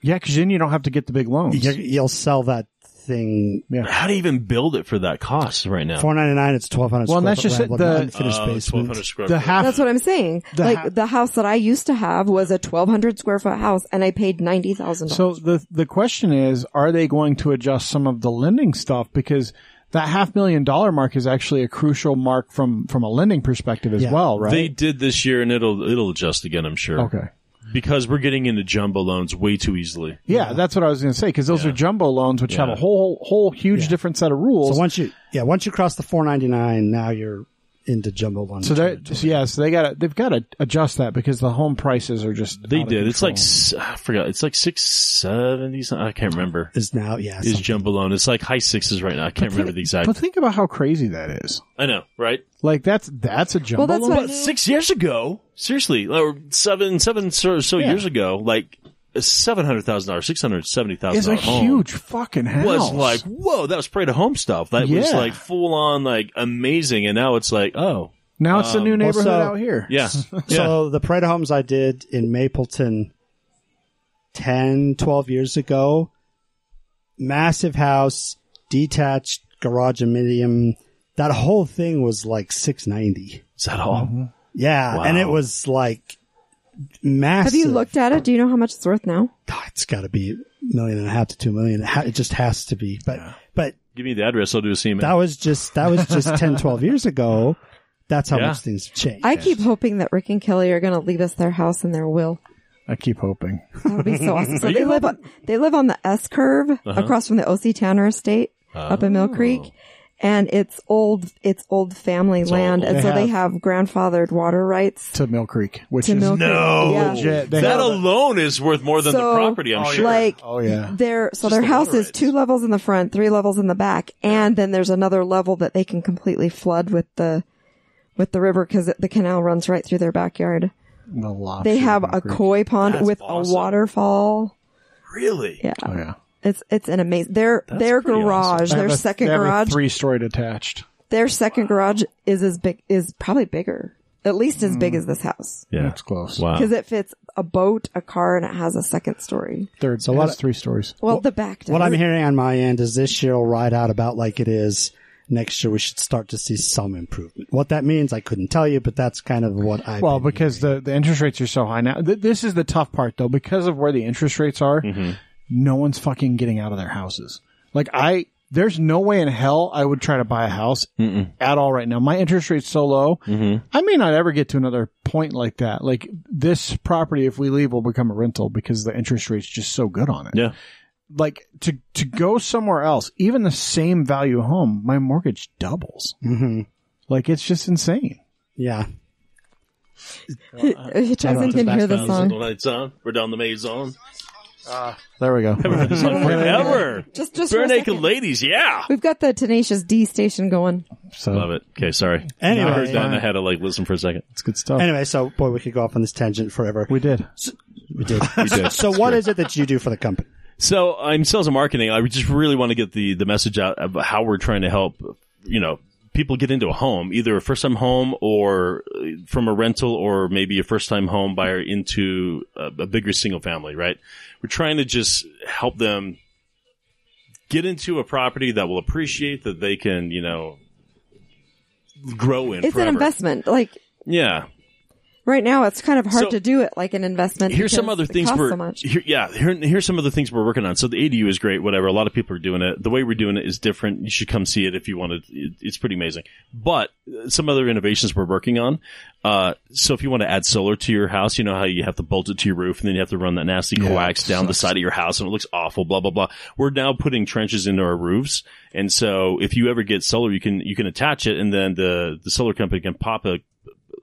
Speaker 3: yeah, because then you don't have to get the big loans.
Speaker 4: you you'll sell that thing.
Speaker 6: How do you even build it for that cost right now?
Speaker 4: 499, it's 1200.
Speaker 3: Well, and
Speaker 4: square
Speaker 3: that's
Speaker 4: foot
Speaker 3: just it,
Speaker 4: land,
Speaker 3: the-
Speaker 4: unfinished
Speaker 6: Uh,
Speaker 4: basement.
Speaker 6: 1,200 square
Speaker 3: the
Speaker 6: foot.
Speaker 3: half
Speaker 2: That's what I'm saying.
Speaker 3: The
Speaker 2: like
Speaker 3: ha-
Speaker 2: the house that I used to have was a 1,200 square foot house, and I paid ninety thousand dollars.
Speaker 3: So the the question is, are they going to adjust some of the lending stuff because that half million dollar mark is actually a crucial mark from from a lending perspective as
Speaker 4: Yeah.
Speaker 3: well, right?
Speaker 6: They did this year, and it'll it'll adjust again, I'm sure.
Speaker 3: okay.
Speaker 6: because we're getting into jumbo loans way too easily.
Speaker 3: Yeah, that's what I was going to say because those are jumbo loans, which have a whole whole huge different set of rules.
Speaker 4: So once you, yeah, once you cross the 499, now you're into jumbo one.
Speaker 3: So they yeah, so they got to they've got to adjust that because the home prices are just
Speaker 6: They
Speaker 3: out of
Speaker 6: did. It's
Speaker 3: control.
Speaker 6: like s- I forgot. It's like six seventy. I can't remember.
Speaker 4: is now, yeah.
Speaker 6: Is
Speaker 4: something.
Speaker 6: jumbo loan? It's like high sixes right now. I can't remember the exact.
Speaker 3: But think about how crazy that is.
Speaker 6: I know, right?
Speaker 3: Like that's that's a jumbo
Speaker 2: well, that's
Speaker 3: loan.
Speaker 2: what I
Speaker 6: But
Speaker 2: mean.
Speaker 6: six years ago, seriously, or seven seven so, so years ago, like seven hundred thousand dollars, six hundred seventy thousand
Speaker 3: It's a
Speaker 6: dollars
Speaker 3: huge fucking house.
Speaker 6: was like whoa, that was prey to home stuff. That was
Speaker 3: Yeah.
Speaker 6: like full on like amazing, and now it's like oh
Speaker 3: now it's a new neighborhood
Speaker 4: also-
Speaker 3: out here.
Speaker 6: yeah yeah
Speaker 4: So the Pride Homes I did in Mapleton 10, 12 years ago, massive house, detached garage and medium. That whole thing was like 690.
Speaker 6: is that all?
Speaker 3: Mm-hmm.
Speaker 4: Yeah.
Speaker 6: Wow.
Speaker 4: And it was like massive.
Speaker 2: Have you looked at it? Do you know how much it's worth now?
Speaker 4: God, Ah, it's got to be a million and a half to two million. It, ha- it just has to be. But, but
Speaker 6: Give me the address. I'll do a CMA.
Speaker 4: that was just, that was just 10, 12 years ago. That's how
Speaker 6: Yeah.
Speaker 4: much things have changed.
Speaker 2: I keep hoping that Rick and Kelly are going to leave us their house and their will.
Speaker 3: I keep hoping.
Speaker 2: That would be so awesome. So they live on they live on the S curve across from the OC Tanner Estate up in Mill Creek, and it's old it's old family land, and
Speaker 3: They
Speaker 2: so they
Speaker 3: have-
Speaker 2: have grandfathered water rights
Speaker 3: to Mill Creek, which
Speaker 2: to
Speaker 3: is
Speaker 2: Mill Creek.
Speaker 6: No.
Speaker 2: Yeah.
Speaker 3: legit. They
Speaker 6: that
Speaker 3: have-
Speaker 6: alone is worth more than the
Speaker 2: So,
Speaker 6: property. I'm sure.
Speaker 2: Like
Speaker 3: Oh yeah.
Speaker 2: their so their
Speaker 6: the
Speaker 2: house
Speaker 6: water
Speaker 2: is
Speaker 6: rights.
Speaker 2: two levels in the front, three levels in the back, and then there's another level that they can completely flood with the with the river because the canal runs right through their backyard.
Speaker 3: The lobster
Speaker 2: They have
Speaker 3: Mill
Speaker 2: a
Speaker 3: Creek.
Speaker 2: koi pond
Speaker 6: That's
Speaker 2: with
Speaker 6: awesome.
Speaker 2: a waterfall.
Speaker 6: really?
Speaker 2: Yeah,
Speaker 3: Oh yeah.
Speaker 2: it's it's an amazing. Their
Speaker 6: That's
Speaker 2: their
Speaker 6: pretty
Speaker 2: garage,
Speaker 3: They
Speaker 2: their
Speaker 3: have a-
Speaker 2: second
Speaker 3: they have a
Speaker 2: garage,
Speaker 3: three story detached.
Speaker 2: their second garage is as big is probably bigger at least as
Speaker 3: Hmm.
Speaker 2: big as this house
Speaker 6: Yeah.
Speaker 3: That's close.
Speaker 6: Wow.
Speaker 2: because it fits a boat, a car, and it has a second story.
Speaker 3: Third. So
Speaker 4: So what-
Speaker 3: that's three stories.
Speaker 2: Well, the back.
Speaker 4: What
Speaker 2: does.
Speaker 4: I'm hearing on my end is this year will ride out about like it is. Next year we should start to see some improvement. What that means, I couldn't tell you, but that's kind of what I.
Speaker 3: Well, because the, the interest rates are so high now. Th- this is the tough part though, because of where the interest rates are,
Speaker 6: Mm-hmm.
Speaker 3: no one's fucking getting out of their houses. Like I, there's no way in hell I would try to buy a house at all right now. My interest rate's so low.
Speaker 6: Mm-hmm.
Speaker 3: I may not ever get to another point like that. Like this property, if we leave, will become a rental because the interest rate's just so good on it.
Speaker 6: Yeah.
Speaker 3: Like to, to go somewhere else, even the same value home, my mortgage doubles.
Speaker 4: Mhm.
Speaker 3: Like it's just insane.
Speaker 4: yeah,
Speaker 2: Jackson can hear the song.
Speaker 6: lights on. We're down the maze on.
Speaker 3: There we go.
Speaker 6: Forever.
Speaker 2: Just, just for a
Speaker 6: Bare naked
Speaker 2: second.
Speaker 6: ladies. Yeah.
Speaker 2: We've got the Tenacious D station going.
Speaker 3: So
Speaker 6: Love it. Okay. Sorry.
Speaker 4: Anyway.
Speaker 6: I heard that and I had to like listen for a second.
Speaker 3: it's good stuff.
Speaker 4: Anyway, so boy, we could go off on this tangent forever.
Speaker 3: We did.
Speaker 4: We did. so, what is it that you do for the company?
Speaker 6: So in sales and marketing, I just really want to get the the message out of how we're trying to help. You know. People get into a home, either a first time home or uh, from a rental or maybe a first time home buyer into a, a bigger single family, right? We're trying to just help them get into a property that will appreciate that they can, you know, grow in.
Speaker 2: It's
Speaker 6: forever.
Speaker 2: an investment. Like
Speaker 6: Yeah.
Speaker 2: right now, it's kind of hard
Speaker 6: So-
Speaker 2: to do it like an investment.
Speaker 6: Here's some
Speaker 2: because
Speaker 6: other
Speaker 2: it
Speaker 6: things
Speaker 2: costs
Speaker 6: we're
Speaker 2: so much.
Speaker 6: here- yeah. Here, here's some of the things we're working on. So the ADU is great. Whatever. A lot of people are doing it. The way we're doing it is different. You should come see it if you want to. It- It's pretty amazing. But uh, some other innovations we're working on. Uh, so if you want to add solar to your house, you know how you have to bolt it to your roof and then you have to run that nasty coax down the side of your house and it looks awful. Blah blah blah. We're now putting trenches into our roofs, and so if you ever get solar, you can you can attach it, and then the the solar company can pop a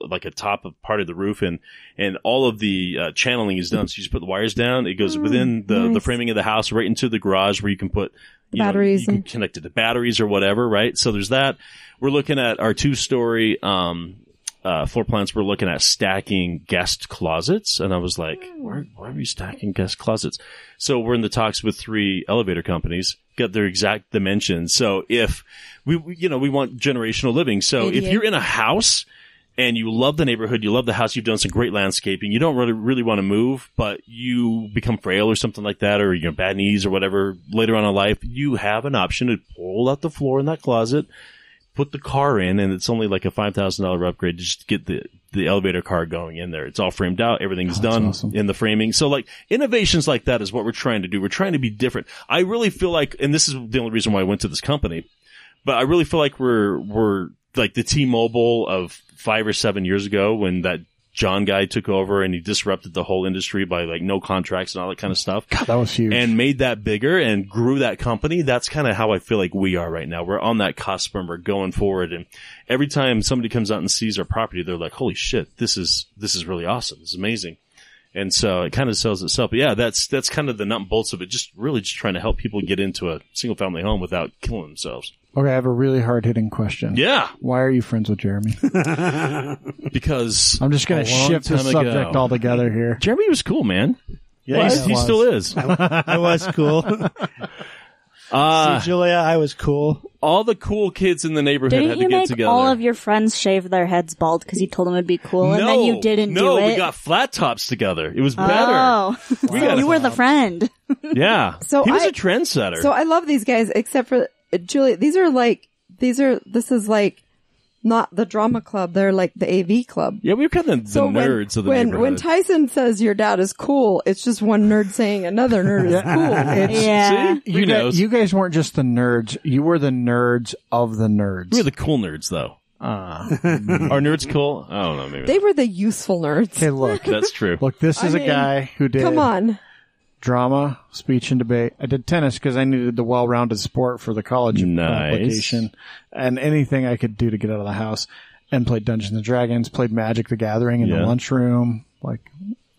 Speaker 6: like a top of part of the roof and and all of the uh, channeling is done so you just put the wires down it goes within the, the
Speaker 2: Mm, nice.
Speaker 6: framing of the house right into the garage where you can put you know,
Speaker 2: Batteries
Speaker 6: you can
Speaker 2: and-
Speaker 6: connect it to batteries or whatever right so there's that we're looking at our two story um uh, floor plans we're looking at stacking guest closets and i was like
Speaker 2: Mm.
Speaker 6: where, where are we stacking guest closets so we're in the talks with three elevator companies get their exact dimensions so if we we- you know we want generational living so if
Speaker 2: ADA.
Speaker 6: you're in a house and you love the neighborhood, you love the house, you've done some great landscaping, you don't really, really want to move, but you become frail or something like that, or you know, bad knees or whatever later on in life, you have an option to pull out the floor in that closet, put the car in, and it's only like a $5,000 upgrade to just get the, the elevator car going in there. It's all framed out. Everything's
Speaker 3: Oh,
Speaker 6: done in the framing. So like innovations like that is what we're trying to do. We're trying to be different. I really feel like, and this is the only reason why I went to this company, but I really feel like we're we're like the T-Mobile of five or seven years ago when that John guy took over and he disrupted the whole industry by like no contracts and all that kind of stuff.
Speaker 3: God, that was huge.
Speaker 6: And made that bigger and grew that company. That's kind of how I feel like we are right now. We're on that cusp and we're going forward. And every time somebody comes out and sees our property, they're like, "Holy shit, this is this is really awesome. This is amazing." And so it kind of sells itself. But yeah, that's that's kind of the nut and bolts of it. Just really just trying to help people get into a single family home without killing themselves.
Speaker 3: okay, I have a really hard hitting question.
Speaker 6: Yeah,
Speaker 3: Why are you friends with Jeremy?
Speaker 6: because
Speaker 3: I'm just going
Speaker 6: a
Speaker 3: to
Speaker 6: long
Speaker 3: shift the
Speaker 6: time
Speaker 3: subject
Speaker 6: ago-
Speaker 3: altogether here.
Speaker 6: Jeremy was cool, man. Yeah,
Speaker 3: Was.
Speaker 6: he's, he still is.
Speaker 4: I was cool,
Speaker 6: Uh,
Speaker 4: Julia. I was cool.
Speaker 6: all the cool kids in the neighborhood had
Speaker 5: Didn't
Speaker 6: to
Speaker 5: you
Speaker 6: get
Speaker 5: make
Speaker 6: together.
Speaker 5: all of your friends shave their heads bald because you told them it'd be cool, and then you didn't
Speaker 6: no,
Speaker 5: do it?
Speaker 6: we got flat tops together. It was better.
Speaker 5: oh,
Speaker 6: We got
Speaker 5: you were the friend.
Speaker 6: yeah.
Speaker 2: So
Speaker 6: he was a
Speaker 2: I-
Speaker 6: trendsetter.
Speaker 2: So I love these guys, except for uh, Julie. These are like these are this is like not the drama club. They're like the AV club.
Speaker 6: yeah, we were kind of the
Speaker 2: So when-
Speaker 6: nerds of the
Speaker 2: when,
Speaker 6: neighborhood.
Speaker 2: When Tyson says your dad is cool, it's just one nerd saying another nerd is cool. It's,
Speaker 5: Yeah.
Speaker 6: See, you
Speaker 3: guys,
Speaker 6: know,
Speaker 3: you guys weren't just the nerds. You were the nerds of the nerds.
Speaker 6: we were the cool nerds though.
Speaker 3: Ah.
Speaker 6: Are nerds cool? I don't know. Maybe
Speaker 2: They were the useful nerds.
Speaker 3: okay, look.
Speaker 6: that's true.
Speaker 3: Look, this is a guy who did
Speaker 2: Come on.
Speaker 3: drama, speech, and debate. I did tennis because I needed the well-rounded sport for the college
Speaker 6: Nice.
Speaker 3: application, and anything I could do to get out of the house. And played Dungeons and Dragons, played Magic: The Gathering in
Speaker 6: Yeah.
Speaker 3: the lunchroom. Like,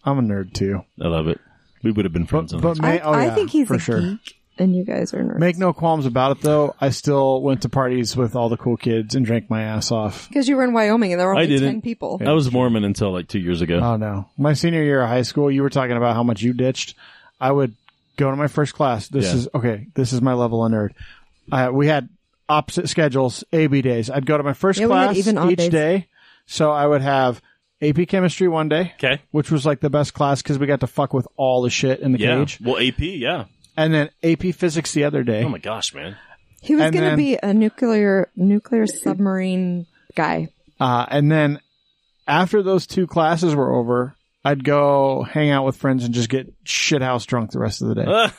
Speaker 3: I'm a nerd too.
Speaker 6: I love it. We would have been friends on
Speaker 3: But
Speaker 6: that.
Speaker 3: may,
Speaker 2: I,
Speaker 3: oh
Speaker 2: I
Speaker 3: yeah,
Speaker 2: think he's
Speaker 3: for
Speaker 2: a
Speaker 3: sure.
Speaker 2: geek, and you guys are nerds.
Speaker 3: Make no qualms about it, though. I still went to parties with all the cool kids and drank my ass off.
Speaker 2: because you were in Wyoming and there were
Speaker 6: I
Speaker 2: only
Speaker 6: didn't.
Speaker 2: ten people.
Speaker 6: I was Mormon until like two years ago.
Speaker 3: Oh no! My senior year of high school, you were talking about how much you ditched. I would go to my first class. This
Speaker 6: Yeah.
Speaker 3: is okay. This is my level of nerd. I, we had opposite schedules, AB days. I'd go to my first
Speaker 2: Yeah, we had
Speaker 3: class
Speaker 2: even odd
Speaker 3: each
Speaker 2: days.
Speaker 3: day, So I would have AP Chemistry one day,
Speaker 6: Okay.
Speaker 3: which was like the best class because we got to fuck with all the shit in the
Speaker 6: Yeah.
Speaker 3: cage,
Speaker 6: Well, AP. Yeah.
Speaker 3: and then AP Physics the other day.
Speaker 6: Oh my gosh, man.
Speaker 2: He was
Speaker 3: And
Speaker 2: going to
Speaker 3: then-
Speaker 2: be a nuclear nuclear submarine guy.
Speaker 3: Uh, and then after those two classes were over, I'd go hang out with friends and just get shit house drunk the rest of the day.
Speaker 6: Ugh.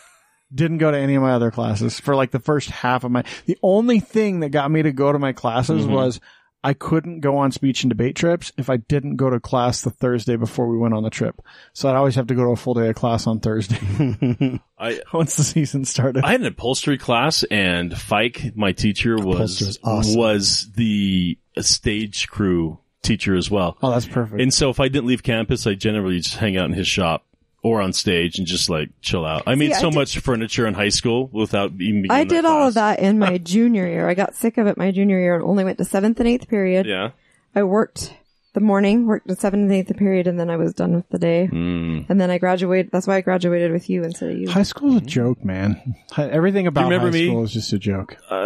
Speaker 3: Didn't go to any of my other classes for like the first half of my. The only thing that got me to go to my classes
Speaker 6: Mm-hmm.
Speaker 3: was I couldn't go on speech and debate trips if I didn't go to class the Thursday before we went on the trip. So I'd always have to go to a full day of class on Thursday
Speaker 6: I
Speaker 3: once the season started.
Speaker 6: I had an upholstery class, and Fike, my teacher,
Speaker 4: Upholstery
Speaker 6: was
Speaker 4: is awesome.
Speaker 6: was the stage crew teacher as well.
Speaker 3: oh, that's perfect.
Speaker 6: And so if I didn't leave campus, I generally just hang out in his shop or on stage and just like chill out. I made
Speaker 2: I
Speaker 6: so
Speaker 2: did-
Speaker 6: much furniture in high school without even. Being
Speaker 2: I
Speaker 6: in that
Speaker 2: did all of
Speaker 6: class.
Speaker 2: that in my junior year. I got sick of it my junior year and only went to seventh and eighth period.
Speaker 6: Yeah.
Speaker 2: I worked the morning, worked the seventh and eighth period, and then I was done with the day.
Speaker 6: Mm.
Speaker 2: And then I graduated. That's why I graduated with you instead of you.
Speaker 3: high school's a joke, man. Hi- Everything about
Speaker 6: Mm-hmm. remember
Speaker 3: high
Speaker 6: me?
Speaker 3: school is just a joke.
Speaker 6: I,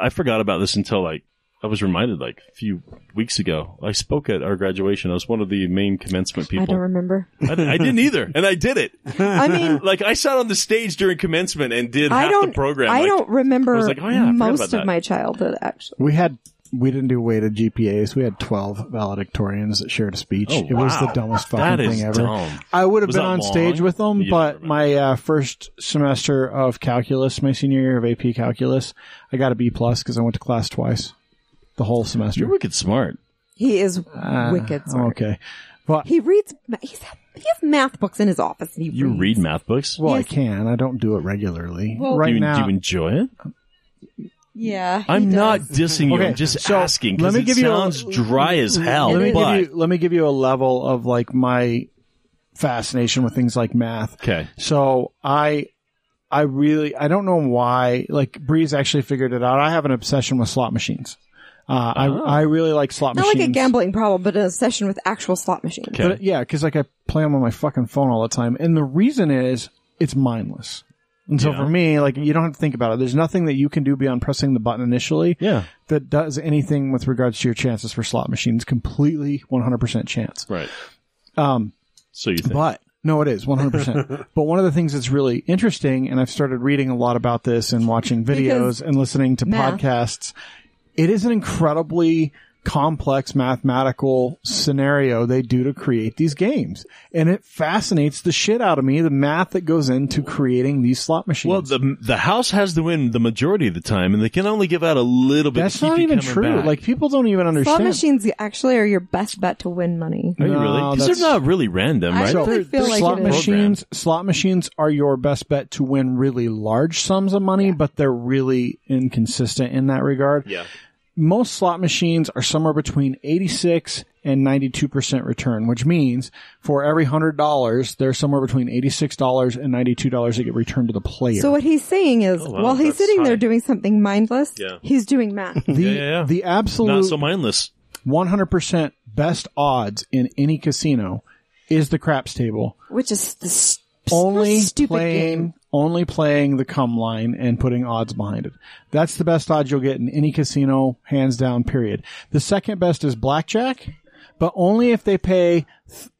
Speaker 6: I- I forgot about this until like I was reminded like a few weeks ago. I spoke at our graduation. I was one of the main commencement
Speaker 2: I don't
Speaker 6: people.
Speaker 2: remember.
Speaker 6: I, didn't- I didn't either, and I did it.
Speaker 2: I mean,
Speaker 6: Like I sat on the stage during commencement and did
Speaker 2: I
Speaker 6: half
Speaker 2: don't.
Speaker 6: the program.
Speaker 2: I
Speaker 6: like,
Speaker 2: don't remember
Speaker 6: I was like, oh, yeah, I forgot about
Speaker 2: most
Speaker 6: that.
Speaker 2: of my childhood. Actually,
Speaker 3: We had we didn't do weighted GPAs. We had twelve valedictorians that shared a speech.
Speaker 6: Oh,
Speaker 3: It was the
Speaker 6: wow.
Speaker 3: dumbest
Speaker 6: That
Speaker 3: fucking
Speaker 6: is
Speaker 3: thing ever.
Speaker 6: dumb.
Speaker 3: I would have
Speaker 6: Was
Speaker 3: been
Speaker 6: that
Speaker 3: on
Speaker 6: long?
Speaker 3: stage with them,
Speaker 6: You don't
Speaker 3: but
Speaker 6: remember.
Speaker 3: my uh, first semester of calculus, my senior year of AP calculus, I got a B plus because I went to class twice, the whole semester.
Speaker 6: You're wicked smart.
Speaker 2: he is
Speaker 6: Ah,
Speaker 3: Uh,
Speaker 2: wicked. Smart.
Speaker 3: Okay, but
Speaker 2: He reads. ma- He's, he has math books in his office. And he
Speaker 6: You read
Speaker 2: reads.
Speaker 6: math books.
Speaker 3: well, I
Speaker 2: Yes.
Speaker 3: can. I don't do it regularly.
Speaker 2: Well-
Speaker 3: right
Speaker 6: do you,
Speaker 3: now,
Speaker 6: do you enjoy it?
Speaker 2: Yeah, he
Speaker 6: I'm
Speaker 2: does.
Speaker 6: not dissing you.
Speaker 3: Okay,
Speaker 6: I'm just
Speaker 3: so
Speaker 6: asking. 'cause
Speaker 3: let me
Speaker 6: it
Speaker 3: give you a-
Speaker 6: sounds dry as hell.
Speaker 3: let me
Speaker 6: but
Speaker 3: give you let me give you a level of like my fascination with things like math.
Speaker 6: okay,
Speaker 3: So I I really I don't know why like Breeze actually figured it out. I have an obsession with slot machines. Uh,
Speaker 6: Oh.
Speaker 3: I I really like slot
Speaker 2: Not
Speaker 3: machines.
Speaker 2: like a gambling problem, but an obsession with actual slot machines.
Speaker 6: okay.
Speaker 3: But yeah, because like I play them on my fucking phone all the time, and the reason is it's mindless. And so
Speaker 6: Yeah.
Speaker 3: for me, like you don't have to think about it. There's nothing that you can do beyond pressing the button initially
Speaker 6: yeah,
Speaker 3: that does anything with regards to your chances for slot machines. Completely 100% chance.
Speaker 6: right.
Speaker 3: Um,
Speaker 6: So you think?
Speaker 3: But no, it is 100%. but one of the things that's really interesting, and I've started reading a lot about this and watching videos
Speaker 2: Because
Speaker 3: and listening to
Speaker 2: math.
Speaker 3: podcasts, it is an incredibly complex mathematical scenario they do to create these games. And it fascinates the shit out of me, the math that goes into creating these slot machines.
Speaker 6: Well, the the house has the win the majority of the time, and they can only give out a little bit. to
Speaker 3: that's
Speaker 6: keep
Speaker 3: not
Speaker 6: you
Speaker 3: even
Speaker 6: coming
Speaker 3: true.
Speaker 6: back.
Speaker 3: Like people don't even understand.
Speaker 2: Slot machines actually are your best bet to win money.
Speaker 6: are you really?
Speaker 3: No,
Speaker 6: Because
Speaker 3: that's-
Speaker 6: they're not really random,
Speaker 2: I
Speaker 6: right?
Speaker 2: don't
Speaker 3: So
Speaker 2: really feel like
Speaker 3: slot
Speaker 2: it is.
Speaker 3: machines, slot machines are your best bet to win really large sums of money, but they're really inconsistent in that regard.
Speaker 6: yeah.
Speaker 3: Most slot machines are somewhere between 86 and 92% return, which means for every $100, they're somewhere between $86 and $92 that get returned to the player.
Speaker 2: So what he's saying is,
Speaker 6: Oh, wow,
Speaker 2: while he's
Speaker 6: that's
Speaker 2: sitting there
Speaker 6: high.
Speaker 2: doing something mindless,
Speaker 6: Yeah.
Speaker 2: he's doing math.
Speaker 3: the,
Speaker 6: yeah, yeah.
Speaker 3: the
Speaker 6: Not
Speaker 3: absolute
Speaker 6: so mindless.
Speaker 3: 100% best odds in any casino is the craps table.
Speaker 2: which is the s-
Speaker 3: only
Speaker 2: stupid
Speaker 3: playing
Speaker 2: game.
Speaker 3: only playing the cum line and putting odds behind it. That's the best odds you'll get in any casino, hands down. Period. The second best is blackjack, but only if they pay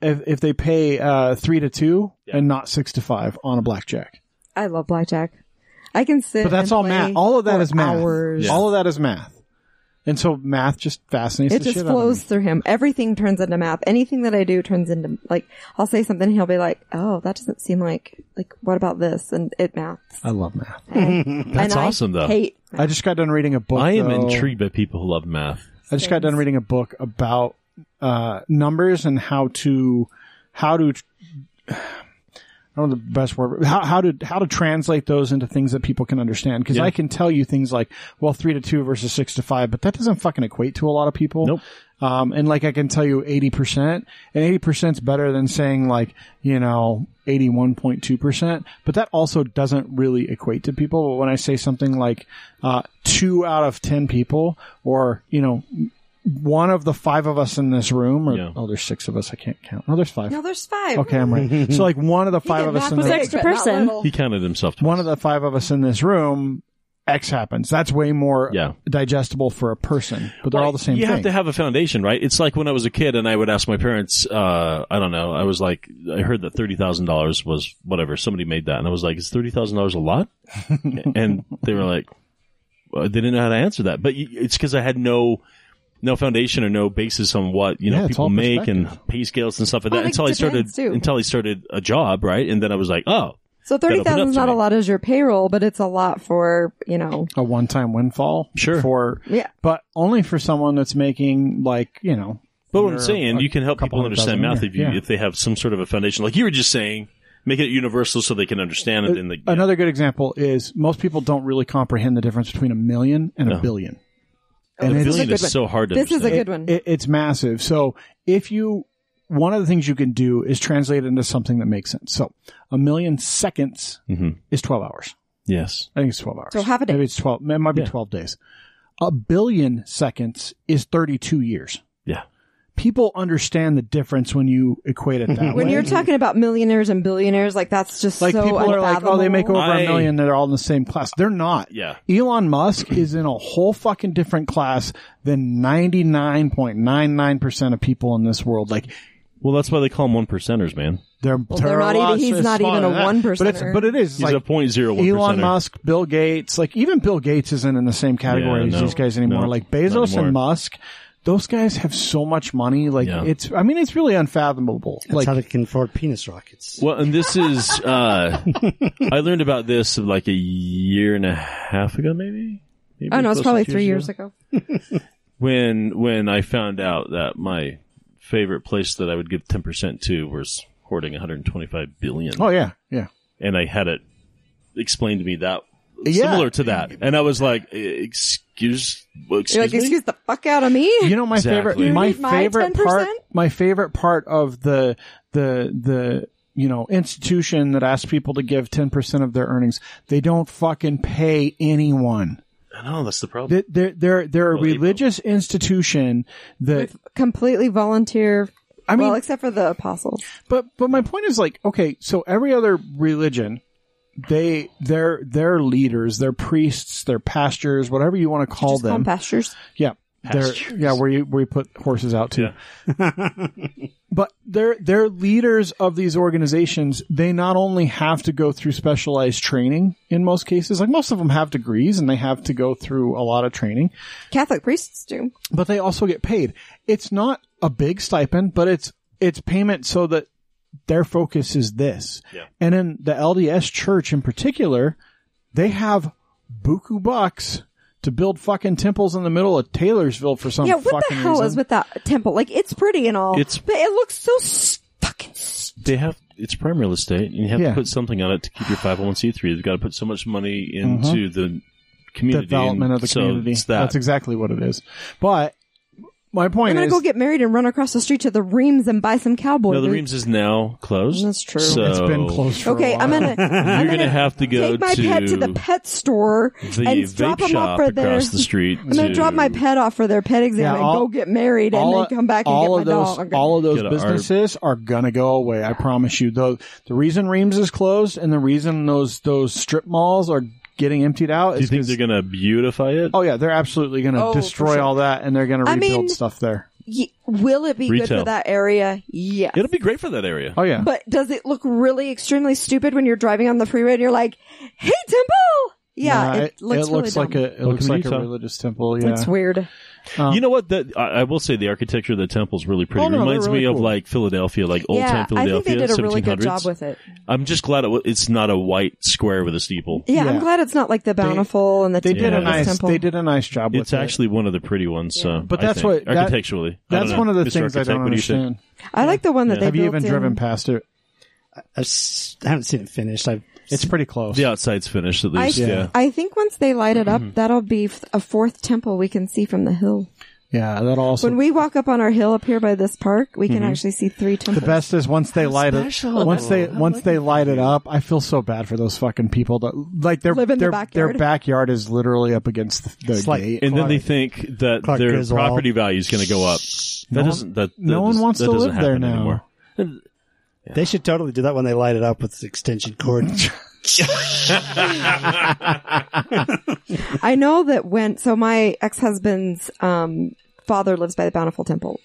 Speaker 3: if, if they pay uh, three to two and not six to five on a blackjack.
Speaker 2: I love blackjack. I can sit.
Speaker 3: But that's
Speaker 2: and
Speaker 3: all
Speaker 2: play
Speaker 3: math. All of that
Speaker 2: for
Speaker 3: is math.
Speaker 2: Hours.
Speaker 3: All of that is math. And so math just fascinates.
Speaker 2: It
Speaker 3: the
Speaker 2: just
Speaker 3: shit out of me.
Speaker 2: flows through him. Everything turns into math. Anything that I do turns into like I'll say something, and he'll be like, "Oh, that doesn't seem like like what about this?" And it maths.
Speaker 3: I love math.
Speaker 2: That's
Speaker 6: awesome, though.
Speaker 2: Hate.
Speaker 3: I just got done reading a book.
Speaker 6: I am
Speaker 3: though.
Speaker 6: intrigued by people who love math.
Speaker 3: I just got done reading a book about uh, numbers and how to how to I don't know the best word but how, how to how to translate those into things that people can understand because
Speaker 6: Yeah.
Speaker 3: I can tell you things like well three to two versus six to five but that doesn't fucking equate to a lot of people
Speaker 6: Nope.
Speaker 3: um, and like I can tell you eighty percent and eighty percent's better than saying like you know eighty one point two percent but that also doesn't really equate to people but when I say something like uh, two out of ten people or you know one of the five of us in this room or
Speaker 6: Yeah.
Speaker 3: oh there's six of us I can't count no there's five
Speaker 2: No, there's five.
Speaker 3: Okay, I'm right. so like one of the
Speaker 2: He
Speaker 3: five
Speaker 2: did
Speaker 3: of us
Speaker 2: math
Speaker 3: in
Speaker 2: with
Speaker 3: the,
Speaker 2: extra
Speaker 5: Extra person.
Speaker 2: person.
Speaker 6: He counted himself.
Speaker 3: one of the five of us in this room X happens. That's way more
Speaker 6: Yeah.
Speaker 3: digestible for a person, but they're all the same
Speaker 6: you
Speaker 3: thing.
Speaker 6: have to have a foundation, right? It's like when I was a kid and I would ask my parents, uh, I don't know, I was like, I heard that $30,000 was whatever, somebody made that. And I was like, is $30,000 a lot? and they were like, well, they didn't know how to answer that. But you, it's because I had no, no foundation or no basis on what, you know,
Speaker 3: Yeah, it's
Speaker 6: people
Speaker 3: all
Speaker 6: make and
Speaker 3: perspective.
Speaker 6: pay scales and stuff like
Speaker 2: Well,
Speaker 6: that
Speaker 2: it
Speaker 6: until I started,
Speaker 2: depends, too.
Speaker 6: until I started a job, right? And then I was like, oh,
Speaker 2: So
Speaker 6: opened
Speaker 2: thirty
Speaker 6: up
Speaker 2: thousand is
Speaker 6: to
Speaker 2: not
Speaker 6: me.
Speaker 2: a lot as your payroll, but it's a lot for you know.
Speaker 3: a one-time windfall,
Speaker 6: Sure.
Speaker 3: For
Speaker 2: Yeah.
Speaker 3: but only for someone that's making like you know.
Speaker 6: But what I'm
Speaker 3: under
Speaker 6: saying,
Speaker 3: a
Speaker 6: you can help
Speaker 3: couple
Speaker 6: people
Speaker 3: hundred thousand
Speaker 6: understand
Speaker 3: a
Speaker 6: math
Speaker 3: year.
Speaker 6: if you
Speaker 3: Yeah.
Speaker 6: if they have some sort of a foundation. Like you were just saying, make it universal so they can understand
Speaker 3: Uh,
Speaker 6: it. In the
Speaker 3: Another good example is most people don't really comprehend the difference between a million and
Speaker 6: No.
Speaker 3: a billion.
Speaker 2: Oh,
Speaker 3: And
Speaker 6: a
Speaker 2: this
Speaker 3: it's-
Speaker 2: is a
Speaker 6: billion
Speaker 2: good
Speaker 6: is
Speaker 2: one.
Speaker 6: so hard to.
Speaker 2: This is a
Speaker 6: understand.
Speaker 2: good one.
Speaker 3: It, it's massive. So if you, one of the things you can do is translate it into something that makes sense. So a million seconds
Speaker 6: Mhm.
Speaker 3: is 12 hours.
Speaker 6: Yes.
Speaker 3: I think it's 12 hours.
Speaker 2: So half a day.
Speaker 3: Maybe it's 12. It might be
Speaker 6: Yeah.
Speaker 3: 12 days. A billion seconds is 32 years.
Speaker 6: Yeah.
Speaker 3: People understand the difference when you equate it that
Speaker 2: when
Speaker 3: way.
Speaker 2: you're talking about millionaires and billionaires, like that's just
Speaker 3: like
Speaker 2: so
Speaker 3: people are like, oh, they make
Speaker 2: unfathomable.
Speaker 3: over
Speaker 6: I-
Speaker 3: a million. They're all in the same class. They're not.
Speaker 6: Yeah.
Speaker 3: Elon Musk is in a whole fucking different class than 99.99% of people in this world. Like,
Speaker 6: Well, that's why they call them one percenters, man.
Speaker 3: they're,
Speaker 2: they're
Speaker 3: they're
Speaker 2: not
Speaker 3: a lot
Speaker 2: even- he's
Speaker 3: s-
Speaker 2: not
Speaker 3: smaller
Speaker 2: even a
Speaker 3: than that.
Speaker 2: one
Speaker 3: But it's,
Speaker 2: percenter.
Speaker 3: but it is
Speaker 6: He's
Speaker 3: like
Speaker 6: a point zero one
Speaker 3: Elon
Speaker 6: percenter.
Speaker 3: Musk, Bill Gates, like even Bill Gates isn't in the same category
Speaker 6: Yeah,
Speaker 3: as
Speaker 6: no.
Speaker 3: these guys anymore.
Speaker 6: No,
Speaker 3: like Bezos
Speaker 6: not anymore.
Speaker 3: and Musk, those guys have so much money. Like
Speaker 6: Yeah.
Speaker 3: it's, I mean, it's really unfathomable.
Speaker 4: That's
Speaker 3: like
Speaker 4: how they can afford penis rockets.
Speaker 6: Well, and this is. Uh, I learned about this like a year and a half ago, maybe. Maybe
Speaker 2: I don't know. Oh, It's probably
Speaker 6: close to two
Speaker 2: three years ago.
Speaker 6: when when I found out that my favorite place that I would give ten percent to was hoarding 125 billion.
Speaker 3: oh yeah, yeah.
Speaker 6: and I had it explained to me that
Speaker 3: Yeah.
Speaker 6: similar to that, and I was like, "E-, "Excuse, excuse,
Speaker 2: You're like,
Speaker 6: me?
Speaker 2: excuse the fuck out of me.
Speaker 3: You know my
Speaker 6: Exactly.
Speaker 3: favorite
Speaker 6: You
Speaker 3: my
Speaker 2: need my
Speaker 3: favorite
Speaker 2: 10%?
Speaker 3: part my favorite part of the the the you know institution that asks people to give 10% of their earnings they don't fucking pay anyone
Speaker 6: No, that's the problem.
Speaker 3: They- they're they're they're a
Speaker 6: Well, they will.
Speaker 3: religious institution that
Speaker 2: Completely volunteer.
Speaker 3: I mean
Speaker 2: well, except for the apostles.
Speaker 3: but but my point is like okay so every other religion they their their leaders their priests their pastors whatever you want to call
Speaker 2: Just call
Speaker 3: them
Speaker 2: them pastures.
Speaker 3: Yeah. They're, yeah, where you where you put horses out too. but they're they're leaders of these organizations. They not only have to go through specialized training in most cases, like most of them have degrees and they have to go through a lot of training,
Speaker 2: Catholic priests do.
Speaker 3: but they also get paid. It's not a big stipend, but it's it's payment so that their focus is this.
Speaker 6: Yeah.
Speaker 3: And in the LDS church in particular, they have buku bucks to build fucking temples in the middle of Taylorsville for some
Speaker 2: yeah, what the
Speaker 3: fucking
Speaker 2: hell
Speaker 3: reason.
Speaker 2: is with that temple? Like, it's pretty and all,
Speaker 6: It's-
Speaker 2: but it looks so s- fucking. s-
Speaker 6: They have it's prime real estate, and you have
Speaker 3: Yeah.
Speaker 6: to put something on it to keep your 501c3. They've got to put so much money into the community
Speaker 3: Mm-hmm. development
Speaker 6: and
Speaker 3: of the
Speaker 6: so
Speaker 3: community.
Speaker 6: It's that.
Speaker 3: That's exactly what it is. But my
Speaker 2: I'm
Speaker 3: point
Speaker 2: gonna
Speaker 3: is,
Speaker 2: go get married and run across the street to the Reams and buy some cowboy
Speaker 6: no, the
Speaker 2: boots.
Speaker 6: Reams is now closed.
Speaker 2: That's true.
Speaker 6: So
Speaker 3: it's been close. For
Speaker 2: Okay,
Speaker 3: a while.
Speaker 2: I'm gonna. I'm
Speaker 6: You're gonna have to go
Speaker 2: take my pet to the pet store
Speaker 6: the
Speaker 2: and drop
Speaker 6: vape
Speaker 2: him
Speaker 6: shop
Speaker 2: off for their.
Speaker 6: across the street.
Speaker 2: I'm gonna
Speaker 6: to
Speaker 2: drop my pet off for their pet exam
Speaker 3: Yeah,
Speaker 2: and
Speaker 3: all-
Speaker 2: go get married and then come back and
Speaker 3: all of
Speaker 2: get my
Speaker 3: those,
Speaker 2: dog.
Speaker 3: All of those
Speaker 6: Get a
Speaker 3: businesses are gonna go away. I promise you. Though the reason Reams is closed and the reason those those strip malls are getting emptied out
Speaker 6: Do you
Speaker 3: is
Speaker 6: think
Speaker 3: because
Speaker 6: they're going to beautify it?
Speaker 3: oh yeah, they're absolutely gonna
Speaker 2: Oh, for
Speaker 3: destroy
Speaker 2: sure.
Speaker 3: all that and they're gonna
Speaker 2: I
Speaker 3: rebuild
Speaker 2: mean-
Speaker 3: stuff there.
Speaker 2: Ye- Will it be good
Speaker 6: Retail.
Speaker 2: for that area? Yes.
Speaker 6: It'll be great for that area.
Speaker 3: Oh yeah,
Speaker 2: But does it look really extremely stupid when you're driving on the freeway and you're like, "Hey, temple!" Yeah,
Speaker 3: Nah,
Speaker 2: it, looks really
Speaker 3: like
Speaker 2: dumb.
Speaker 3: a it
Speaker 6: Welcome
Speaker 3: looks
Speaker 6: to
Speaker 3: like a
Speaker 6: Utah.
Speaker 3: religious temple. Yeah,
Speaker 2: It's weird.
Speaker 6: you know what? The, I, I will say the architecture of the temple is really pretty.
Speaker 3: Oh, no, they're
Speaker 6: Reminds
Speaker 3: really
Speaker 6: me of
Speaker 3: cool.
Speaker 6: like Philadelphia, like old
Speaker 2: yeah,
Speaker 6: time Philadelphia,
Speaker 2: I think they did a
Speaker 6: 1700s.
Speaker 2: really good job with it.
Speaker 6: I'm just glad it, wa- it's not a white square with a steeple.
Speaker 2: Yeah,
Speaker 3: Yeah.
Speaker 2: I'm glad it's not like the bountiful and the
Speaker 3: they did
Speaker 6: Yeah.
Speaker 3: a
Speaker 2: Temple
Speaker 3: nice
Speaker 2: temple.
Speaker 3: they did a nice job.
Speaker 6: It's
Speaker 3: with it.
Speaker 6: actually one of the pretty ones. So,
Speaker 3: But
Speaker 6: I
Speaker 3: that's
Speaker 6: think.
Speaker 3: what- that-
Speaker 6: architecturally. I
Speaker 3: that's
Speaker 6: don't know.
Speaker 3: one of the
Speaker 6: Mr.
Speaker 3: things I
Speaker 6: Architect,
Speaker 3: don't
Speaker 6: what do you think?
Speaker 3: understand.
Speaker 2: I like the one that they
Speaker 3: Have you
Speaker 2: built
Speaker 3: even
Speaker 2: in-
Speaker 3: driven past it?
Speaker 4: I s- I haven't seen it finished. I've
Speaker 3: It's pretty close.
Speaker 6: The outside's finished at
Speaker 2: I,
Speaker 6: least. yeah.
Speaker 2: I think once they light it
Speaker 6: Mm-hmm.
Speaker 2: up, that'll be f- a fourth temple we can see from the hill.
Speaker 3: Yeah, that also.
Speaker 2: When we walk up on our hill up here by this park, we
Speaker 6: Mm-hmm.
Speaker 2: can actually see three
Speaker 3: the
Speaker 2: temples.
Speaker 3: best is once they light it. Once they
Speaker 2: Oh,
Speaker 3: once they light it up, I feel so bad for those fucking people that like their
Speaker 2: Live in the
Speaker 3: their their
Speaker 2: backyard.
Speaker 3: backyard is literally up against the
Speaker 4: It's like-
Speaker 3: gate.
Speaker 6: And then they think that
Speaker 4: Clark
Speaker 6: their
Speaker 4: Griswold.
Speaker 6: property value is going to go up. That
Speaker 3: No
Speaker 6: doesn't. That,
Speaker 3: no
Speaker 6: that
Speaker 3: one
Speaker 6: does-
Speaker 3: wants
Speaker 6: that
Speaker 3: to
Speaker 6: doesn't
Speaker 3: live there
Speaker 6: happen
Speaker 3: now.
Speaker 6: Anymore.
Speaker 4: They should totally do that when they light it up with the extension cord.
Speaker 2: I know that when so my ex husband's um, father lives by the Bountiful Temple,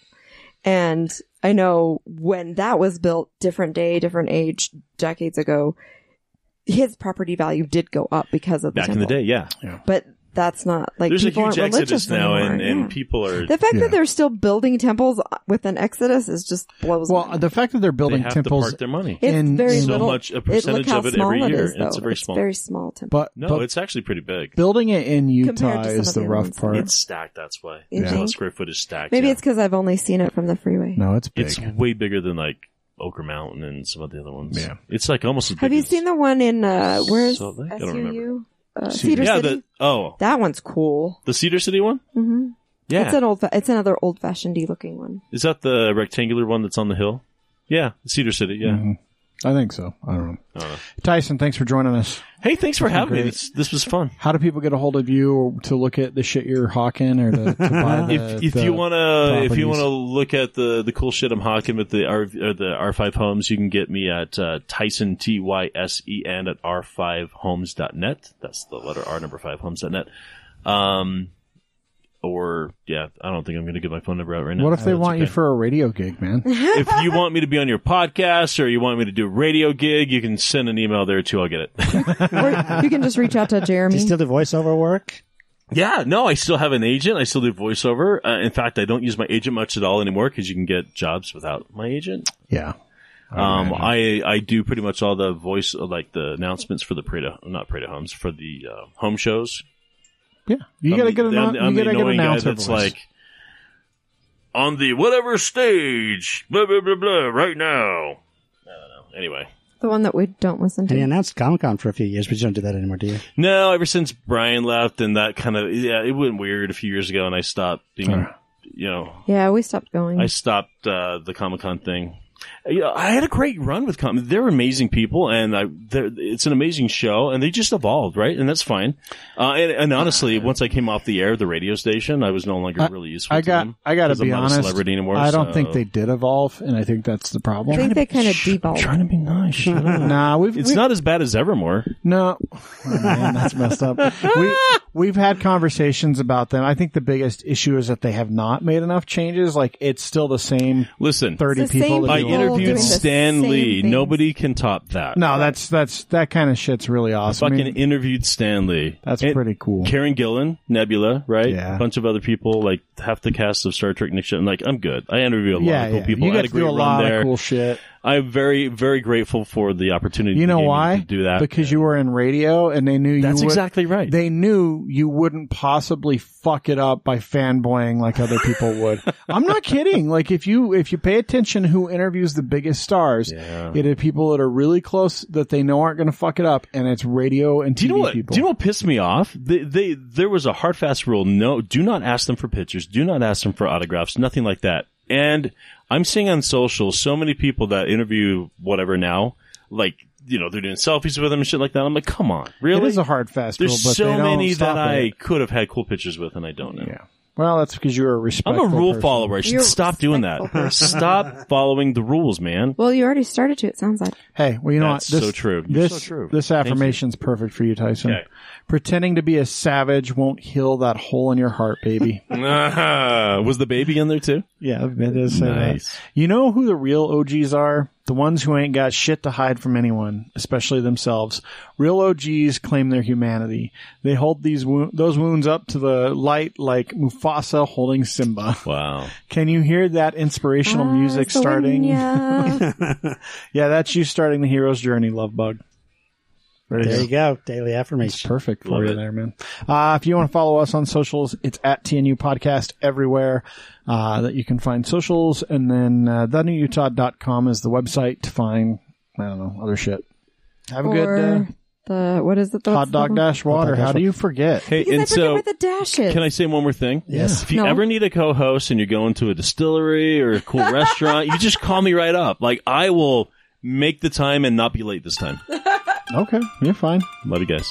Speaker 2: and I know when that was built, different day, different age, decades ago, his property value did go up because of the
Speaker 6: Back in
Speaker 2: temple.
Speaker 6: the day, yeah.
Speaker 2: but that's not like
Speaker 6: There's a
Speaker 2: people
Speaker 6: huge
Speaker 2: aren't
Speaker 6: exodus
Speaker 2: religious
Speaker 6: now,
Speaker 2: anymore.
Speaker 6: and, and
Speaker 2: Yeah.
Speaker 6: people are.
Speaker 2: the fact
Speaker 3: Yeah.
Speaker 2: that they're still building temples with an exodus is just blows.
Speaker 6: uh,
Speaker 2: my
Speaker 3: Well,
Speaker 2: mind.
Speaker 3: the fact that they're
Speaker 6: they
Speaker 3: building
Speaker 6: have
Speaker 3: temples
Speaker 6: to park their money.
Speaker 2: it's
Speaker 3: and-
Speaker 2: very
Speaker 3: So
Speaker 2: little.
Speaker 6: much- a
Speaker 2: it-
Speaker 6: percentage
Speaker 2: look how
Speaker 6: of it every
Speaker 2: small
Speaker 6: year.
Speaker 2: is,
Speaker 6: It's
Speaker 2: though.
Speaker 6: very small.
Speaker 2: very small temple.
Speaker 3: But,
Speaker 6: No,
Speaker 3: but
Speaker 6: it's actually pretty big.
Speaker 3: building it in
Speaker 2: Compared
Speaker 3: Utah
Speaker 2: to some
Speaker 3: is
Speaker 2: of
Speaker 3: the
Speaker 2: the
Speaker 3: rough
Speaker 2: ones.
Speaker 3: part.
Speaker 6: It's stacked. That's why.
Speaker 2: You
Speaker 6: It's
Speaker 2: think?
Speaker 6: all square footage stacked.
Speaker 2: Maybe
Speaker 6: yeah.
Speaker 2: it's because I've only seen it from the freeway.
Speaker 3: no, it's big.
Speaker 6: It's way bigger than like Ochre Mountain and some of the other ones.
Speaker 3: Yeah.
Speaker 6: It's like almost as big
Speaker 2: Have you
Speaker 6: as-
Speaker 2: seen the one in uh, where's
Speaker 6: Salt Lake? I don't remember.
Speaker 2: SUU? Uh,
Speaker 3: Cedar
Speaker 2: Cedar
Speaker 6: Yeah,
Speaker 2: City.
Speaker 6: the oh,
Speaker 2: that one's cool.
Speaker 6: the Cedar City one?
Speaker 2: hmm
Speaker 6: Yeah.
Speaker 2: It's an old. Fa- it's another old fashioned looking one.
Speaker 6: Is that the rectangular one that's on the hill? Yeah, Cedar City, yeah.
Speaker 3: Mhm. I think so. I don't know.
Speaker 6: I don't know.
Speaker 3: Tyson, thanks for joining us.
Speaker 6: Hey, thanks for having me.
Speaker 3: Great.
Speaker 6: This, this was fun.
Speaker 3: How do people get a hold of you to look at the shit you're hawking or to, to buy the,
Speaker 6: if if
Speaker 3: Uh, the-
Speaker 6: you wanna if
Speaker 3: properties.
Speaker 6: you wanna look at the the cool shit I'm hawking with the R or the R five homes, you can get me at uh, Tyson T Y S E N at R five homes.net. That's the letter R number five homes.net. Um or yeah, I don't think I'm gonna give my phone number out right now.
Speaker 3: What if they
Speaker 6: That's
Speaker 3: want you
Speaker 6: okay.
Speaker 3: for a radio gig, man?
Speaker 6: if you want me to be on your podcast or you want me to do a radio gig, you can send an email there too. I'll get it.
Speaker 2: or you can just reach out to
Speaker 4: Do
Speaker 2: Jeremy.
Speaker 4: you still do voiceover work?
Speaker 6: yeah, no, I still have an agent. I still do voiceover. Uh, in fact, I don't use my agent much at all anymore because you can get jobs without my agent.
Speaker 3: yeah.
Speaker 6: Um, I I do pretty much all the voice uh, like the announcements for the Prada, not Prada homes for the uh, home shows.
Speaker 3: Yeah. You
Speaker 6: I'm
Speaker 3: got to
Speaker 6: the-
Speaker 3: get an
Speaker 6: I'm the- I'm
Speaker 3: you
Speaker 6: the
Speaker 3: got to get an
Speaker 6: annoying guy
Speaker 3: announcer
Speaker 6: that's
Speaker 3: voice.
Speaker 6: like on the whatever stage, blah blah blah blah, right now. I don't know. Anyway.
Speaker 2: the one that we don't listen
Speaker 4: And you
Speaker 2: to.
Speaker 4: announced Comic Con for a few years, but you don't do that anymore, do you?
Speaker 6: No, ever since Brian left and that kind of yeah, it went weird a few years ago, and I stopped being,
Speaker 3: Uh.
Speaker 6: you know,
Speaker 2: Yeah, we stopped
Speaker 3: Mm-hmm.
Speaker 2: going.
Speaker 6: I stopped uh, the Comic Con thing. Yeah, I had a great run with Comic. They're amazing people, and I, they're, it's an amazing show, and they just evolved, right? And that's fine. Uh, and, and honestly, once I came off the air, the radio station, I was no longer really useful.
Speaker 3: I
Speaker 6: to
Speaker 3: got
Speaker 6: them
Speaker 3: I got to
Speaker 6: 'cause I'm
Speaker 3: be
Speaker 6: not a
Speaker 3: honest.
Speaker 6: celebrity anymore.
Speaker 3: I don't
Speaker 6: so-
Speaker 3: think they did evolve and I think that's the
Speaker 2: I
Speaker 3: problem.
Speaker 2: think they kind of
Speaker 6: I'm
Speaker 2: devolved.
Speaker 6: trying to be nice. shut up.
Speaker 3: Nah, we've
Speaker 6: it's
Speaker 3: we've-
Speaker 6: not as bad as Evermore.
Speaker 3: No, Oh, man, that's messed up. We we've had conversations about them. I think the biggest issue is that they have not made enough changes. Like it's still the same
Speaker 6: Listen,
Speaker 3: thirty
Speaker 2: It's the same
Speaker 3: people. that
Speaker 6: I
Speaker 3: do
Speaker 2: people
Speaker 3: all-
Speaker 2: doing
Speaker 6: interviewed
Speaker 2: the
Speaker 6: Stan
Speaker 2: same
Speaker 6: Lee.
Speaker 2: things.
Speaker 6: Nobody can top that.
Speaker 3: No, that's that's that kind of shit's really awesome. I
Speaker 6: fucking
Speaker 3: mean,
Speaker 6: interviewed Stan Lee.
Speaker 3: that's
Speaker 6: And
Speaker 3: pretty cool.
Speaker 6: Karen Gillan, Nebula, right?
Speaker 3: Yeah.
Speaker 6: A bunch of other people, like half the cast of Star Trek Next Gen. Like, I'm good. I interview a lot
Speaker 3: yeah,
Speaker 6: of cool
Speaker 3: yeah.
Speaker 6: people.
Speaker 3: you
Speaker 6: I
Speaker 3: got to
Speaker 6: had a great
Speaker 3: do a
Speaker 6: run
Speaker 3: lot
Speaker 6: there.
Speaker 3: of cool shit.
Speaker 6: I'm very, very grateful for the opportunity.
Speaker 3: You
Speaker 6: they
Speaker 3: know
Speaker 6: gave me
Speaker 3: why?
Speaker 6: To do that.
Speaker 3: because you were in radio and they knew you.
Speaker 6: That's
Speaker 3: would-
Speaker 6: exactly right.
Speaker 3: They knew you wouldn't possibly fuck it up by fanboying like other people would. I'm not kidding. Like if you if you pay attention who interviews the biggest stars,
Speaker 6: Yeah.
Speaker 3: it is people that are really close that they know aren't going to fuck it up, and it's radio and TV
Speaker 6: do you know what?
Speaker 3: people.
Speaker 6: Do you know what pissed me off? They, they, there was a hard fast rule. No, do not ask them for pictures. Do not ask them for autographs. Nothing like that. And I'm seeing on social so many people that interview whatever now, like you know they're doing selfies with them and shit like that. I'm like, come on, really?
Speaker 3: It is a hard fast rule,
Speaker 6: There's
Speaker 3: but they
Speaker 6: so
Speaker 3: don't
Speaker 6: many
Speaker 3: stop
Speaker 6: that I
Speaker 3: it.
Speaker 6: could have had cool pictures with, and I don't know.
Speaker 3: Yeah. Well, that's because you're a
Speaker 6: I'm
Speaker 3: respectful.
Speaker 6: a rule
Speaker 3: person.
Speaker 6: follower. I should
Speaker 2: You're a
Speaker 6: stop doing that.
Speaker 2: respectful
Speaker 6: stop following the rules, man.
Speaker 2: well, you already started to. It sounds like.
Speaker 3: Hey, well, you know
Speaker 6: That's
Speaker 3: what? This,
Speaker 6: so true. You're
Speaker 3: This
Speaker 6: so true.
Speaker 3: this
Speaker 6: Thank you.
Speaker 3: affirmation's perfect for you, Tyson.
Speaker 6: Okay.
Speaker 3: Pretending to be a savage won't heal that hole in your heart, baby.
Speaker 6: Ah, was the baby in there too?
Speaker 3: yeah, it is.
Speaker 6: Nice.
Speaker 3: You know who the real OGs are? The ones who ain't got shit to hide from anyone, especially themselves. Real OGs claim their humanity. They hold these wo- those wounds up to the light like Mufasa holding Simba.
Speaker 6: Wow.
Speaker 3: Can you hear that inspirational music
Speaker 2: Ah, so
Speaker 3: starting?
Speaker 2: when ya-
Speaker 3: Yeah, that's you starting the hero's journey, love bug.
Speaker 4: There you go. Daily
Speaker 3: It's
Speaker 4: affirmation.
Speaker 3: perfect for
Speaker 6: Love
Speaker 3: you
Speaker 6: it.
Speaker 3: there, man. Uh, if you want to follow us on socials, it's at TNU Podcast everywhere uh, that you can find socials. And then uh, thenewutah.com is the website to find, I don't know, other shit. Have a good
Speaker 2: or the what is it? The,
Speaker 3: uh,
Speaker 2: what's
Speaker 3: hot
Speaker 2: the
Speaker 3: dog
Speaker 2: one?
Speaker 3: dash water.
Speaker 4: dash
Speaker 3: How do
Speaker 4: water.
Speaker 3: you forget?
Speaker 6: Hey,
Speaker 2: Because I
Speaker 6: and
Speaker 2: forget
Speaker 6: so
Speaker 2: where the dash is.
Speaker 6: can I say one more thing?
Speaker 4: Yes.
Speaker 6: If you
Speaker 2: No.
Speaker 6: ever need a co-host and you're going to a distillery or a cool restaurant, you just call me right up. Like I will make the time and not be late this time.
Speaker 3: Okay, you're fine.
Speaker 6: Love you guys.